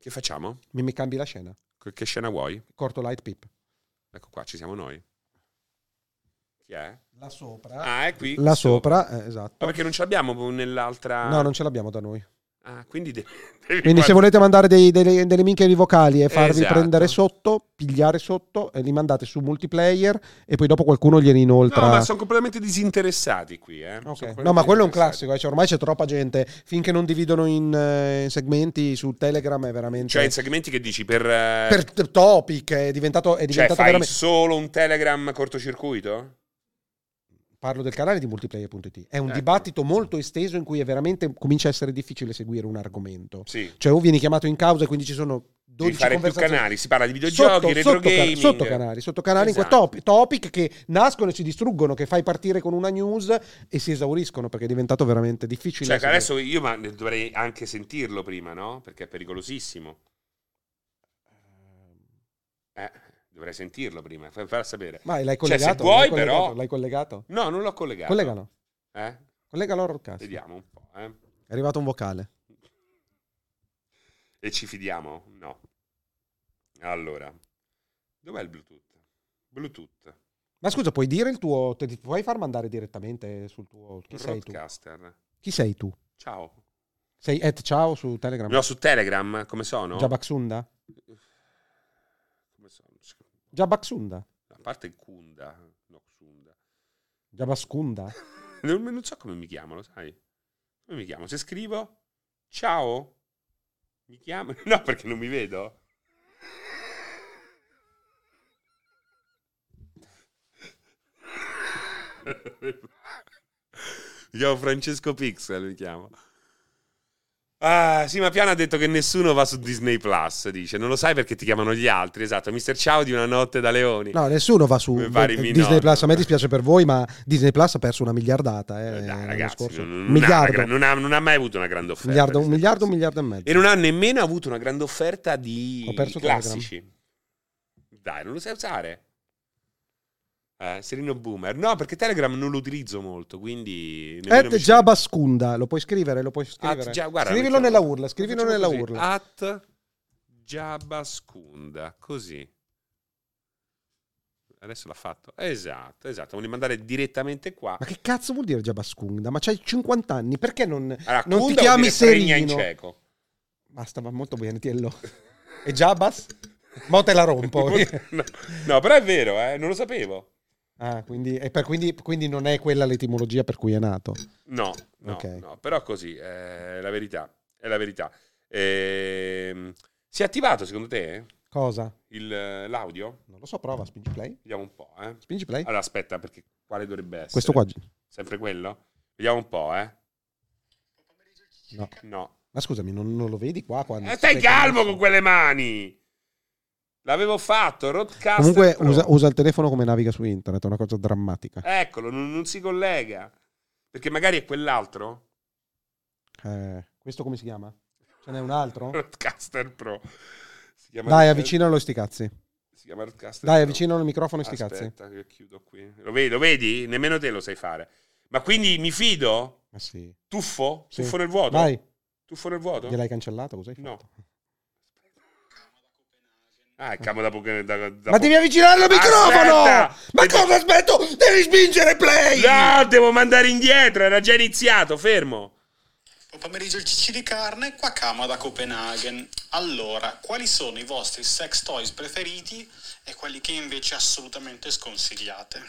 Che facciamo? Mi, mi cambi la scena. Che- Che scena vuoi? Corto light pip. Ecco qua, ci siamo noi. Chi è? Là sopra. Ah, è qui. là sopra, eh, esatto. Ma perché non ce l'abbiamo nell'altra... No, non ce l'abbiamo da noi. Ah, quindi de- devi Quindi guardare- se volete mandare dei- delle, delle minchie di vocali e farvi Esatto. prendere sotto, pigliare sotto, e li mandate su multiplayer e poi dopo qualcuno glieli inoltra. No, ma sono completamente disinteressati qui, eh. Sono Ok. completamente No, ma quello è un disinteressati. classico, eh, cioè, ormai c'è troppa gente, finché non dividono in, eh, in segmenti su Telegram è veramente... Cioè, in segmenti che dici per... eh, per t- topic è diventato, è cioè, diventato fai veramente... solo un Telegram cortocircuito? Parlo del canale di multiplayer.it. È un Ecco. dibattito molto esteso in cui è veramente comincia a essere difficile seguire un argomento. Sì. Cioè o vieni chiamato in causa e quindi ci sono 12 Devi fare più conversazioni. canali, si parla di videogiochi, Sotto, retro sotto, gaming. cana- sotto canali, sotto canali in Esatto. quei top- topic che nascono e si distruggono, che fai partire con una news e si esauriscono perché è diventato veramente difficile. Cioè, che seguire. adesso io ma, dovrei anche sentirlo Ehm. prima, no? Perché è pericolosissimo. Eh, Dovrei sentirlo prima, fai far sapere. Ma l'hai Cioè, se collegato? vuoi, L'hai collegato? però- L'hai collegato? No, non l'ho collegato. Collegalo. Eh? Collegalo al rollcast. Vediamo un po'. eh. È arrivato un vocale. E ci fidiamo? No. Allora, dov'è il Bluetooth? Bluetooth. Ma scusa, puoi dire il tuo. te- ti puoi far mandare direttamente sul tuo. Chi sei tu? Roadcaster. Chi sei tu? Ciao. Sei at ciao su Telegram? No, su Telegram, come sono? Jabaxunda? Come sono? Jabaxunda? A parte Kunda, no, Sunda. Jabascunda? Non, non so come mi chiamo, lo sai? Come mi chiamo? Se scrivo ciao, mi chiamo. No, perché non mi vedo. Mi chiamo Francesco Pixel, mi chiamo. Ah, sì, ma Piano ha detto che nessuno va su Disney Plus, dice. Non lo sai perché ti chiamano gli altri, esatto. Mister Ciao di Una notte da leoni. No, nessuno va su Come vari eh, minori. Disney Plus. A me dispiace per voi, ma Disney Plus ha perso una miliardata. Eh, Eh, dai, l'anno ragazzi, scorso. non, non ha un miliardo, una gra- non ha, non ha mai avuto una grande offerta. miliardo, un questa miliardo, un cosa. miliardo e mezzo. E non ha nemmeno avuto una grande offerta di Ho perso classici. Dai, non lo sai usare. Eh, Serino Boomer. No, perché Telegram non lo utilizzo molto, quindi... nemmeno At mi- Jabascunda, lo puoi scrivere, lo puoi scrivere. At Gia- guarda, scrivilo lo mettiamo- nella urla, scrivilo lo nella facciamo così. Ah. urla. At Jabascunda, così. Adesso l'ha fatto. Esatto, esatto. Voglio mandare direttamente qua. Ma che cazzo vuol dire Jabascunda? Ma c'hai 50 anni, perché non, Allora, non ti Kunda vuol chiami dire fregna in Serino? cieco. Basta, va molto bene, tiello. E Jabas? Mo te la rompo. no, no, però è vero, eh, non lo sapevo. ah, quindi, e per- quindi- quindi non è quella l'etimologia per cui è nato. No, no, Ok. no, però così eh, è la verità. È la verità. Ehm, si è attivato secondo te Cosa? il, eh, l'audio? Non lo so, prova, spingi play. Vediamo un po'. Eh. Spingi play. Allora aspetta, perché quale dovrebbe essere? Questo qua. Sempre quello? Vediamo un po', eh. No. No. Ma scusami, non, non lo vedi qua quando... Eh, stai sei calmo connesso? con quelle mani! L'avevo fatto, Rodcast. Comunque usa, usa il telefono come naviga su internet, è una cosa drammatica. Eccolo, non, non si collega. Perché magari è quell'altro? Eh, questo come si chiama? Ce n'è un altro? Rodcaster Pro. Si chiama Dai, Rodcaster- avvicinalo sti cazzi. Si chiama Rodcaster Dai, Pro. avvicinalo il microfono e sti cazzi. Aspetta, che chiudo qui. Lo vedi, lo vedi? Nemmeno te lo sai fare. Ma quindi mi fido? Ma Eh sì. Tuffo? Sì. Tuffo nel vuoto? Vai, Tuffo nel vuoto? gliel'hai cancellato così? No. Ah, è camo da poco. Da, da Ma po- devi avvicinare il microfono! Aspetta! Ma cosa aspetto? Devi spingere play! No, devo mandare indietro, era già iniziato, fermo. Buon pomeriggio Cicci di Carne, qua Kama da Copenaghen. Allora, quali sono i vostri sex toys preferiti e quelli che invece assolutamente sconsigliate?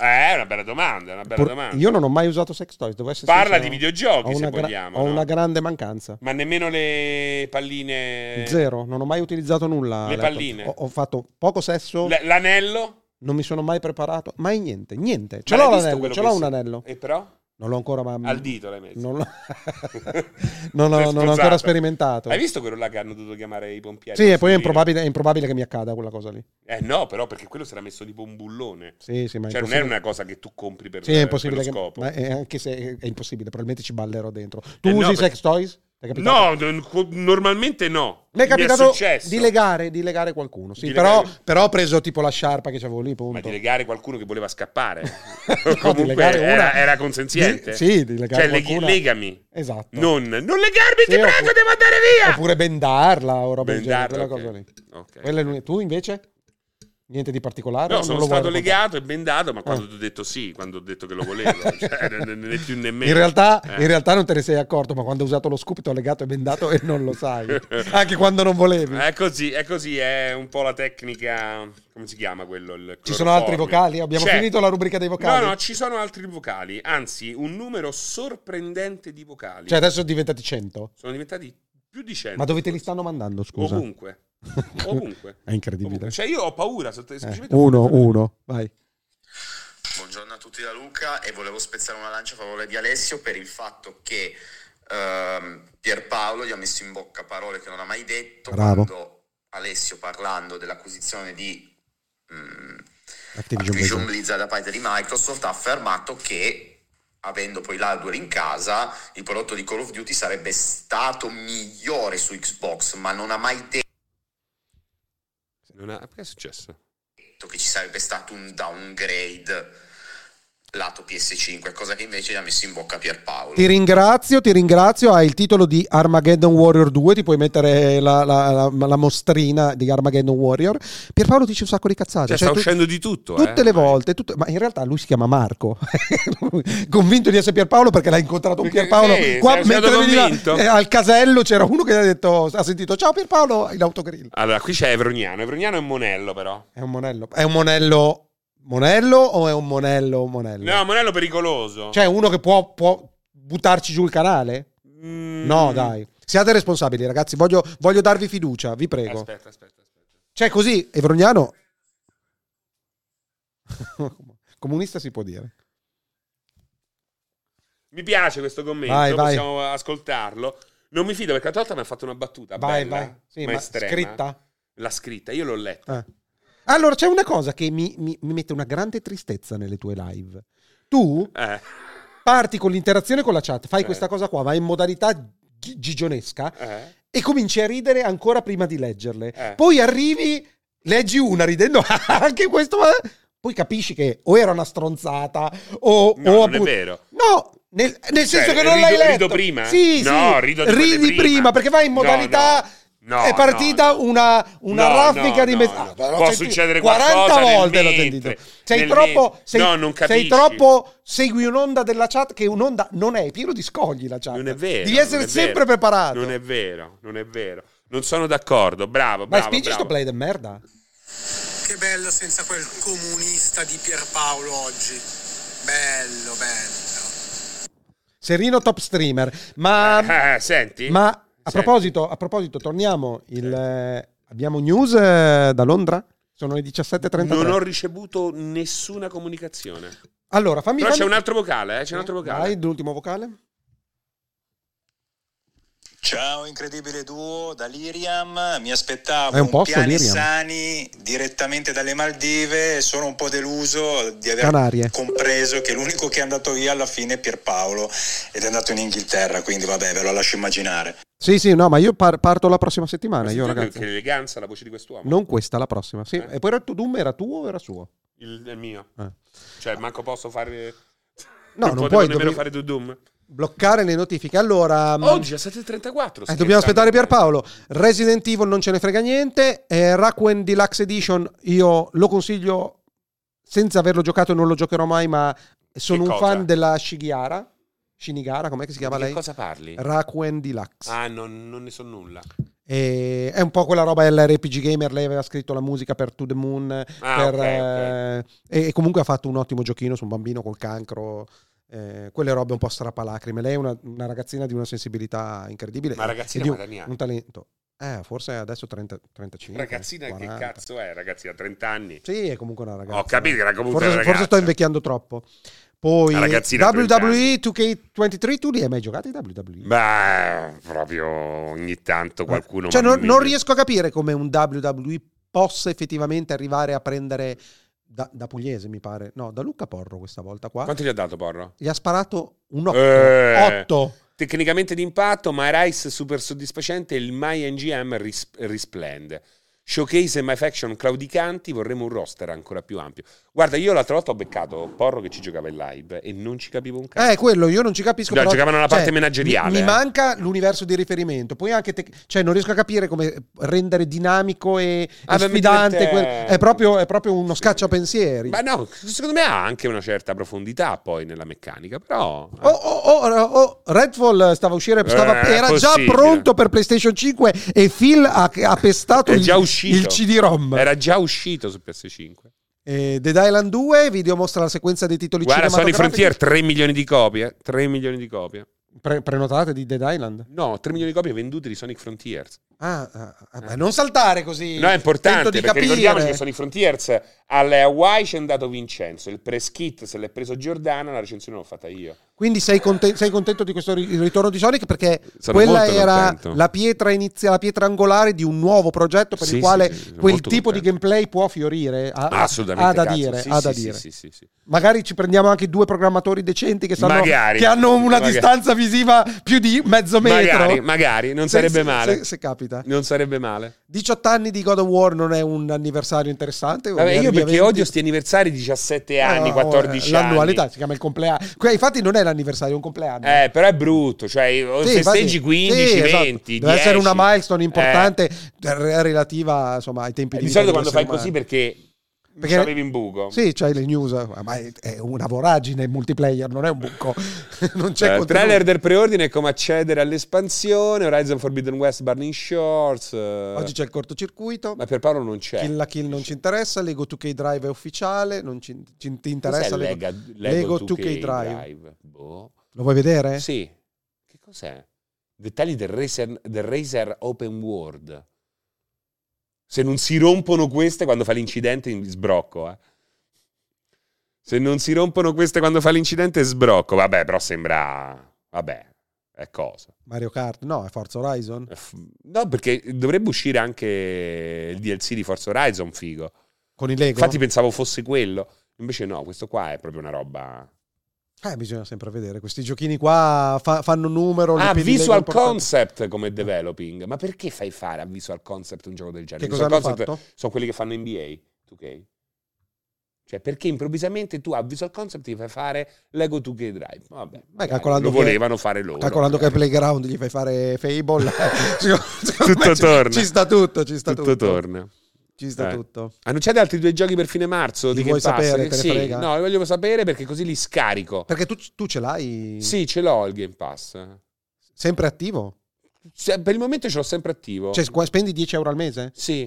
Eh, è una bella domanda, è una bella Pur- domanda. Io non ho mai usato sex toys, devo essere Parla sincero. di videogiochi, Ho se una gra- vogliamo, Ho no? una grande mancanza. Ma nemmeno le palline... Zero, non ho mai utilizzato nulla. Eh. Le laptop. palline. Ho, ho fatto poco sesso, L- l'anello? non mi sono mai preparato, mai niente, niente. Ce Ma l'ho l'hai visto l'anello, quello ce che l'ho si- un anello. E però? Non l'ho ancora, ma... Al dito l'hai messo. Non l'ho, non ho- Sei non ho spruzzata. ancora sperimentato. Hai visto quello là che hanno dovuto chiamare i pompieri? Sì, e poi è Sì. improbabile, è improbabile che mi accada quella cosa lì. Eh no, però perché quello sarà messo tipo un bullone. Sì, sì, ma è Cioè, non è impossibile. una cosa che tu compri per, Sì, è impossibile. per Che, lo scopo. ma è- anche se è, è impossibile, probabilmente ci ballerò dentro. Tu Eh no, usi perché- sex toys? Ti è capitato? No, n- co- normalmente no. Mi è capitato successo. di legare, di legare qualcuno. Sì, Di però, legare- però ho preso tipo la sciarpa che c'avevo lì. Punto. Ma di legare qualcuno che voleva scappare. No, di Comunque legare una- era, era consenziente. Di- sì, di legare Cioè, leghi- qualcuna. legami. Esatto. Non, non legarmi, Sì, ti prego, oppure- devo andare via. Oppure bendarla o roba del genere, Bendarla, quella ok. cosa lì. Ok. Quella è l'unica- Tu invece? Niente di particolare? No, o sono non lo Ah. vuoi stato raccontare? legato e bendato, ma quando ti ho detto sì, quando ho detto che lo volevo, cioè, ne- ne- né più né meno. In realtà, Eh. in realtà non te ne sei accorto, ma quando ho usato lo scoop ti ho legato e bendato e non lo sai. Anche quando non volevi. È così, è così, è un po' la tecnica. Come si chiama quello? il Ci sono altri cloroformio. vocali? Abbiamo C'è- finito la rubrica dei vocali? No, no, ci sono altri vocali. Anzi, un numero sorprendente di vocali. Cioè adesso sono diventati 100. sono diventati più di 100. Ma dove te li stanno mandando, scusa? Ovunque. Ovunque. È incredibile. Ovunque. Cioè, io ho paura. sott- Eh, semplicemente ho uno, paura. uno, vai. Buongiorno a tutti da Luca e volevo spezzare una lancia a favore di Alessio per il fatto che ehm, Pierpaolo gli ha messo in bocca parole che non ha mai detto Bravo. quando Alessio parlando dell'acquisizione di mm, Activision Activision Blizzard. Blizzard da parte di Microsoft ha affermato che avendo poi l'hardware in casa il prodotto di Call of Duty sarebbe stato migliore su Xbox ma non ha mai detto Non ha- Perché è successo? netto che ci sarebbe stato un downgrade lato PS5, cosa che invece gli ha messo in bocca Pierpaolo. Ti ringrazio, ti ringrazio. Hai il titolo di Armageddon Warrior 2, ti puoi mettere la, la- la- la mostrina di Armageddon Warrior. Pierpaolo dice un sacco di Cioè, cazzate. sta uscendo di tutto, eh, Ah, Tutte le ormai. volte, tutte- ma in realtà lui si chiama Marco. Convinto di essere Pierpaolo perché l'ha incontrato un Perché- Pierpaolo. sì, Qua sei stato mentre veniva convinto. eh, al casello c'era uno che gli ha detto, ha sentito ciao Pierpaolo in autogrill. Allora, qui c'è Evroniano. Evroniano è Monello, però. È un monello. È un monello. Monello o è un monello monello? No, Monello pericoloso. Cioè uno che può, può buttarci giù il canale? Mm. No, dai. Siate responsabili, ragazzi. Voglio, voglio darvi fiducia, vi prego. Aspetta, aspetta, aspetta. Cioè, così, Evroniano. Comunista si può dire. Mi piace questo commento, Vai, vai. possiamo ascoltarlo. Non mi fido perché l'altra volta mi ha fatto una battuta. vai, bella, vai. Sì, ma estrema. scritta. La scritta, io l'ho letta. Eh. Allora, c'è una cosa che mi, mi- mi mette una grande tristezza nelle tue live. Tu Eh. parti con l'interazione con la chat, fai Eh. questa cosa qua, vai in modalità gi- gigionesca Eh. e cominci a ridere ancora prima di leggerle. Eh. Poi arrivi, leggi una ridendo anche questo, ma poi capisci che o era una stronzata o... No, o non appunto- è vero. No, nel, nel Cioè, senso che non rido- l'hai letto. rido prima? Sì, No, sì, rido di quelle ridi prima. prima. perché vai in No, modalità... no. No, è partita no, no. una, una No, raffica no, di no, messaggi. no. Ah, però Può senti- succedere 40 qualcosa nel volte l'ho mentre, sentito. Sei nel troppo, mentre. sei, No, non sei capisci. troppo. Segui un'onda della chat che un'onda non è, è pieno di scogli la chat. Non è vero. Devi non essere è sempre vero. preparato. Non è vero, non è vero. Non sono d'accordo, bravo, Ma bravo. spingi bravo. sto play del merda. Che bello senza quel comunista di Pierpaolo oggi. Bello, bello. Serino top streamer. Ma, Eh, senti. ma a, Senti. proposito, a proposito, torniamo. Il, eh, abbiamo news eh, da Londra? Sono le 17.33. Non ho ricevuto nessuna comunicazione. Allora, fammi Però fammi- c'è un altro vocale, eh, c'è un altro vocale. Vai, l'ultimo vocale. Ciao incredibile duo da Liriam, mi aspettavo È un un, posto, piani Liriam? sani direttamente dalle Maldive e sono un po' deluso di aver Canarie. compreso che l'unico che è andato via alla fine è Pierpaolo ed è andato in Inghilterra, quindi vabbè ve lo lascio immaginare. Sì, sì, no, ma io par- parto la prossima Ma settimana. Io, sentite ragazzi. Che eleganza la voce di quest'uomo. Non questa, la prossima. Sì. Eh. E poi era tu, Doom era tuo o era suo? Il, il mio. Eh. Cioè, manco posso fare... No, non potevo puoi, nemmeno dovevi- fare do Doom. Bloccare le notifiche. Allora. mh, Oggi a 7.34. Mm. eh, dobbiamo scherzando. aspettare eh. Pierpaolo. Resident Evil non ce ne frega niente. Eh, Rakuen Deluxe Edition io lo consiglio senza averlo giocato, non lo giocherò mai, ma sono Che un cosa? fan della Shigiara. Shinigara, com'è che si chiama Di che lei? cosa parli? Rakuen Deluxe. Ah, non, non ne so nulla. E è un po' quella roba LRPG Gamer, lei aveva scritto la musica per To The Moon per, Ah, ok, ok. eh, E, e comunque ha fatto un ottimo giochino su un bambino col cancro, eh, quelle robe un po' strapalacrime. Lei è una, una ragazzina di una sensibilità incredibile. Ma e- ragazzina e di un, quant'anni ha? un talento. Eh, forse adesso 30, 35. Ragazzina, 40. che cazzo è? Ragazzina, 30 anni. Sì, è comunque una ragazza. Ho capito che era comunque forse, una forse sto ragazza. invecchiando troppo. Poi Una ragazzina a 30 WWE 2K23, tu li hai mai giocati WWE? Beh, proprio ogni tanto qualcuno... Cioè, ma non, mi- non riesco a capire come un WWE possa effettivamente arrivare a prendere da, da Pugliese, mi pare. No, da Luca Porro questa volta qua. Quanto gli ha dato Porro? Gli ha sparato un 8. Eh. 8. Tecnicamente d'impatto, ma Rice super soddisfacente, il My NGM ris- risplende. Showcase e My Faction claudicanti, vorremmo un roster ancora più ampio. Guarda, io l'altra volta ho beccato Porro che ci giocava in live e non ci capivo un cazzo. Eh, quello io non ci capisco. Già, però, cioè, giocavano alla parte menageriale, Mi, mi eh. manca l'universo di riferimento. Poi anche, te- cioè, non riesco a capire come rendere dinamico e, Ah, e beh, sfidante. mettete- quel- è, proprio, è proprio uno Sì. scacciapensieri. Ma no, secondo me ha anche una certa profondità poi nella meccanica, però... Oh, oh, oh, oh, Redfall stava uscire, stava- Eh, era già possibile. pronto per PlayStation 5 e Phil ha, ha pestato È il, già uscito. il CD-ROM. Era già uscito su PS5. Eh, Dead Island 2, video mostra la sequenza dei titoli Guarda, Sony cinematografici. Frontier 3 milioni di copie. 3 milioni di copie. Pre- prenotate di Dead Island. No, 3 milioni di copie vendute di Sonic Frontiers. Ah, ah, ah, ma non saltare così. No, è importante Tento di perché capire. ricordiamoci che Sonic Frontiers alle Hawaii ci è andato Vincenzo. Il press kit se l'è preso Giordana, la recensione l'ho fatta io. Quindi sei, conte- sei contento di questo ri- ritorno di Sonic perché Sono quella molto era contento. la pietra inizia- la pietra angolare di un nuovo progetto per Sì, il quale sì, sì, sono quel molto tipo di contento. gameplay può fiorire. Ha, ha- Assolutamente. Ah, ha da cazzo. dire. Sì, ha sì, da sì, dire. sì, sì, sì. Magari ci prendiamo anche due programmatori decenti che, sanno, Magari. che hanno una Magari. distanza visiva più di mezzo metro. Magari, magari, non Se- sarebbe se- male. Se, se capita. capita. Non sarebbe male. 18 anni di God of War non è un anniversario interessante. Vabbè, io Via perché 20. odio sti anniversari 17 anni, Ah, 14 anni. L'annualità si chiama il compleanno. Que- Infatti non è l'anniversario, è un compleanno. Eh, però è brutto, cioè o Sì, festeggi infatti- 15, sì, 20, esatto. Deve 10. essere una milestone Eh, importante re- relativa insomma, ai tempi eh, di di vita solito quando degli fai esseri così umani. perché, Perché- avevi in buco. Sì, c'hai le news, ah, ma è, è una voragine il multiplayer, non è un buco. non c'è Eh, contenuto. trailer del preordine e come accedere all'espansione, Horizon Forbidden West, Burning Shores. eh. Oggi c'è il cortocircuito. Ma per Paolo non c'è. Kill la Kill non ci interessa, Lego 2K Drive è ufficiale, non ci, ci- ti Cos'è interessa Lego, Lega- Lego 2K, Drive. Boh. Lo vuoi vedere? Sì. Che cos'è? Dettagli del Razer, del Razer Open World. Se non si rompono queste quando fa l'incidente, in- sbrocco. eh. Se non si rompono queste quando fa l'incidente, sbrocco. Vabbè, però sembra... Vabbè, è cosa. Mario Kart, no, è Forza Horizon. F- No, perché dovrebbe uscire anche il DLC di Forza Horizon, figo. Con i Lego? Infatti pensavo fosse quello. Invece no, questo qua è proprio una roba... Eh, bisogna sempre vedere. Questi giochini qua fa- fanno numero. li Ah, pedi Lego visual importanti. concept come developing. Ma perché fai fare a visual concept un gioco del genere? Che cosa visual hanno concept fatto? sono quelli che fanno NBA, 2K. Cioè, perché improvvisamente tu a visual concept ti fai fare Lego 2K Drive? Vabbè, magari calcolando Eh, lo che- volevano fare loro. Eh. Calcolando che ai Playground gli fai fare Fable. secondo- secondo Tutto me ci- torna. Ci sta tutto, ci sta tutto. tutto torna. Ci sta Eh. tutto. Annunciate altri due giochi per fine marzo? Li Di che vuoi passa? sapere, Che- te ne sì, frega? No, li voglio sapere perché così li scarico. Perché tu, tu ce l'hai Sì, ce l'ho il Game Pass. sempre attivo? Se- per il momento ce l'ho sempre attivo. Cioè, qua- spendi 10 euro al mese? Sì.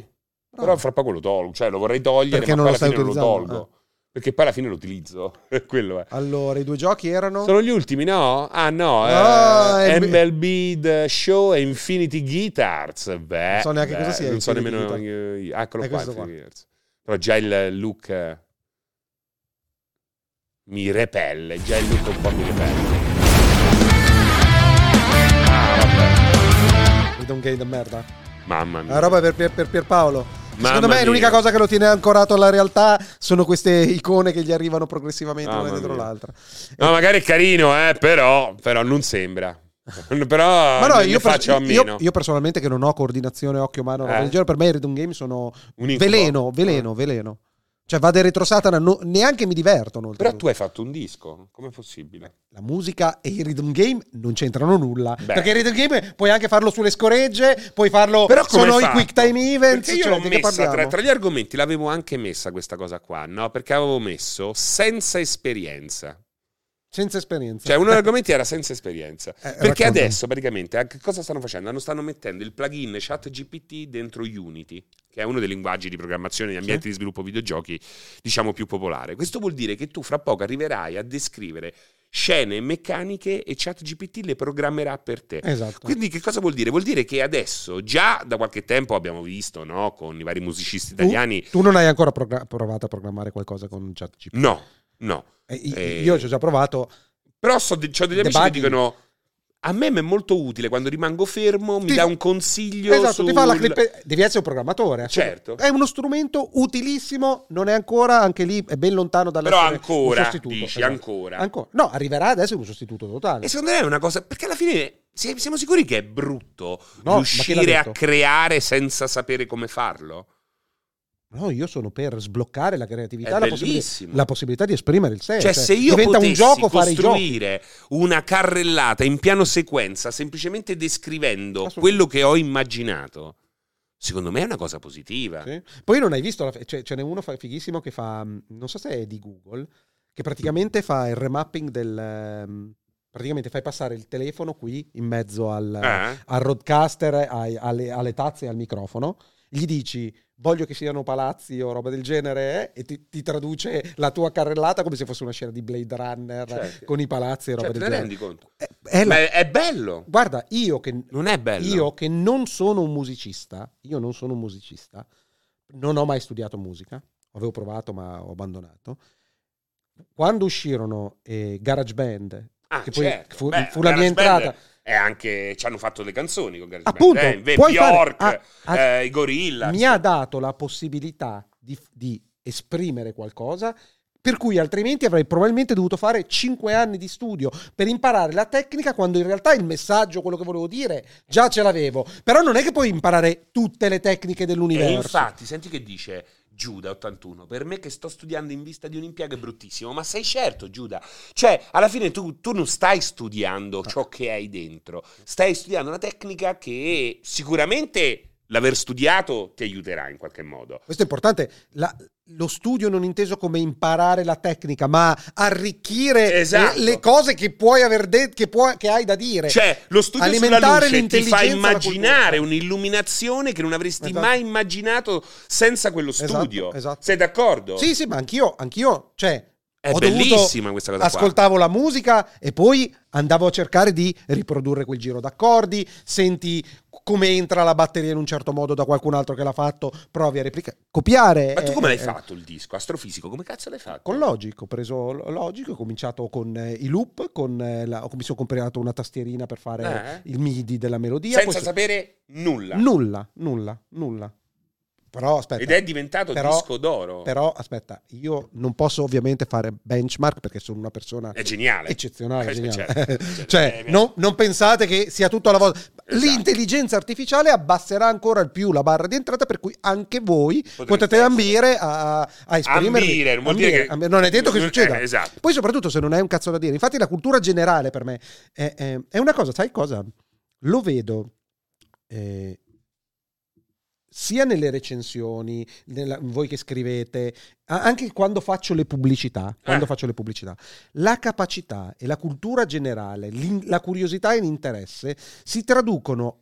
Bravo. Però fra poco lo tolgo, cioè lo vorrei togliere, Perché ma non poi alla lo eh. stai fine non lo utilizzando, tolgo. Perché poi alla fine lo utilizzo. Quello è. Allora, i due giochi erano. Sono gli ultimi, no? Ah no, No, eh, è- MLB The Show e Infinity Guitars. Beh, Non so neanche beh, cosa sia Non so Infinity nemmeno. eh, Eccolo È qua, questo qua. Infinity Guitars. Però già il look eh, mi repelle, già il look un po' mi repelle. I Don't Game da merda. Mamma La mia. roba per, per- per Pierpaolo. Mm. Mamma Secondo me mia. l'unica cosa che lo tiene ancorato alla realtà sono queste icone che gli arrivano progressivamente Mamma una dietro mia. l'altra. No, magari è carino, eh, però, però non sembra. però Ma no, ne io, pers- Ah, faccio a io- meno. io personalmente che non ho coordinazione occhio-mano, roba Eh. del genere, per me i Rhythm Game sono Un incubo. Mm. veleno, veleno, veleno. Cioè vado in retrosatana, no- neanche mi divertono. Però oltretutto. tu hai fatto un disco, com'è possibile? La musica e i Rhythm Game non c'entrano nulla. Beh. Perché i Rhythm Game puoi anche farlo sulle scoregge, puoi farlo... Però come sono hai i fatto? Quick Time Events, Perché io cioè, l'ho di che messa tra, parliamo? tra gli argomenti, l'avevo anche messa questa cosa qua, no? Perché avevo messo senza esperienza. Senza esperienza. Cioè, uno degli argomenti era senza esperienza. Perché Eh, racconta. adesso, praticamente, a che cosa stanno facendo? Hanno stanno mettendo il plugin ChatGPT dentro Unity, che è uno dei linguaggi di programmazione di ambienti di sviluppo videogiochi, diciamo, più popolare. Questo vuol dire che tu fra poco arriverai a descrivere scene e meccaniche e ChatGPT le programmerà per te. Esatto. Quindi che cosa vuol dire? Vuol dire che adesso, già da qualche tempo abbiamo visto, no, con i vari musicisti Tu- italiani... Mm. Tu, non hai ancora progra- provato a programmare qualcosa con ChatGPT. No, no. Eh, i- Eh. Io ci ho già provato. Però so, de- c'ho degli amici che Debugging. dicono. A me mi è molto utile quando rimango fermo, mi Ti- dà un consiglio. esatto, ti fa la sul- clip- Devi essere un programmatore. Certo. assolutamente. È uno strumento utilissimo, non è ancora, anche lì è ben lontano dalla Però ancora, un sostituto. dici, esatto. ancora. Ancora. No, arriverà adesso un sostituto totale. E secondo me è una cosa. Perché alla fine si- siamo sicuri che è brutto No, ma chi riuscire l'ha a detto? creare senza sapere come farlo? No, io sono per sbloccare la creatività, È la possibilità, bellissimo. la possibilità di esprimere il sé. Cioè, se io Eh, diventa potessi un gioco fare i giochi. costruire una carrellata in piano sequenza, semplicemente descrivendo Assolutamente. quello che ho immaginato, secondo me è una cosa positiva. Sì. Poi non hai visto, la- cioè, ce n'è uno fa- fighissimo che fa, mh, non so se è di Google, che praticamente fa il remapping del... ehm, Praticamente fai passare il telefono qui in mezzo al, Eh? al roadcaster, ai- alle, alle tazze e al microfono, gli dici voglio che siano palazzi o roba del genere eh, e ti, ti traduce la tua carrellata come se fosse una scena di Blade Runner Certo. con i palazzi e roba Cioè, te del ne genere. rendi conto? Eh, è la- Ma è, è bello. Guarda, io che Non è bello. io che non sono un musicista, io non sono un musicista, non ho mai studiato musica, avevo provato ma ho abbandonato. Quando uscirono eh, GarageBand, Ah, che poi certo. fu, Beh, fu la mia GarageBand entrata, È anche, ci hanno fatto le canzoni con GarageBand. appunto, eh, Ve- puoi Bjork, fare- ah, ah, eh, i Gorilla. mi ha dato la possibilità di, di esprimere qualcosa Per cui altrimenti avrei probabilmente dovuto fare 5 anni di studio per imparare la tecnica quando in realtà il messaggio, quello che volevo dire, già ce l'avevo. Però non è che puoi imparare tutte le tecniche E dell'universo. infatti, senti che dice Giuda 81, per me che sto studiando in vista di un impiego è bruttissimo, ma sei certo Giuda, cioè alla fine tu, tu non stai studiando ciò che hai dentro, stai studiando una tecnica che sicuramente l'aver studiato ti aiuterà in qualche modo. Questo è importante. La- lo studio non inteso come imparare la tecnica, ma arricchire Esatto. le, le cose che puoi aver detto, che, puoi- che hai da dire. Cioè, lo studio sulla Eh, Alimentare luce ti fa l'intelligenza, la immaginare cultura. un'illuminazione che non avresti Esatto. mai immaginato senza quello Esatto, studio. esatto. Sei d'accordo? Sì, sì, ma anch'io, anch'io, cioè, È ho dovuto- bellissima questa cosa qua. ascoltavo la musica e poi andavo a cercare di riprodurre quel giro d'accordi, senti come entra la batteria in un certo modo da qualcun altro che l'ha fatto, provi a replicare, copiare. Ma tu eh, come l'hai eh, fatto il disco? Astrofisico, come cazzo l'hai fatto? Con Logic, ho preso Lo- Logic, ho cominciato con eh, i loop, con, eh, la- ho- mi sono comprato una tastierina per fare Eh. il MIDI della melodia. Senza poi- sapere nulla. Nulla, nulla, nulla. Però aspetta. Ed è diventato però- disco d'oro. Però aspetta, io non posso ovviamente fare benchmark perché sono una persona È geniale. eccezionale. Eh, geniale. certo, certo. cioè, Eh, non, non pensate che sia tutto alla vostra. Esatto. L'intelligenza artificiale abbasserà ancora di più la barra di entrata, per cui anche voi Potreste potete essere. ambire a, a esprimervi. Ambire, non vuol dire che- ambire. Non è detto che Eh, succeda. esatto. Poi, soprattutto, se non hai un cazzo da dire. Infatti, la cultura generale per me è, è- è una cosa, sai cosa? Lo vedo. eh, sia nelle recensioni, nella- voi che scrivete, a- anche quando faccio le pubblicità, quando Eh. faccio le pubblicità, la capacità e la cultura generale, l'in- la curiosità e l'interesse si traducono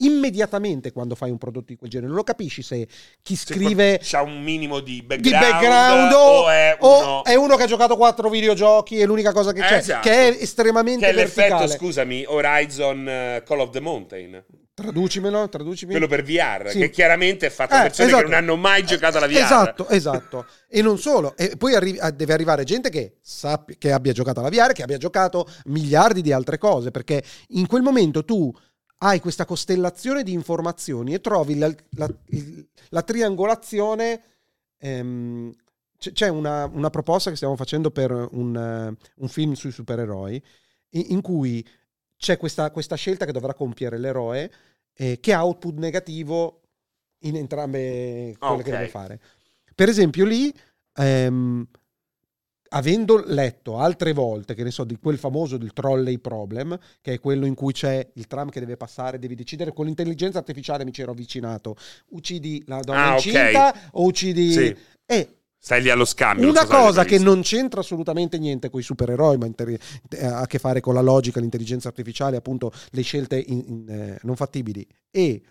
immediatamente quando fai un prodotto di quel genere. Lo capisci se chi Se scrive qual- c'ha un minimo di di background, background o è o uno è uno che ha giocato quattro videogiochi e l'unica cosa che c'è, Esatto. che è estremamente che è l'effetto, verticale. scusami, Horizon eh, Call of the Mountain, traducimelo, traducimi. quello per VR, Sì. che chiaramente è fatto da Eh, persone esatto. che non hanno mai giocato alla VR. Esatto, esatto. E non solo, e poi arri- ah, deve arrivare gente che, sappi- che abbia giocato alla VR, che abbia giocato miliardi di altre cose, perché in quel momento tu hai questa costellazione di informazioni e trovi la, la- il- la triangolazione. ehm, c- c'è una, una proposta che stiamo facendo per un, eh, un film sui supereroi in, in cui c'è questa, questa scelta che dovrà compiere l'eroe eh, che ha output negativo in entrambe quelle che Ok. deve fare. Per esempio, lì, ehm, avendo letto altre volte, che ne so, di quel famoso del trolley problem, che è quello in cui c'è il tram che deve passare, devi decidere con l'intelligenza artificiale mi c'ero avvicinato, uccidi la donna Ah, ok. incinta o uccidi... Sì. Eh, Stai lì allo scambio. una non so se l'avete cosa che visto. non c'entra assolutamente niente con i supereroi, ma interi- eh, ha a che fare con la logica, l'intelligenza artificiale, appunto le scelte in- in, eh, non fattibili e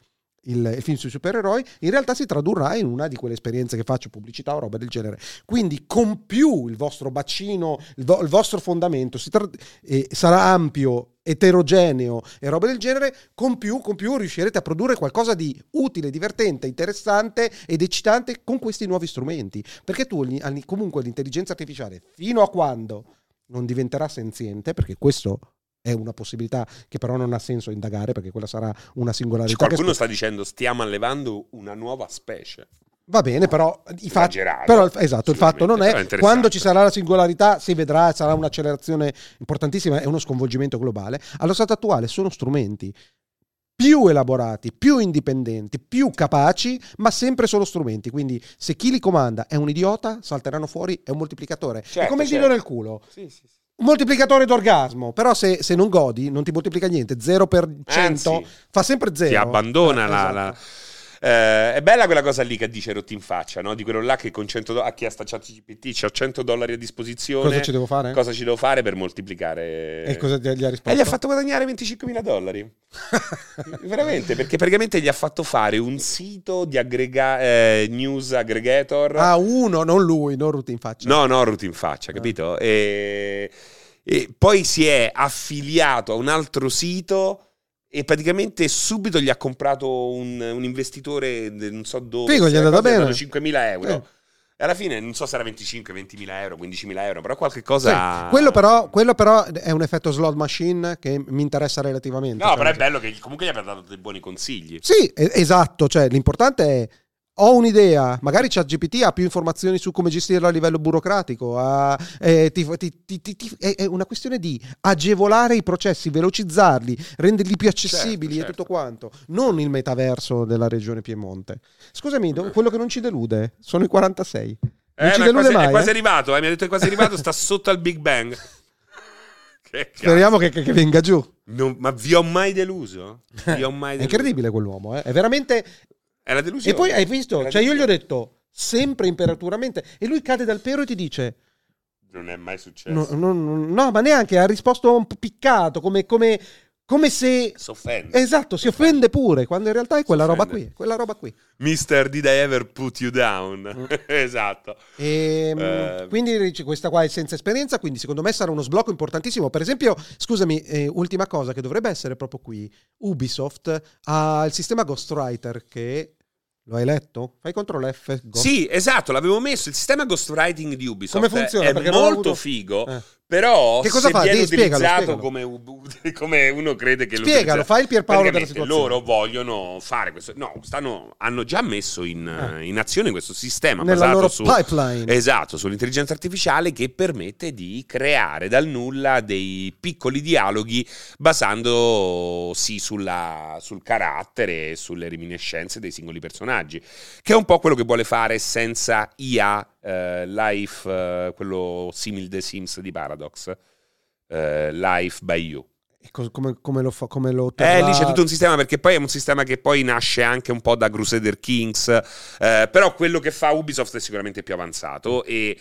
il, il film sui supereroi, in realtà si tradurrà in una di quelle esperienze che faccio, pubblicità o roba del genere. Quindi con più il vostro bacino, il, vo- il vostro fondamento si tra- eh, sarà ampio, eterogeneo e roba del genere, con più, con più riuscirete a produrre qualcosa di utile, divertente, interessante ed eccitante con questi nuovi strumenti. Perché tu ogni- ogni- comunque l'intelligenza artificiale, fino a quando non diventerà senziente, perché questo è una possibilità che però non ha senso indagare, perché quella sarà una Cioè, singolarità. che qualcuno sta dicendo stiamo allevando una nuova specie. Va bene, però i fatti, Esagerato, però il- esatto, il fatto non sicuramente, però è è interessante. quando ci sarà la singolarità si vedrà, sarà un'accelerazione importantissima e uno sconvolgimento globale. Allo stato attuale sono strumenti più elaborati, più indipendenti, più capaci, ma sempre solo strumenti. Quindi se chi li comanda è un idiota, salteranno fuori, è un moltiplicatore. è Certo, come il dito certo. nel culo. Sì, sì, sì. Un moltiplicatore d'orgasmo, però se, se non godi non ti moltiplica niente, 0 per 100 Anzi, fa sempre 0. Ti abbandona Eh, la... esatto. la- Eh, è bella quella cosa lì che dice rotti in faccia, no? Di quello là che con 100 do- a chi ha sta chat GPT c'ha 100 dollari a disposizione. Cosa ci devo fare? cosa ci devo fare per moltiplicare E cosa gli ha risposto? e gli ha fatto guadagnare 25.000 dollari veramente perché praticamente gli ha fatto fare un sito di aggrega- eh, news aggregator Ah, uno, non lui, non Ruti in faccia. no no root in faccia Ah. capito e, e poi si è affiliato a un altro sito e praticamente subito gli ha comprato un, un investitore de- non so dove Figo, gli è queste andata cose, gli ha bene. Eh. dato 5.000 euro E alla fine non so se era 25, 20.000 euro, 15.000 euro, però qualche cosa... Sì, quello, però, quello però è un effetto slot machine che mi interessa relativamente. No, Cioè, però è bello che comunque gli abbia dato dei buoni consigli. Sì, e- esatto, cioè l'importante è Ho un'idea, magari ChatGPT ha più informazioni su come gestirlo a livello burocratico, ha- eh, ti- ti- ti- ti- ti- è, è una questione di agevolare i processi, velocizzarli, renderli più accessibili Certo, certo. e tutto quanto, non il metaverso della regione Piemonte. Scusami, do- quello che non ci delude sono i 46. Mm. Non Eh, ci ma è delude quasi, mai. è quasi eh? arrivato, eh, mi ha detto è quasi arrivato, sta sotto al Big Bang. Che cazzo. Speriamo che, che- che venga giù. Non- ma vi ho mai deluso? Vi ho mai È deluso? incredibile quell'uomo, eh. è veramente... È la E delusione. poi hai È visto, la cioè io gli ho delusione. detto sempre imperaturamente e lui cade dal pero e ti dice Non è mai successo. No, no, no, no, ma neanche ha risposto un po' piccato, come, come- come se... Si offende. Esatto, si offende pure, quando in realtà è quella roba offende. qui, quella roba qui. Mister, did I ever put you Mm. down? esatto. Ehm, Eh. Quindi dice, questa qua è senza esperienza, quindi secondo me sarà uno sblocco importantissimo. Per esempio, scusami, eh, ultima cosa che dovrebbe essere proprio qui, Ubisoft ha il sistema Ghostwriter che... Lo hai letto? Fai controllo F. Ghost- Sì, esatto, l'avevo messo. Il sistema ghostwriting di Ubisoft Come funziona? è Perché non ho molto avuto- figo, Eh. però Che cosa se fa? viene Devi- spiegalo, utilizzato spiegalo. come, u- come uno crede che lo Spiegalo, utilizza- fai il Pierpaolo della Praticamente situazione. loro vogliono fare questo. No, stanno, hanno già messo in, in azione questo sistema Eh. Nella basato loro su pipeline. Esatto, sull'intelligenza artificiale che permette di creare dal nulla dei piccoli dialoghi basandosi sulla- sul carattere e sulle reminiscenze dei singoli personaggi, che è un po' quello che vuole fare senza IA eh, Life, eh, quello simile The Sims di Paradox, eh, Life by You. E cos- come, come lo fa? Come lo Eh, terrà- lì c'è tutto un sistema perché poi è un sistema che poi nasce anche un po' da Crusader Kings, eh, però quello che fa Ubisoft è sicuramente più avanzato e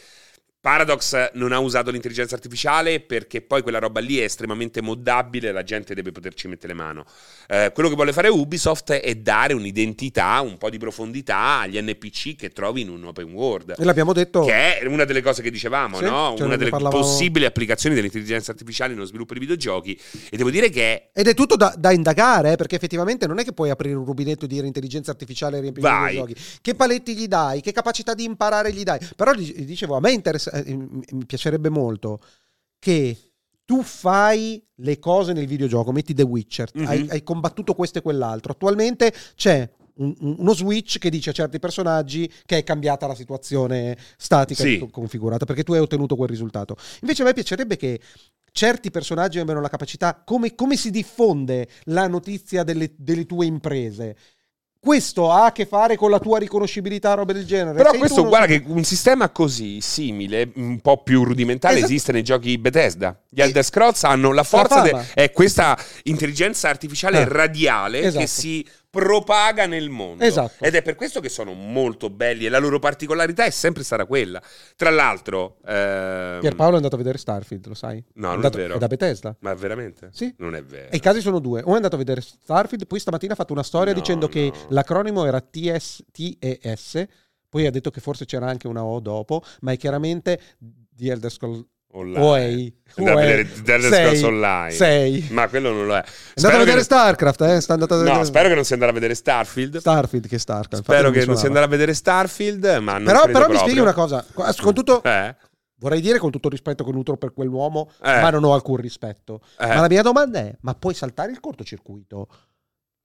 Paradox non ha usato l'intelligenza artificiale perché poi quella roba lì è estremamente moddabile, la gente deve poterci mettere mano. Eh, quello che vuole fare Ubisoft è dare un'identità, un po' di profondità agli NPC che trovi in un open world. E l'abbiamo detto... Che è una delle cose che dicevamo, Sì, no? cioè, una ne delle parlavamo- possibili applicazioni dell'intelligenza artificiale nello sviluppo di videogiochi. E devo dire che è Ed è tutto da, da indagare, eh, perché effettivamente non è che puoi aprire un rubinetto e dire intelligenza artificiale e riempire Vai. i giochi. Che paletti gli dai? Che capacità di imparare gli dai? Però di- dicevo, a me interessa- eh, mi mi piacerebbe molto che tu fai le cose nel videogioco, metti The Witcher, Mhm. hai, hai combattuto questo e quell'altro. Attualmente c'è un- un- uno switch che dice a certi personaggi che è cambiata la situazione statica Sì. e tu- configurata perché tu hai ottenuto quel risultato. Invece a me piacerebbe che certi personaggi abbiano la capacità, come, come si diffonde la notizia delle, delle tue imprese. Questo ha a che fare con la tua riconoscibilità, roba del genere. Però Sei tu questo, uno- guarda, che un sistema così simile, un po' più rudimentale, Esatto. esiste nei giochi Bethesda. Gli Elder Scrolls hanno la forza, fama. de- è questa intelligenza artificiale Eh. radiale che Esatto. si propaga nel mondo. Esatto. Ed è per questo che sono molto belli e la loro particolarità è sempre stata quella. Tra l'altro... ehm, Pierpaolo è andato a vedere Starfield, lo sai? No, non è andato- vero. Eh. da Bethesda. Ma veramente? Sì. Non è vero. E i casi sono due. Uno è andato a vedere Starfield, poi stamattina ha fatto una storia No, dicendo che no. l'acronimo era TS, TES, poi ha detto che forse c'era anche una O dopo, ma è chiaramente di Elder Scrolls Online. OEI. Andiamo a vedere The Elder Scrolls Online. 6. Ma quello non lo è. È andato a vedere Starfield. Starcraft, eh? Sta andato a vedere... No, spero che non sia andato a vedere Starfield. Starfield che Starcraft. Spero infatti che non si suonava. andrà a vedere Starfield, ma non Però, credo però mi proprio. spieghi una cosa, con- con tutto, Eh, vorrei dire con tutto rispetto che nutro per quell'uomo, Eh. ma non ho alcun rispetto. eh. Ma la mia domanda è, ma puoi saltare il cortocircuito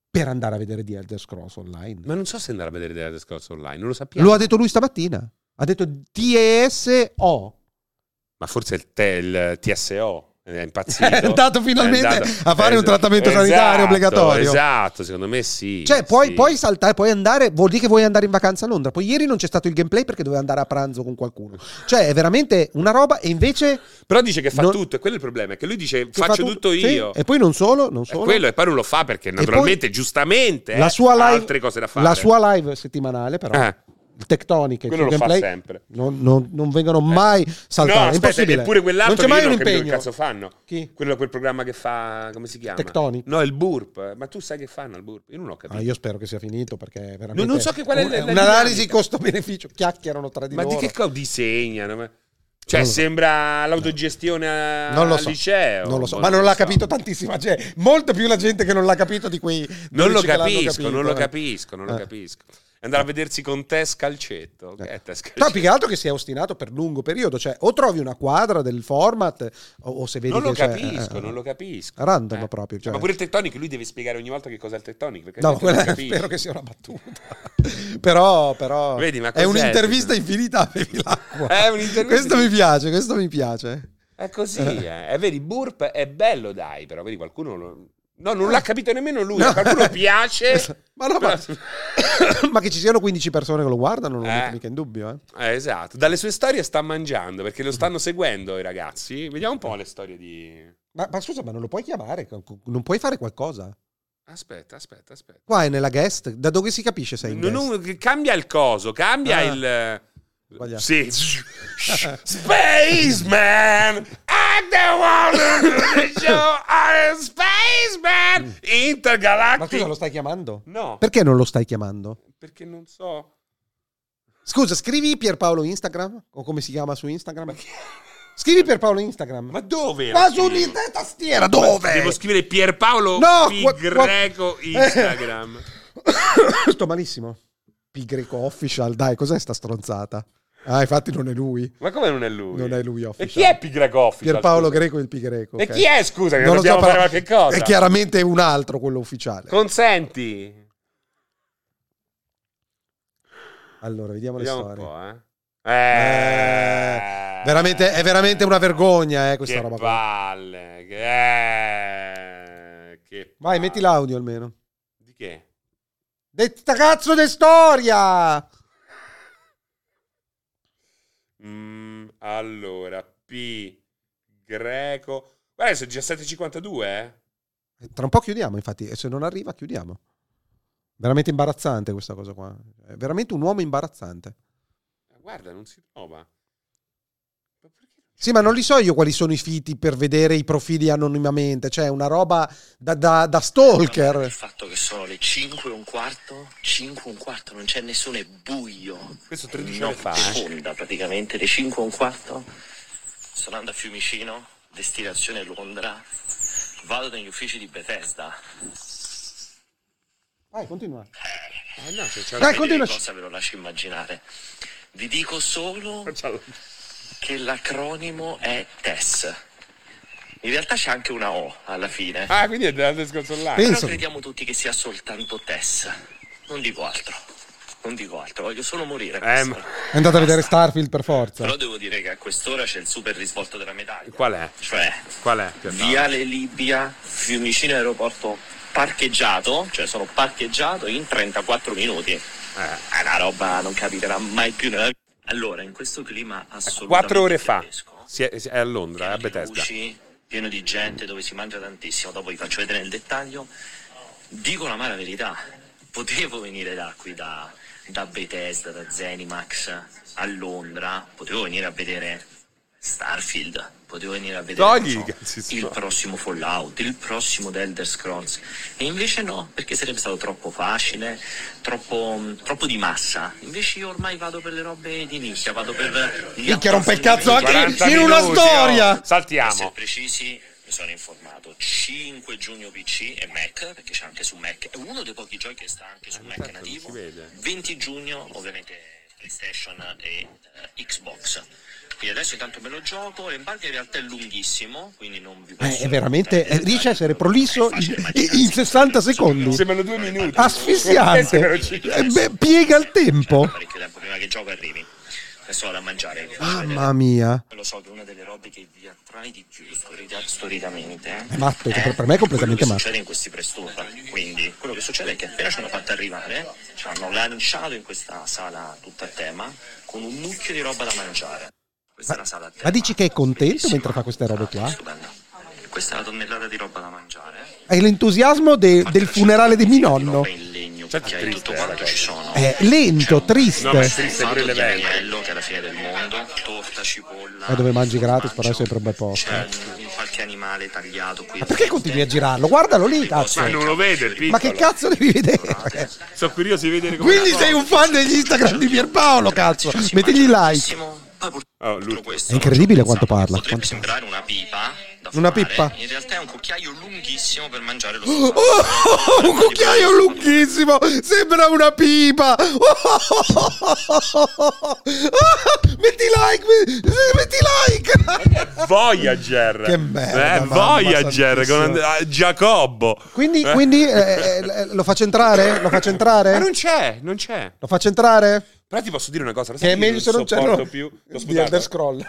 per andare a vedere The Elder Scrolls Online? Ma non so se andrà a vedere The Elder Scrolls Online, non lo sappiamo. Lo ha detto lui stamattina. Ha detto TESO. Ma forse il, te- il TSO è impazzito. È andato finalmente È a fare un trattamento sanitario obbligatorio. Esatto, secondo me sì. Cioè, puoi, sì. puoi saltare, puoi andare, vuol dire che vuoi andare in vacanza a Londra. Poi ieri non c'è stato il gameplay perché doveva andare a pranzo con qualcuno. Cioè, è veramente una roba e invece... Però dice che fa Non- tutto, e quello è il problema, è che lui dice che fa faccio tutto sì, io. E poi non solo, non È solo. quello, e poi non lo fa perché naturalmente, giustamente, la eh, sua ha live, altre cose da fare. La sua live settimanale, però, Eh, il Tectonic e il quello lo fa gameplay, sempre. non, non- non vengono mai saltati. Eh. no, è aspetta, impossibile. eppure quell'altro non c'è che mai io un non ho capito impegno. che cazzo fanno. Chi? Quello, quel programma che fa, come si chiama? Tectonic? No, il burp. Ma tu sai che fanno al burp? Io non l'ho capito. Ah, io spero che sia finito perché è veramente Non- non so che qual è la- la un'analisi dinamica. costo-beneficio. Chiacchierano tra di ma loro. di che cosa disegnano? Ma- Cioè, Non lo so. sembra l'autogestione a- non lo al so, liceo. non lo so, Boh, ma non l'ha so. capito tantissima gente, molto più la gente che non l'ha capito di quei Non lo dodici che l'hanno capisco, non lo capito. capisco, non lo Eh. capisco. andare a vedersi con Tess Calcetto. Che è Tess Calcetto? No, più che altro che si è ostinato per lungo periodo. Cioè, o trovi una quadra del format, o, o se vedi non che lo cioè, capisco, eh, eh, non lo capisco. Random Eh. proprio. Cioè. Ma pure il Tettonic, lui deve spiegare ogni volta che cos'è il Tettonic. Perché No, altrimenti non quella capisci. spero che sia una battuta. però, però Vedi, ma è cos'è? un'intervista infinita a Bevi l'acqua. È un'intervista Questo mi infinita. piace, questo mi piace. È così, eh. Eh, vedi, Burp è bello, dai, però vedi qualcuno... lo- No, non l'ha capito nemmeno lui, a qualcuno piace. Eh. Esatto. Ma no, ma- Però- ma che ci siano 15 persone che lo guardano non lo Eh. metto mica in dubbio, eh. Eh, esatto, dalle sue storie sta mangiando perché lo stanno seguendo i ragazzi. Vediamo un po' le storie di... Ma, ma scusa, ma non lo puoi chiamare? Non puoi fare qualcosa? Aspetta, aspetta, aspetta. Qua è nella guest, da dove si capisce se è in Non- guest? non- cambia il coso, cambia Ah. il... Sbagliato. Sì. Spaceman! I don't wanna do the show! I'm a spaceman! Ma scusa, lo Intergalactic! stai chiamando? No, Perché non lo stai chiamando? perché non so... Scusa, scrivi Pierpaolo Instagram? O come si chiama su Instagram? Ma, chi- Scrivi Pierpaolo Instagram. ma dove? Ma lo sull'in- scrivo? tastiera, dove? Devo scrivere Pierpaolo No, qua- qua- Pigreco Instagram. Sto malissimo. Pi greco official, dai, cos'è sta stronzata? Ah, infatti non è lui. Ma come non è lui? Non è lui E official. chi è Pigreco Official? Pierpaolo scusa? Greco il Pi greco. E ok. chi è, scusa, che Non lo so, dobbiamo però fare qualche cosa? È chiaramente un altro quello ufficiale. Consenti. Allora, vediamo, Vediamo le un storie. po', eh. Eh, veramente- è veramente una vergogna, eh, questa che roba qua. Palle, che eh, che Vai, palle. metti l'audio almeno. Di che? De sta cazzo di storia! Mm, allora, P greco. Guarda, sono 17:52, eh. Tra un po' chiudiamo, infatti, e se non arriva chiudiamo. Veramente imbarazzante questa cosa qua. È veramente un uomo imbarazzante. Guarda, non si trova. Ma perché? Sì, ma non li so io quali sono i fiti per vedere i profili anonimamente, cioè una roba da, da- da Il stalker. fatto che sono le 5 e un quarto, 5 e un quarto, non c'è nessuno, è buio. Questo 13 non ore fa, eh. Fonda praticamente le 5 e un quarto. Sono andato a Fiumicino, destinazione Londra. Vado negli uffici di Bethesda. Vai, continua. Eh no, c'è, c'è Dai, la... continua. Vedete cosa ve lo lascio immaginare. Vi dico solo c'è la- che l'acronimo è TES. In realtà c'è anche una O alla fine. Ah, quindi è del discorso là. Penso- Ah, Però crediamo tutti che sia soltanto Tess. Non dico altro. Non dico altro, voglio solo morire. Eh, Basta. ma- È andato a vedere Starfield per forza. Però devo dire che a quest'ora c'è il super risvolto della medaglia. Qual è? Cioè, Qual è? Eh, Che no. Viale Libia, Fiumicino Aeroporto parcheggiato, cioè sono parcheggiato in 34 minuti. Eh. È una roba non capiterà mai più nella vita. Allora, in questo clima assolutamente Quattro ore fa. tedesco, Si è, si è a Londra, eh, a pieno di Bethesda. luci, pieno di gente dove si mangia tantissimo, dopo vi faccio vedere nel dettaglio. Dico la mala verità, potevo venire da qui, da, da Bethesda, da Zenimax, a Londra, potevo venire a vedere Starfield, potevo venire a vedere Togli non i cazzi suoi. il prossimo Fallout, il prossimo The Elder Scrolls. E invece no, perché sarebbe stato troppo facile, troppo, troppo di massa. Invece io ormai vado per le robe di nicchia, vado per... gli Minchia, rompe il approfondimenti. cazzo anche 40 in una minuti, storia! oh. Per essere Saltiamo. precisi, mi sono informato. 5 giugno PC e Mac, perché c'è anche su Mac. È uno dei pochi giochi che sta anche Eh, su Mac certo, non nativo. si vede. 20 giugno, ovviamente, PlayStation e eh, Xbox. Quindi adesso intanto me lo gioco. L'embargo in realtà è lunghissimo, quindi non vi Eh, posso... è veramente. eh, riesce a essere prolisso È facile in, immaginarsi. in 60 secondi. Sembrano due minuti. Asfissiante. Sembrano cinque. Eh, beh, piega il tempo. Parecchio tempo prima che il gioco arrivi. Adesso vado a mangiare. vi faccio vedere. Mamma mia. Lo so che è una delle robe che vi attrae di più storica- storicamente. eh, È matto, per- per me è completamente matto. quello che succede in questi press Quindi quello che succede è che appena ci hanno fatto arrivare, ci hanno lanciato in questa sala tutta a tema con un mucchio di roba da mangiare. Questa è una sala a tema. ma dici che è contento bellissima, mentre fa queste robe qua? stupenda. Questa è una tonnellata di roba da mangiare. È l'entusiasmo de- del funerale di mio nonno. Roba in legno, Certo, cucchiai, triste, tutto eh, quanto ragazzi. ci sono. È lento, No, ma è triste. triste pure Fato di l'evento. agnello, che è la fine del mondo, torta, cipolla. Ma dove mangi gratis, formaggio. però è sempre un bel posto, C'è un- qualche animale tagliato qui. Ma perché continui a girarlo? Guardalo lì, cazzo. Ma non lo vede il piccolo. Ma che cazzo devi Ah, eh, vedere? Sono curioso di vedere come... Quindi sei un fan degli Instagram di Pierpaolo, cazzo. Mettigli like. Poi purtroppo Oh, l'ultimo. questo È incredibile non ci quanto ho pensato, parla, quanto- Potrebbe sembrare una pipa da da Una fumare. pippa. In realtà è un cucchiaio lunghissimo per mangiare lo Oh, sfumare. un cucchiaio lunghissimo, sembra una pipa. Oh, Ah, oh, metti like, me- eh, metti like. Voyager. Che merda, Eh, mamma Voyager santissima. con And- ah, Giacobbo. Quindi, Eh. quindi eh, eh, lo faccio entrare? Lo faccio Ma entrare? non c'è, non c'è. Lo faccio entrare? Però ti posso dire una cosa, lo sai Che è meglio io se non c'erano sopporto più L'ho di sputato. Elder Scroll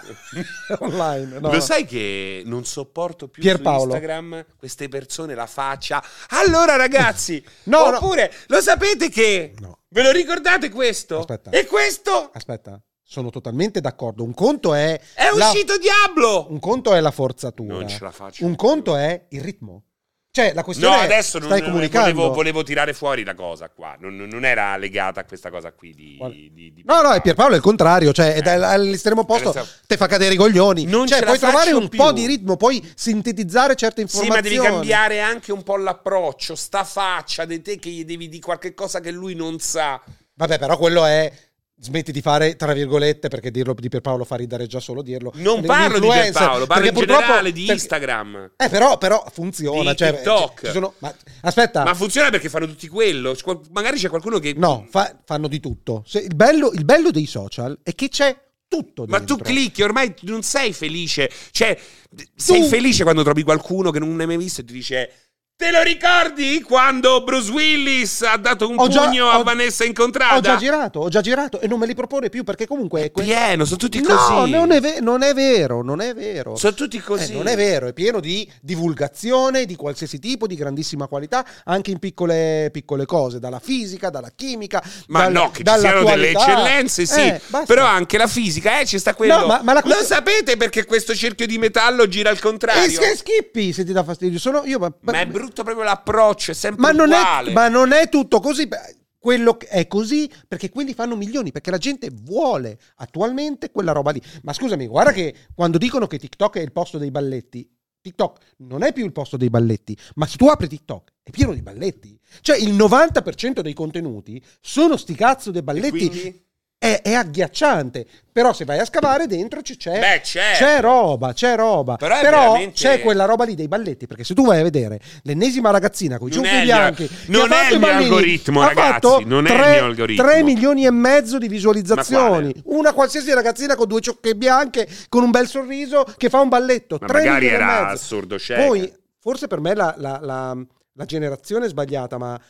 online. no. Lo sai che non sopporto più Pierpaolo. su Instagram queste persone la faccia. Allora ragazzi, No, no. oppure lo sapete che No. Ve lo ricordate questo? Aspetta. E questo Aspetta, sono totalmente d'accordo. Un conto è è la- uscito Diablo. Un conto è la forzatura. Non ce la faccio. Un conto è il ritmo. Cioè, la No, questione è adesso non, stai comunicando. volevo, volevo tirare fuori la cosa qua. Non, non- non era legata a questa cosa qui di, Guarda. di- di- No, no, è Pierpaolo è il contrario, cioè è Eh. dal- all'estremo posto Adesso- te fa cadere i coglioni. Non cioè, ce la puoi trovare faccio un più. po' di ritmo, puoi sintetizzare certe Sì, ma informazioni. devi cambiare anche un po' l'approccio, sta faccia di te che gli devi dire qualche cosa che lui non sa. Vabbè, però quello è smetti di fare tra virgolette perché dirlo di Pierpaolo fa ridere già solo dirlo. Non Un parlo di influencer, Pierpaolo, parlo perché in purtroppo- generale di perché- Instagram. Eh, però, però funziona. Di cioè, TikTok. cioè, ci sono- ma- aspetta, Ma funziona perché fanno tutti quello? C'è qual- Magari c'è qualcuno che... no, fa- fanno di tutto. Se- il, bello, il bello dei social è che c'è tutto. Ma dentro. tu clicchi, ormai non sei felice. Cioè, sei felice quando trovi qualcuno che non hai mai visto e ti dice... Te lo ricordi quando Bruce Willis ha dato un Ho già- pugno ho- a Vanessa incontrata? Ho già girato, ho già girato e non me li propone più perché comunque... È que- pieno, sono tutti No, così. non è, ve- non è vero, non è vero. Sono tutti così. Eh, non è vero, è pieno di divulgazione di qualsiasi tipo, di grandissima qualità, anche in piccole, piccole cose, dalla fisica, dalla chimica. Ma dal- no, che ci dalla siano delle attualità. eccellenze, sì. Eh, basta. però anche la fisica, eh, ci sta quello. No, ma- ma la cosa- Lo sapete perché questo cerchio di metallo gira al contrario? E sch- schippi se ti dà fastidio. Sono io, Eh, ma, Ma è brutto proprio l'approccio, è sempre ma non, uguale. è, ma non è tutto così. Beh, Quello che è così perché quelli fanno milioni, perché la gente vuole attualmente quella roba lì. Ma scusami, guarda che quando dicono che TikTok è il posto dei balletti, TikTok non è più il posto dei balletti, ma se tu apri TikTok è pieno di balletti. Cioè il 90% dei contenuti sono sti cazzo dei balletti. quindi? È, è agghiacciante, però se vai a scavare dentro ci c'è, Beh, c'è. c'è roba, c'è roba. Certo. Però Però, è veramente- c'è quella roba lì dei balletti, perché se tu vai a vedere l'ennesima ragazzina con i Non è ciuffi il- bianchi, che non ha fatto è il i mio bambini, algoritmo, ha ragazzi, fatto non è il tre- mio algoritmo. 3 milioni e mezzo di visualizzazioni. Ma Una qualsiasi ragazzina con due ciocche bianche, con un bel sorriso, che fa un balletto. Ma 3 magari milioni e era mezzo. assurdo cioè, cieca. Poi, forse per me la, la- la- la generazione è sbagliata, ma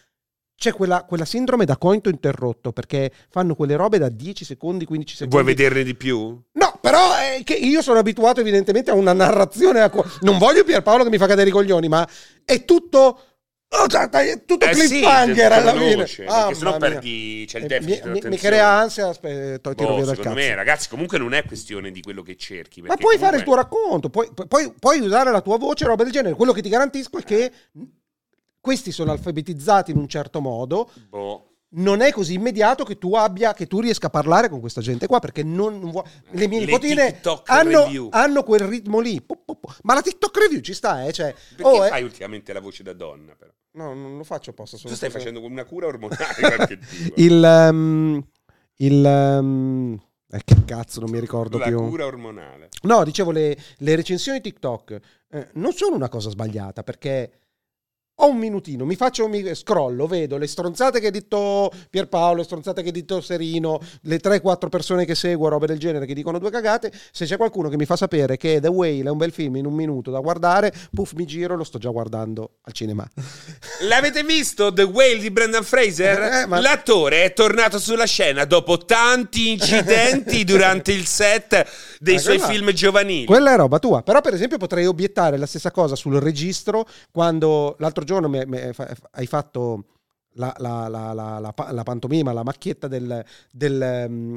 c'è quella, quella sindrome da cointo interrotto, perché fanno quelle robe da 10 secondi, 15 secondi. Vuoi vederne di più? No, però è che io sono abituato evidentemente a una narrazione. a qua- Non voglio Pierpaolo che mi fa cadere i coglioni, ma è tutto. oh, cioè, dai, è tutto Eh sì, cliffhanger te- te alla lo fine. veloce, Ah, perché sennò mamma mia. perdi- c'è il Eh, deficit Mi, mi- mi d'attenzione. crea ansia, eh, aspe- to- tiro Boh, via dal secondo cazzo. me, ragazzi, comunque non è questione di quello che cerchi. ma perché puoi fare il tuo comunque- racconto, puoi, puoi- puoi usare la tua voce, roba del genere. Quello che ti garantisco è che questi sono alfabetizzati in un certo modo. Boh. Non è così immediato che tu abbia, che tu riesca a parlare con questa gente qua, perché non vuo- le mie Le nipotine TikTok review. hanno, hanno quel ritmo lì. Pu, pu, pu. Ma la TikTok review ci sta, eh? Cioè, Perché oh, eh, fai ultimamente la voce da donna, però? No, non lo faccio apposta. Tu stai facendo una cura ormonale di qualche tipo. il. ehm, il. ehm, eh, che cazzo, non mi ricordo la più. cura ormonale. No, dicevo, le, le recensioni TikTok eh, non sono una cosa sbagliata perché ho un minutino, mi faccio, mi scrollo, vedo le stronzate che ha detto Pierpaolo, le stronzate che ha detto Serino, le 3-4 persone che seguo, robe del genere che dicono due cagate. Se c'è qualcuno che mi fa sapere che The Whale è un bel film in un minuto da guardare, puff, mi giro, lo sto già guardando al cinema. L'avete visto The Whale di Brendan Fraser? Eh, ma- L'attore è tornato sulla scena dopo tanti incidenti durante il set dei Eh, suoi quella- film giovanili. Quella è roba tua. Però, per esempio, potrei obiettare la stessa cosa sul registro quando l'altro giorno me- me- fa- hai fatto. La, la- la- la- la pa- la pantomima, la macchietta del- del, mm,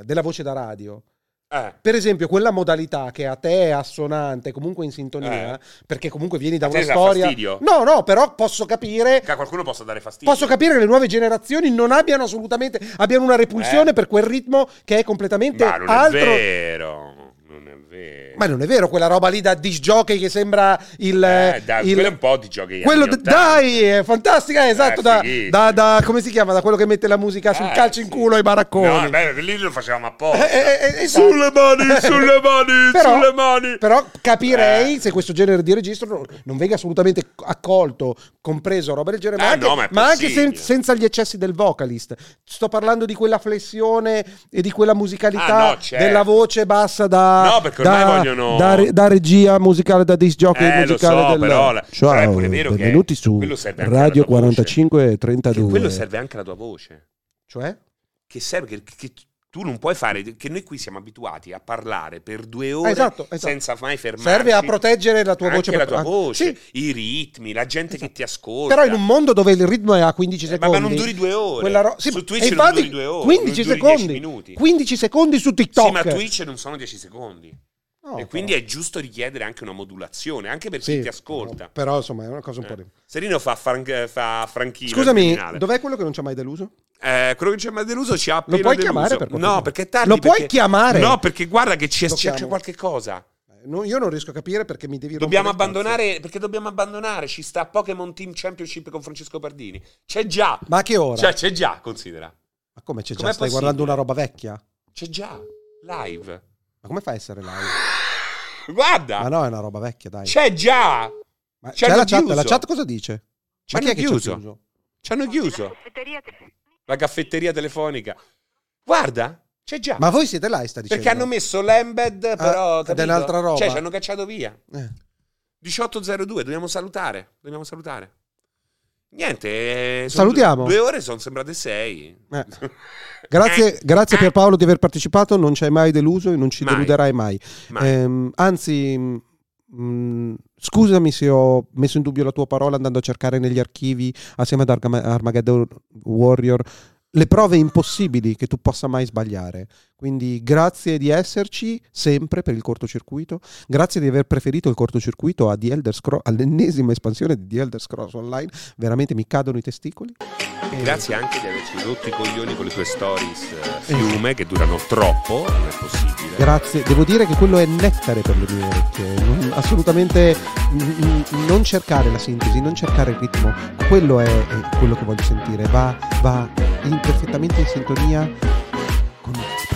eh, della voce da radio. Eh, Per esempio, quella modalità che a te è assonante, comunque in sintonia, Eh. perché comunque vieni da A te una dà storia. fastidio? No, no, però posso capire Eh, che a qualcuno possa dare fastidio. Posso capire che le nuove generazioni non abbiano assolutamente abbiano una repulsione Eh. per quel ritmo che è completamente Ma non altro. è vero. Non è vero. Ma non è vero quella roba lì da disc jockey che sembra il. Eh, dai, il- quello è un po' di giochi. quello anni d- 80. dai, è fantastica, esatto, da, fighissimo. da- da- come si chiama? Da quello che mette la musica sul Eh, calcio in sì. culo ai baracconi. No, beh, lì lo facevamo apposta. Eh, eh, eh, esatto. sulle mani, sulle mani, Però- sulle mani. Però capirei Eh. se questo genere di registro non- non venga assolutamente accolto, compreso roba del genere, ma Ah, anche, no, ma è ma anche possibile. sen- senza gli eccessi del vocalist. Sto parlando di quella flessione e di quella musicalità Ah, no, certo. della voce bassa da, No, perché da, ormai vogliono- da re- da regia musicale, da disc jockey Eh, lo musicale. so, del... però la- Ciao, però è pure vero che benvenuti su quello serve anche alla Radio tua voce. 45 e Che 32. quello serve anche alla tua voce. Cioè? Che serve, che, che tu non puoi fare, che noi qui siamo abituati a parlare per due ore Ah, esatto, esatto. senza mai fermarci. Serve a proteggere la tua Anche voce. la per- tua ah, voce, sì. Esatto. i ritmi, la gente che ti ascolta. Però in un mondo dove il ritmo è a 15 Eh, secondi. ma, ma non duri due ore. quella ro- sì, su ma- Twitch e infatti, non duri due ore. 15 non duri dieci secondi. minuti. 15 secondi su TikTok. Sì, ma Twitch non sono 10 secondi. No, e quindi però- è giusto richiedere anche una modulazione, anche per sì, Esatto. chi ti ascolta. Però insomma è una cosa un po' di... Eh. Serino fa, frank, fa franchino. il Scusami, criminale. dov'è quello che non ci ha mai deluso? Eh, quello che ci ha deluso ci ha appena Lo puoi deluso. chiamare per cortesia? No, perché è tardi. Lo puoi perché- chiamare? No, perché guarda che c'è, Lo c'è, chiamo. c'è qualche cosa. Eh, no, io non riesco a capire perché mi devi Dobbiamo rompere spazio. abbandonare, perché dobbiamo abbandonare. Ci sta Pokémon Team Championship con Francesco Pardini. C'è già. Ma a che ora? Cioè, c'è già, considera. ma come c'è già? com'è Stai possibile? guardando una roba vecchia? Ma C'è già. Live. come fa a essere live? Guarda. Ma no, è una roba vecchia, dai. Ah. C'è già. Ma ci c'è hanno la chat, chiuso. la chat cosa dice? Ci Ma chi hanno è che ci ha chiuso. Ci hanno chiuso. La caffetteria telefonica. Guarda. C'è già. Ma voi siete live, sta dicendo. Perché hanno messo l'embed, però. Ah, capito? dell'altra roba. Cioè, ci hanno cacciato via. Eh. 18.02, dobbiamo salutare. Dobbiamo salutare. Niente. eh, son Salutiamo. Due, due ore sono sembrate sei. Eh. Grazie, grazie Pierpaolo di aver partecipato, non ci hai mai deluso e non ci Eh. Mai. deluderai mai. Mai. Ehm, anzi, mh, mh, scusami se ho messo in dubbio la tua parola andando a cercare negli archivi assieme ad Argama- Armageddon Warrior le prove impossibili che tu possa mai sbagliare. Quindi grazie di esserci sempre per il cortocircuito, grazie di aver preferito il cortocircuito a The Elder Scro- all'ennesima espansione di The Elder Scrolls Online, veramente mi cadono i testicoli. E- Grazie anche di averci rotto i coglioni con le tue stories eh, fiume che durano troppo, non è possibile. Grazie, devo dire che quello è nettare per le mie orecchie, non- assolutamente mm, mm, non cercare la sintesi, non cercare il ritmo, quello è, è quello che voglio sentire, va, va in- perfettamente in sintonia con me.